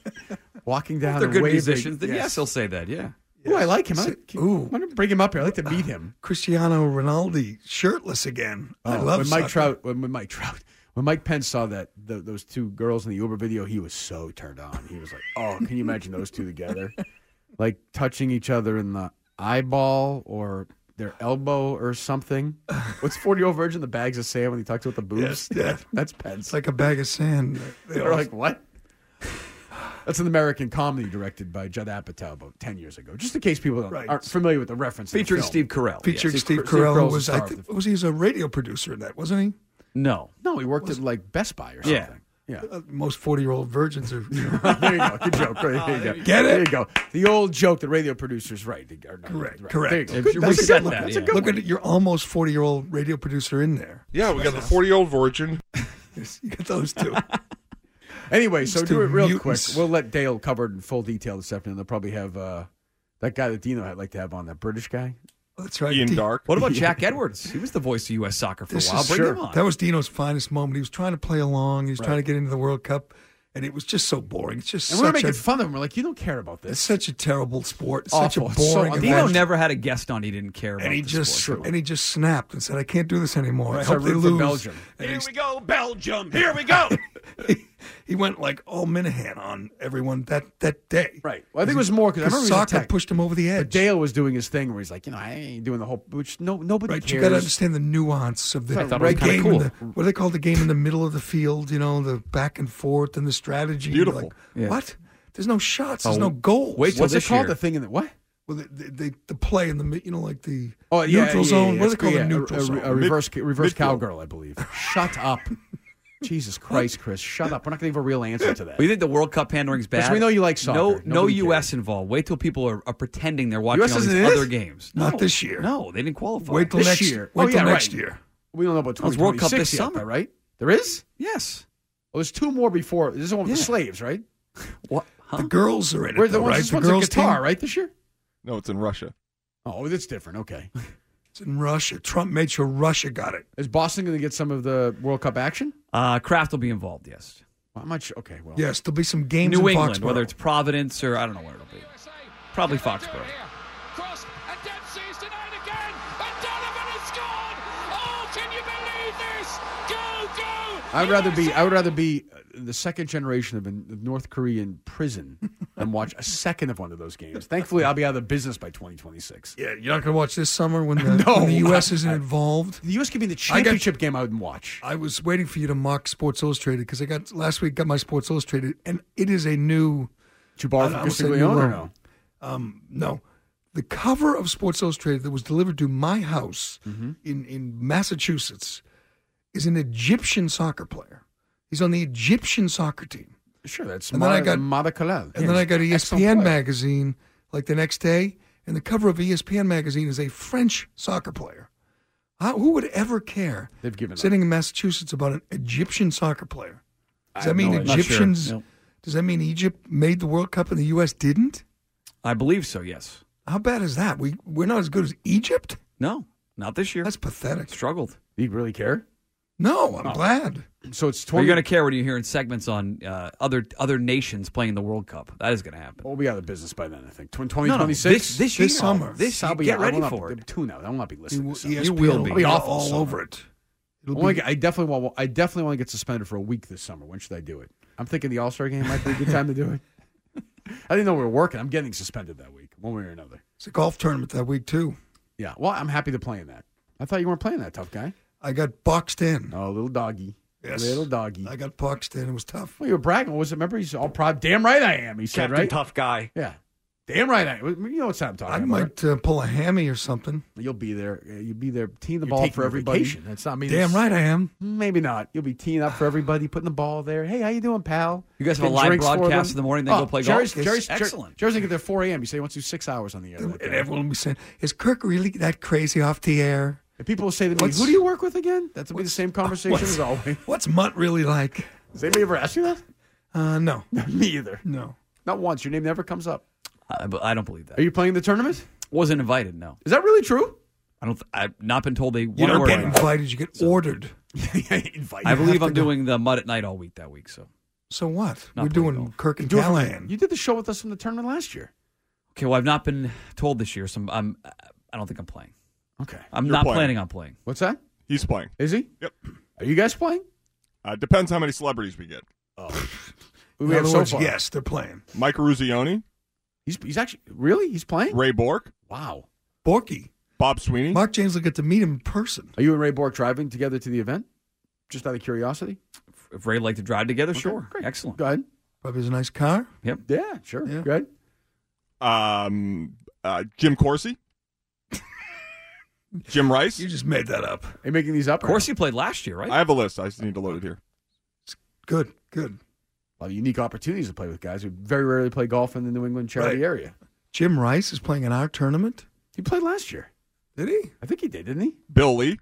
Speaker 12: walking down."
Speaker 10: If they're
Speaker 12: and
Speaker 10: good
Speaker 12: waving."
Speaker 10: musicians, then yes. he'll say that, yeah.
Speaker 12: Ooh, I like him. I, like- I'm going to bring him up here. I'd like to meet him.
Speaker 4: Cristiano Ronaldo shirtless again. I love
Speaker 12: Oh, when Mike
Speaker 4: soccer.
Speaker 12: Trout. When, when Mike Trout. When Mike Pence saw that tho- those two girls in the Uber video, he was so turned on. He was like, "Oh, can you imagine those two together, like touching each other in the eyeball or their elbow or something?" What's forty year old virgin? The bags of sand when he talks about the boobs.
Speaker 4: Yes, yeah.
Speaker 12: that's Pence.
Speaker 4: It's like a bag of sand.
Speaker 12: They were like, what? That's an American comedy directed by Judd Apatow about 10 years ago, just in case people don't,
Speaker 4: Right.
Speaker 12: aren't familiar with the reference. in the
Speaker 10: Featuring
Speaker 12: film.
Speaker 10: Steve Carell.
Speaker 4: Featuring
Speaker 12: Yeah,
Speaker 4: Steve,
Speaker 12: Car-
Speaker 4: Carell, who
Speaker 12: Carell's
Speaker 4: was
Speaker 12: the
Speaker 4: I
Speaker 12: star of
Speaker 4: think
Speaker 12: the-
Speaker 4: was he was a radio producer in that, wasn't he?
Speaker 10: No.
Speaker 12: No, he worked at like Best Buy or something.
Speaker 4: Yeah.
Speaker 12: Yeah. Yeah.
Speaker 4: Uh, most forty-year-old virgins are.
Speaker 12: there you go. Good joke. Right, there you go.
Speaker 4: Get it?
Speaker 12: There you go. The old joke that radio producers write. Correct. There you
Speaker 4: Correct.
Speaker 12: go. Good- That's a good one. That's a good
Speaker 4: Look
Speaker 12: one.
Speaker 4: at it, your almost forty-year-old radio producer in there.
Speaker 16: Yeah, we got the 40 year old virgin.
Speaker 4: you got those two.
Speaker 12: Anyway, so
Speaker 4: Just
Speaker 12: do
Speaker 4: two
Speaker 12: it real
Speaker 4: mutants.
Speaker 12: quick. We'll let Dale cover it in full detail this afternoon. They'll probably have uh, that guy that Dino had like to have on, that British guy.
Speaker 4: That's right.
Speaker 12: Ian
Speaker 4: D-
Speaker 12: Dark.
Speaker 10: What about Jack Edwards? He was the voice of U.S. soccer for
Speaker 4: This
Speaker 10: a while.
Speaker 4: is-
Speaker 10: Bring him on.
Speaker 4: That was Dino's finest moment. He was trying to play along. He was
Speaker 10: Right.
Speaker 4: trying to get into the World Cup, and it was just so boring. It's just
Speaker 12: And we were
Speaker 4: such
Speaker 12: making
Speaker 4: a,
Speaker 12: fun of him. We're like, you don't care about this.
Speaker 4: it's such a terrible sport. It's
Speaker 12: Awful.
Speaker 4: Such
Speaker 12: It's
Speaker 4: a
Speaker 12: so
Speaker 4: boring.
Speaker 12: un-
Speaker 10: Dino
Speaker 4: event.
Speaker 10: never had a guest on he didn't care about.
Speaker 4: and he
Speaker 10: the
Speaker 4: just
Speaker 10: sport.
Speaker 4: and he just snapped and said, "I can't do this anymore. I
Speaker 10: That's
Speaker 4: hope
Speaker 10: our
Speaker 4: they
Speaker 10: root for
Speaker 4: lose."
Speaker 10: Belgium.
Speaker 4: And
Speaker 8: Here we go, Belgium. Here we go.
Speaker 4: he went like all Minahan on everyone that that day.
Speaker 12: Right. Well, I think it was more because I remember he was
Speaker 4: soccer
Speaker 12: attacked.
Speaker 4: pushed him over the edge.
Speaker 12: But Dale was doing his thing where he's like, you know, I ain't doing the whole, which no nobody
Speaker 4: Right,
Speaker 12: cares.
Speaker 4: you got to understand the nuance of the,
Speaker 12: I thought it
Speaker 4: the
Speaker 12: was kinda
Speaker 4: game.
Speaker 12: cool.
Speaker 4: in the- what do they call the game in the middle of the field? You know, the back and forth and the strategy. You're
Speaker 12: Beautiful.
Speaker 4: like,
Speaker 12: Yeah.
Speaker 4: What? There's no shots. There's
Speaker 12: Oh,
Speaker 4: no goals.
Speaker 12: wait till What's it this called, year. the thing in the what?
Speaker 4: Well, the, the, the, the play in the mi- you know like the
Speaker 12: Oh, yeah,
Speaker 4: neutral
Speaker 12: yeah,
Speaker 4: zone. what do
Speaker 12: yeah, it's-
Speaker 4: they call
Speaker 12: yeah,
Speaker 4: the neutral
Speaker 12: a,
Speaker 4: zone?
Speaker 12: A, a reverse, reverse cowgirl, I believe. Shut up. Jesus Christ, Chris. Shut up. We're not going to give a real answer to that.
Speaker 10: We think the World Cup pandering's bad.
Speaker 12: Chris, we know you like soccer.
Speaker 10: No, no
Speaker 12: Nobody
Speaker 10: U.S. involved. Wait till people are, are pretending they're watching
Speaker 12: US
Speaker 10: all these
Speaker 12: isn't in
Speaker 10: other
Speaker 12: it?
Speaker 10: games.
Speaker 4: Not
Speaker 10: No.
Speaker 4: this year.
Speaker 10: No, they didn't qualify.
Speaker 4: Wait till
Speaker 10: This
Speaker 4: next
Speaker 10: year.
Speaker 4: Wait
Speaker 12: Oh,
Speaker 4: till
Speaker 12: yeah,
Speaker 4: next
Speaker 12: right.
Speaker 4: year.
Speaker 12: We don't know about
Speaker 10: Oh, it's World Cup
Speaker 12: 2026
Speaker 10: this
Speaker 12: yet,
Speaker 10: summer.
Speaker 12: though, right? There is?
Speaker 10: Yes.
Speaker 12: Well, Oh, there's two more before. There's the one with the slaves, right?
Speaker 10: What? Huh?
Speaker 4: The girls are in it.
Speaker 12: Where's the
Speaker 4: though,
Speaker 12: ones-
Speaker 4: right?
Speaker 12: This
Speaker 4: The
Speaker 12: one's in
Speaker 4: girls
Speaker 12: Qatar,
Speaker 4: team?
Speaker 12: right, this year?
Speaker 16: No, it's in Russia.
Speaker 12: Oh, that's different. Okay.
Speaker 4: It's in Russia. Trump made sure Russia got it.
Speaker 12: Is Boston going to get some of the World Cup action?
Speaker 10: Uh, Kraft will be involved. Yes.
Speaker 12: Well, I'm not sure. Okay,
Speaker 16: Oh.
Speaker 12: well.
Speaker 4: Yes, there'll be some games
Speaker 10: New
Speaker 4: in
Speaker 10: England,
Speaker 4: Foxborough.
Speaker 10: whether it's Providence or I don't know where it'll be. Probably Foxborough.
Speaker 8: Cross and Dempsey's denied again. And Donovan has scored. Oh, can you believe this? Go, go.
Speaker 12: I would rather be I would rather be uh, the second generation of a n- North Korean prison than watch a second of one of those games. Thankfully, I'll be out of the business by 2026.
Speaker 4: Yeah, you're not going to watch this summer when the,
Speaker 12: No,
Speaker 4: when the U.S.
Speaker 12: I-
Speaker 4: isn't involved.
Speaker 12: The U.S. could be in the
Speaker 4: I got-
Speaker 12: championship game. I wouldn't watch.
Speaker 4: I was waiting for you to mock Sports Illustrated because I got last week got my Sports Illustrated and it is a new.
Speaker 12: Did you borrow
Speaker 4: I- I
Speaker 12: from
Speaker 4: almost
Speaker 12: Chris
Speaker 4: said new
Speaker 12: Leone or
Speaker 4: loan.
Speaker 12: no?
Speaker 4: Um, no, the cover of Sports Illustrated that was delivered to my house
Speaker 12: Mm-hmm.
Speaker 4: in in Massachusetts is an Egyptian soccer player. He's on the Egyptian soccer team.
Speaker 12: Sure, that's
Speaker 4: And then I got-
Speaker 12: Mada Kalal.
Speaker 4: And then I got E ESPN magazine like the next day, and the cover of E ESPN magazine is a French soccer player. How, who would ever care
Speaker 12: They've given up.
Speaker 4: sitting in Massachusetts about an Egyptian soccer player?
Speaker 12: I
Speaker 4: Does that
Speaker 12: have
Speaker 4: mean
Speaker 12: no idea. Not sure.
Speaker 4: Egyptians?
Speaker 12: Nope.
Speaker 4: Does that mean Egypt made the World Cup and the U.S. didn't?
Speaker 10: I believe so. Yes.
Speaker 4: How bad is that? We we're not as good as Egypt.
Speaker 10: No, not this year.
Speaker 4: That's pathetic.
Speaker 10: Struggled.
Speaker 12: Do you really care?
Speaker 4: No,
Speaker 12: Oh.
Speaker 4: I'm glad.
Speaker 12: So it's
Speaker 10: Are
Speaker 12: 20.
Speaker 10: you going to care when you're hearing segments on uh, other other nations playing the World Cup? That is going to happen.
Speaker 12: We'll be out of the business by then. I think Tw-
Speaker 10: no,
Speaker 12: 2026.
Speaker 10: this- this year.
Speaker 4: summer.
Speaker 10: This
Speaker 12: I'll
Speaker 10: year.
Speaker 12: be
Speaker 10: Get
Speaker 12: out.
Speaker 10: ready
Speaker 12: I will
Speaker 10: for
Speaker 12: not,
Speaker 10: it.
Speaker 12: Tune out. I will not be listening. to summer.
Speaker 4: ESPN
Speaker 10: will be.
Speaker 12: I'll be awful
Speaker 4: all
Speaker 12: summer.
Speaker 4: over it. It'll
Speaker 12: I, wanna
Speaker 4: be-
Speaker 12: get- I definitely want. I definitely want to get suspended for a week this summer. When should I do it? I'm thinking the All Star game might be a good time to do it. I didn't know we were working. I'm getting suspended that week, one way or another.
Speaker 4: it's a golf tournament that week too.
Speaker 12: Yeah. Well, I'm happy to play in that. I thought you weren't playing that tough guy.
Speaker 4: I got boxed in.
Speaker 12: Oh, little doggy.
Speaker 4: Yes.
Speaker 12: Little doggy.
Speaker 4: I got boxed in. It was tough.
Speaker 12: Well, you were bragging. What was it? Remember, he's all proud. Damn right I am. He said,
Speaker 4: Captain
Speaker 12: right?
Speaker 4: Tough
Speaker 12: guy. Yeah. Damn right I am. You know what I'm talking
Speaker 4: I
Speaker 12: about.
Speaker 4: might uh, pull a hammy or something.
Speaker 12: You'll be there. You'll be there teeing the ball
Speaker 4: taking
Speaker 12: for
Speaker 4: a
Speaker 12: everybody.
Speaker 4: vacation.
Speaker 12: That's not me.
Speaker 4: Damn
Speaker 12: That's-
Speaker 4: right I am.
Speaker 12: Maybe not. You'll be teeing up for everybody, putting the ball there. Hey, how you doing, pal?
Speaker 10: You guys have a
Speaker 12: Getting
Speaker 10: live
Speaker 12: drinks for
Speaker 10: broadcast
Speaker 12: them.
Speaker 10: in the morning, then
Speaker 12: oh,
Speaker 10: go play
Speaker 12: Jerry's,
Speaker 10: golf?
Speaker 12: Jerry's,
Speaker 10: Yes.
Speaker 12: Jer-
Speaker 10: Excellent.
Speaker 12: Jerry's gonna get there 4 a.m. You say he wants to do six hours on the air. that
Speaker 4: And
Speaker 12: day.
Speaker 4: everyone will be saying, "Is Kirk really that crazy off the air?"
Speaker 12: And people will say to me,
Speaker 4: What's-
Speaker 12: "Who do you work with again?" That's will be the same conversation
Speaker 4: what's-
Speaker 12: as always.
Speaker 4: What's Mutt really like?
Speaker 12: Has anybody ever asked you that?
Speaker 4: Uh, no,
Speaker 12: me either.
Speaker 4: No,
Speaker 12: not once. Your name never comes up.
Speaker 10: I, but I don't believe that.
Speaker 12: Are you playing the tournament?
Speaker 10: Wasn't invited. No.
Speaker 12: Is that really true?
Speaker 10: I don't. Th- I've not been told a one
Speaker 4: you don't
Speaker 10: word.
Speaker 4: get invited; you get ordered.
Speaker 10: I
Speaker 4: You
Speaker 10: believe
Speaker 4: have
Speaker 10: I'm
Speaker 4: to go-
Speaker 10: doing the mud at night all week that week. So
Speaker 4: So what?
Speaker 10: Not
Speaker 4: We're doing Kirk and
Speaker 10: Do it for me.
Speaker 4: Callahan.
Speaker 12: You did the show with us from the tournament last year.
Speaker 10: okay. Well, I've not been told this year. So I'm. I'm I don't think I'm playing.
Speaker 12: Okay.
Speaker 10: I'm
Speaker 16: You're
Speaker 10: not
Speaker 16: playing.
Speaker 10: planning on playing.
Speaker 12: What's that?
Speaker 16: He's playing.
Speaker 12: Is he?
Speaker 16: Yep.
Speaker 12: Are you guys playing?
Speaker 16: Uh, depends how many celebrities we get.
Speaker 12: We
Speaker 4: In
Speaker 12: have
Speaker 4: other
Speaker 12: so
Speaker 4: words,
Speaker 12: far.
Speaker 4: yes, they're playing.
Speaker 16: Mike Ruzioni.
Speaker 12: He's he's actually really he's playing
Speaker 16: Ray Bork.
Speaker 12: Wow.
Speaker 4: Borky.
Speaker 16: Bob Sweeney.
Speaker 4: Mark James will get to meet him in person.
Speaker 12: Are you and Ray Bork driving together to the event? Just out of curiosity.
Speaker 10: If Ray'd like to drive together, sure. Excellent.
Speaker 12: Go ahead.
Speaker 4: Probably has a nice car.
Speaker 10: Yep.
Speaker 12: Yeah, sure.
Speaker 4: Yeah.
Speaker 12: Good.
Speaker 16: Um, uh, Jim Corsi. Jim Rice. You
Speaker 4: just made that up.
Speaker 12: Are you making these up?
Speaker 10: Of course, you played last year, right?
Speaker 16: I have a list. I just need to load it here.
Speaker 4: Good. Good.
Speaker 12: A lot of unique opportunities to play with guys who very rarely play golf in the New England charity
Speaker 4: Right.
Speaker 12: area.
Speaker 4: Jim Rice is playing in our tournament.
Speaker 12: He played last year.
Speaker 4: Did he?
Speaker 12: I think he did, didn't he?
Speaker 16: Bill Lee.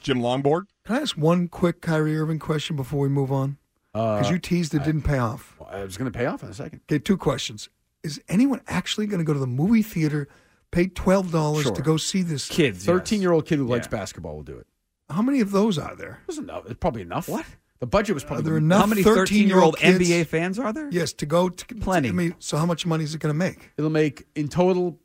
Speaker 16: Jim Longboard.
Speaker 4: Can I ask one quick Kyrie Irving question before we move on? Because
Speaker 12: Uh,
Speaker 4: you teased it
Speaker 12: I-
Speaker 4: didn't pay off.
Speaker 12: I was going to pay off in a second.
Speaker 4: Okay, two questions. Is anyone actually going to go to the movie theater, pay twelve dollars
Speaker 12: Sure.
Speaker 4: to go see this?
Speaker 10: Kids,
Speaker 12: Thirteen-year-old kid who likes basketball will do it.
Speaker 4: How many of those are there?
Speaker 12: It was enough. It's probably enough. What? The budget was
Speaker 4: Are
Speaker 12: probably
Speaker 4: there enough?
Speaker 10: many 13-year-old
Speaker 4: 13-year-old
Speaker 10: NBA
Speaker 4: kids-
Speaker 10: fans are there?
Speaker 4: Yes, to go. To,
Speaker 10: Plenty.
Speaker 4: I mean, so how much money is it going to make?
Speaker 12: It'll make in total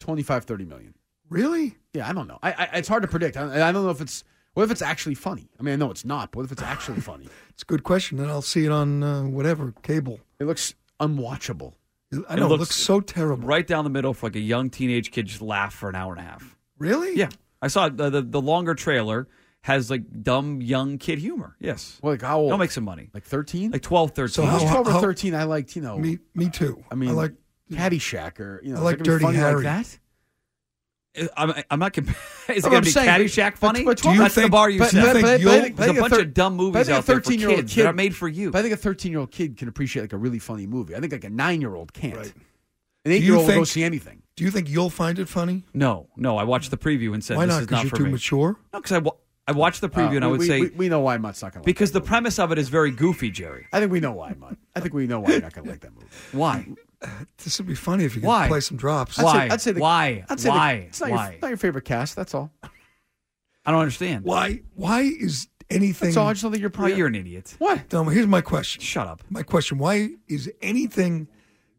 Speaker 12: 25, 30 million.
Speaker 4: Really?
Speaker 12: Yeah, I don't know. I, I it's hard to predict. I, I don't know if it's what if it's actually funny. I mean, I know it's not, but what if it's actually funny?
Speaker 4: It's a good question. Then I'll see it on uh, whatever cable.
Speaker 12: It looks unwatchable.
Speaker 4: I know it looks, so terrible.
Speaker 10: Right down the middle for like a young teenage kid just laugh for an hour and a half.
Speaker 4: Really?
Speaker 10: Yeah. I saw the the, the longer trailer has like dumb young kid humor. Yes.
Speaker 12: Well, like how old?
Speaker 10: They'll make some money.
Speaker 12: Like thirteen?
Speaker 10: Like 12, 13.
Speaker 4: So
Speaker 12: When I was
Speaker 4: how-
Speaker 12: twelve
Speaker 4: how-
Speaker 12: or thirteen. I liked you know.
Speaker 4: Me, me too.
Speaker 12: I mean,
Speaker 4: I like.
Speaker 12: Caddyshack or you know.
Speaker 4: I
Speaker 12: is it
Speaker 4: like
Speaker 12: gonna be
Speaker 4: Dirty
Speaker 12: funny
Speaker 4: Harry.
Speaker 12: Like that?
Speaker 10: I'm, I'm not comparing. Is
Speaker 12: No,
Speaker 10: it going
Speaker 12: I'm
Speaker 10: to be
Speaker 12: saying,
Speaker 10: Caddyshack
Speaker 12: but-
Speaker 10: funny?
Speaker 12: but- but Do you
Speaker 10: That's the
Speaker 12: think-
Speaker 10: bar you
Speaker 12: but-
Speaker 10: set.
Speaker 12: but- but- but- but I think
Speaker 10: There's a
Speaker 12: a
Speaker 10: bunch
Speaker 12: thir-
Speaker 10: of dumb
Speaker 12: but I
Speaker 10: movies
Speaker 12: think a
Speaker 10: out there for
Speaker 12: 13-year-old
Speaker 10: kids
Speaker 12: kid-
Speaker 10: that are made for you.
Speaker 12: But I think a thirteen-year-old kid can appreciate like a really funny movie. I think like a nine-year-old can't.
Speaker 4: Right.
Speaker 12: An
Speaker 4: you
Speaker 12: eight-year-old will go
Speaker 4: think-
Speaker 12: see anything.
Speaker 4: Do you think you'll find it funny?
Speaker 10: No, no. I watched the preview and said
Speaker 4: Why
Speaker 10: this
Speaker 4: not?
Speaker 10: is not
Speaker 4: you're
Speaker 10: for
Speaker 4: too
Speaker 10: me.
Speaker 4: mature.
Speaker 10: No, because I, wa- I watched the preview
Speaker 12: Uh,
Speaker 10: and I
Speaker 12: we-
Speaker 10: would
Speaker 12: we-
Speaker 10: say
Speaker 12: we, we know why Mutt's not going to.
Speaker 10: because the premise of it is very goofy, Jerry.
Speaker 12: I think we know why, Mutt. I think we know why you're not going to like that movie.
Speaker 10: Why?
Speaker 4: This would be funny if you could
Speaker 10: Why?
Speaker 4: play some drops.
Speaker 10: Why? Why?
Speaker 12: the-
Speaker 10: Why?
Speaker 12: it's not
Speaker 10: Why?
Speaker 12: Your, not your favorite cast. That's all.
Speaker 10: I don't understand.
Speaker 4: Why? Why is anything?
Speaker 12: That's all. I just don't think you're
Speaker 10: Well,
Speaker 12: probably.
Speaker 10: you're an idiot.
Speaker 12: what?
Speaker 4: Dumb. Here's my question.
Speaker 10: Shut up.
Speaker 4: My question: Why is anything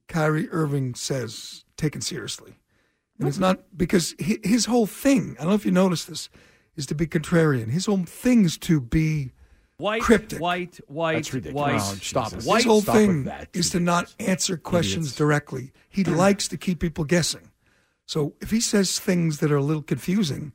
Speaker 4: Kyrie Irving says taken seriously? And it's not because hi- his whole thing. I don't know if you noticed this, is to be contrarian. His whole thing is to be
Speaker 10: White,
Speaker 4: Cryptic.
Speaker 10: white, white,
Speaker 12: That's ridiculous.
Speaker 10: white.
Speaker 12: Oh, stop it.
Speaker 10: White.
Speaker 4: his whole
Speaker 12: Stop with
Speaker 4: thing
Speaker 12: that.
Speaker 4: is to not answer questions
Speaker 12: Idiots.
Speaker 4: directly. He likes to keep people guessing. So if he says things that are a little confusing,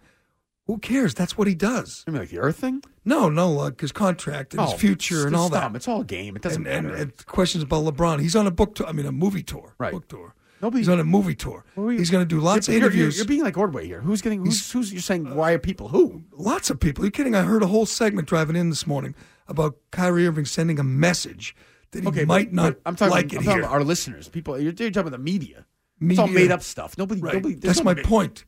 Speaker 4: who cares? That's what he does.
Speaker 12: I mean, like the Earth thing.
Speaker 4: No, no, like his contract and
Speaker 12: Oh,
Speaker 4: his future
Speaker 12: it's-
Speaker 4: and all
Speaker 12: it's dumb.
Speaker 4: that.
Speaker 12: It's all game. It doesn't
Speaker 4: and, and,
Speaker 12: matter.
Speaker 4: and questions about LeBron. He's on a book tour. I mean, a movie tour.
Speaker 12: Right.
Speaker 4: Book tour.
Speaker 12: Nobody-
Speaker 4: He's on a movie tour.
Speaker 12: What were you-
Speaker 4: He's going to do lots
Speaker 12: you're,
Speaker 4: of
Speaker 12: you're-
Speaker 4: interviews. uh,
Speaker 12: You're, you're being like Ordway here. Who's getting? Who's, who's you're saying? Why are people? Who?
Speaker 4: lots of people. Are you kidding? I heard a whole segment driving in this morning about Kyrie Irving sending a message that he
Speaker 12: Okay,
Speaker 4: might
Speaker 12: but-
Speaker 4: not
Speaker 12: but I'm talking.
Speaker 4: like
Speaker 12: I'm
Speaker 4: it
Speaker 12: talking
Speaker 4: here.
Speaker 12: about our listeners. People. You're, you're talking about the media. It's all
Speaker 4: Media.
Speaker 12: made up stuff. Nobody.
Speaker 4: Right.
Speaker 12: nobody there's
Speaker 4: That's my
Speaker 12: nobody-
Speaker 4: point.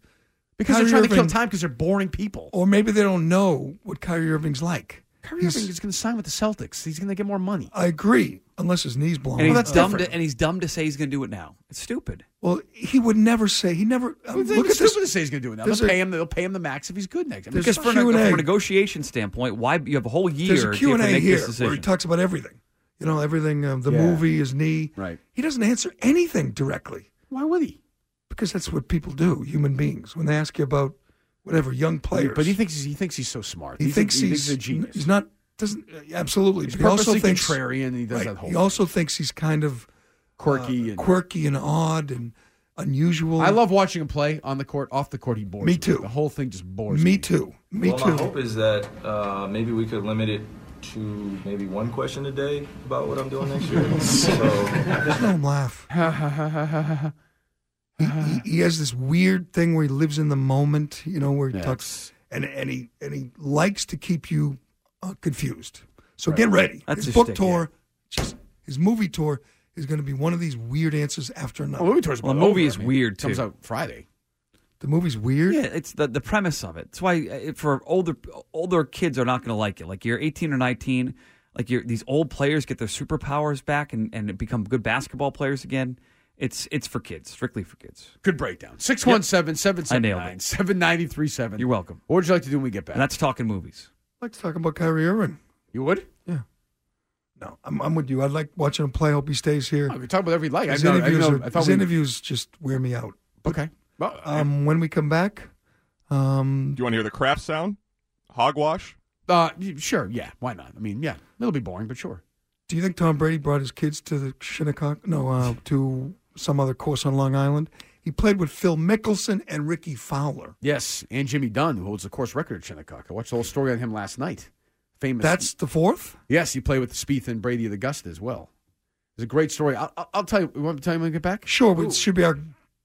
Speaker 12: Because
Speaker 4: Kyrie
Speaker 12: they're trying to kill
Speaker 4: Irving-
Speaker 12: time because they're boring people.
Speaker 4: Or maybe they don't know what Kyrie Irving's like.
Speaker 12: Kyrie
Speaker 4: He's-
Speaker 12: Irving is going to sign with the Celtics. He's going to get more money.
Speaker 4: I agree, unless his knee's blown.
Speaker 10: And,
Speaker 4: out.
Speaker 10: he's dumb
Speaker 12: different.
Speaker 10: to, and he's dumb to say he's going to do it now. It's stupid.
Speaker 4: well, he would never say. He never. I mean, look at
Speaker 12: it's
Speaker 4: this.
Speaker 12: stupid to say he's going to do it now.
Speaker 4: there's
Speaker 12: They'll
Speaker 4: a-
Speaker 12: pay him. They'll pay him the max if he's good next. I mean,
Speaker 4: There's
Speaker 10: Because
Speaker 4: a
Speaker 10: for a,
Speaker 4: Q&A.
Speaker 10: from a negotiation standpoint, why you have a whole year
Speaker 4: There's a
Speaker 10: to even
Speaker 4: Q&A
Speaker 10: make
Speaker 4: here
Speaker 10: this
Speaker 4: where he
Speaker 10: decision.
Speaker 4: talks about everything. You know, everything, um, the
Speaker 12: Yeah.
Speaker 4: movie, his knee.
Speaker 12: Right.
Speaker 4: He doesn't answer anything directly
Speaker 12: why would he?
Speaker 4: because that's what people do, human beings. When they ask you about whatever, young players.
Speaker 12: But he thinks he thinks he's so smart.
Speaker 4: he, thinks, he's,
Speaker 12: a genius.
Speaker 4: He's not, doesn't, uh, absolutely.
Speaker 12: He's
Speaker 4: but he also
Speaker 12: purposely
Speaker 4: thinks,
Speaker 12: contrarian, and he does
Speaker 4: right, uh,
Speaker 12: that whole
Speaker 4: He
Speaker 12: thing.
Speaker 4: also thinks he's kind of
Speaker 12: quirky
Speaker 4: uh,
Speaker 12: and
Speaker 4: quirky and odd and unusual.
Speaker 12: I love watching him play on the court, off the court. He bores
Speaker 4: Me
Speaker 12: me.
Speaker 4: too.
Speaker 12: The whole thing just bores me.
Speaker 4: Me too. Me
Speaker 3: well, my
Speaker 4: too.
Speaker 3: hope is that uh, maybe we could limit it to maybe one question a day about what I'm doing next year. so
Speaker 4: Just let him laugh. he,
Speaker 12: Uh-huh.
Speaker 4: he, he has this weird thing where he lives in the moment, you know, where he talks and and he and he likes to keep you uh, confused. So
Speaker 10: Right.
Speaker 4: get ready.
Speaker 10: That's
Speaker 4: his
Speaker 10: his
Speaker 4: book
Speaker 10: shtick,
Speaker 4: tour, just his movie tour is going to be one of these weird answers after another.
Speaker 12: Oh,
Speaker 10: well, the movie is weird too.
Speaker 4: Comes out
Speaker 12: Friday.
Speaker 4: The movie's weird.
Speaker 10: Yeah, it's the the premise of it. That's why uh, for older older kids are not going to like it. Like you're 18 or 19, like you're, these old players get their superpowers back and and become good basketball players again. It's it's for kids, strictly for kids.
Speaker 12: Good breakdown. 617
Speaker 10: I nailed it.
Speaker 12: 779 7937.
Speaker 10: You're welcome.
Speaker 12: What would you like to do when we get back?
Speaker 10: And that's talking movies.
Speaker 4: I'd like to talk about Kyrie Irving.
Speaker 12: You would?
Speaker 4: Yeah. No, I'm, I'm with you. I like watching him play. Hope he stays here.
Speaker 12: Oh, we can talk about whatever you like. I
Speaker 4: His
Speaker 12: know- I
Speaker 4: interviews,
Speaker 12: know-
Speaker 4: are-
Speaker 12: I thought
Speaker 4: his
Speaker 12: we-
Speaker 4: interviews just wear me out.
Speaker 12: Okay. Well,
Speaker 4: um, when we come back, um,
Speaker 16: Do you want to hear the crap sound? Hogwash?
Speaker 12: Uh, sure. Yeah. Why not? I mean, yeah, it'll be boring, but sure.
Speaker 4: do you think Tom Brady brought his kids to the Shinnecock? No, uh, to some other course on Long Island. He played with Phil Mickelson and Ricky Fowler.
Speaker 12: Yes, and Jimmy Dunn, who holds the course record at Shinnecock. I watched the whole story on him last night. Famous.
Speaker 4: That's the fourth.
Speaker 12: Yes, he played with Spieth and Brady at Augusta as well. It's a great story. I'll, I'll- I'll tell you. You want me to tell you when we get back?
Speaker 4: Sure,
Speaker 12: Ooh.
Speaker 4: it should be our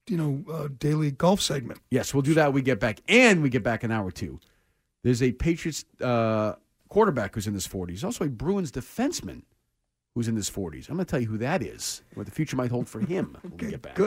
Speaker 4: you know uh, daily golf segment.
Speaker 12: Yes, we'll do that. when We get back, and we get back an hour two. There's a Patriots uh, quarterback who's in his 40s. Also, a Bruins defenseman who's in his 40s. I'm going to tell you who that is. What the future might hold for him. when we get back.
Speaker 4: Good.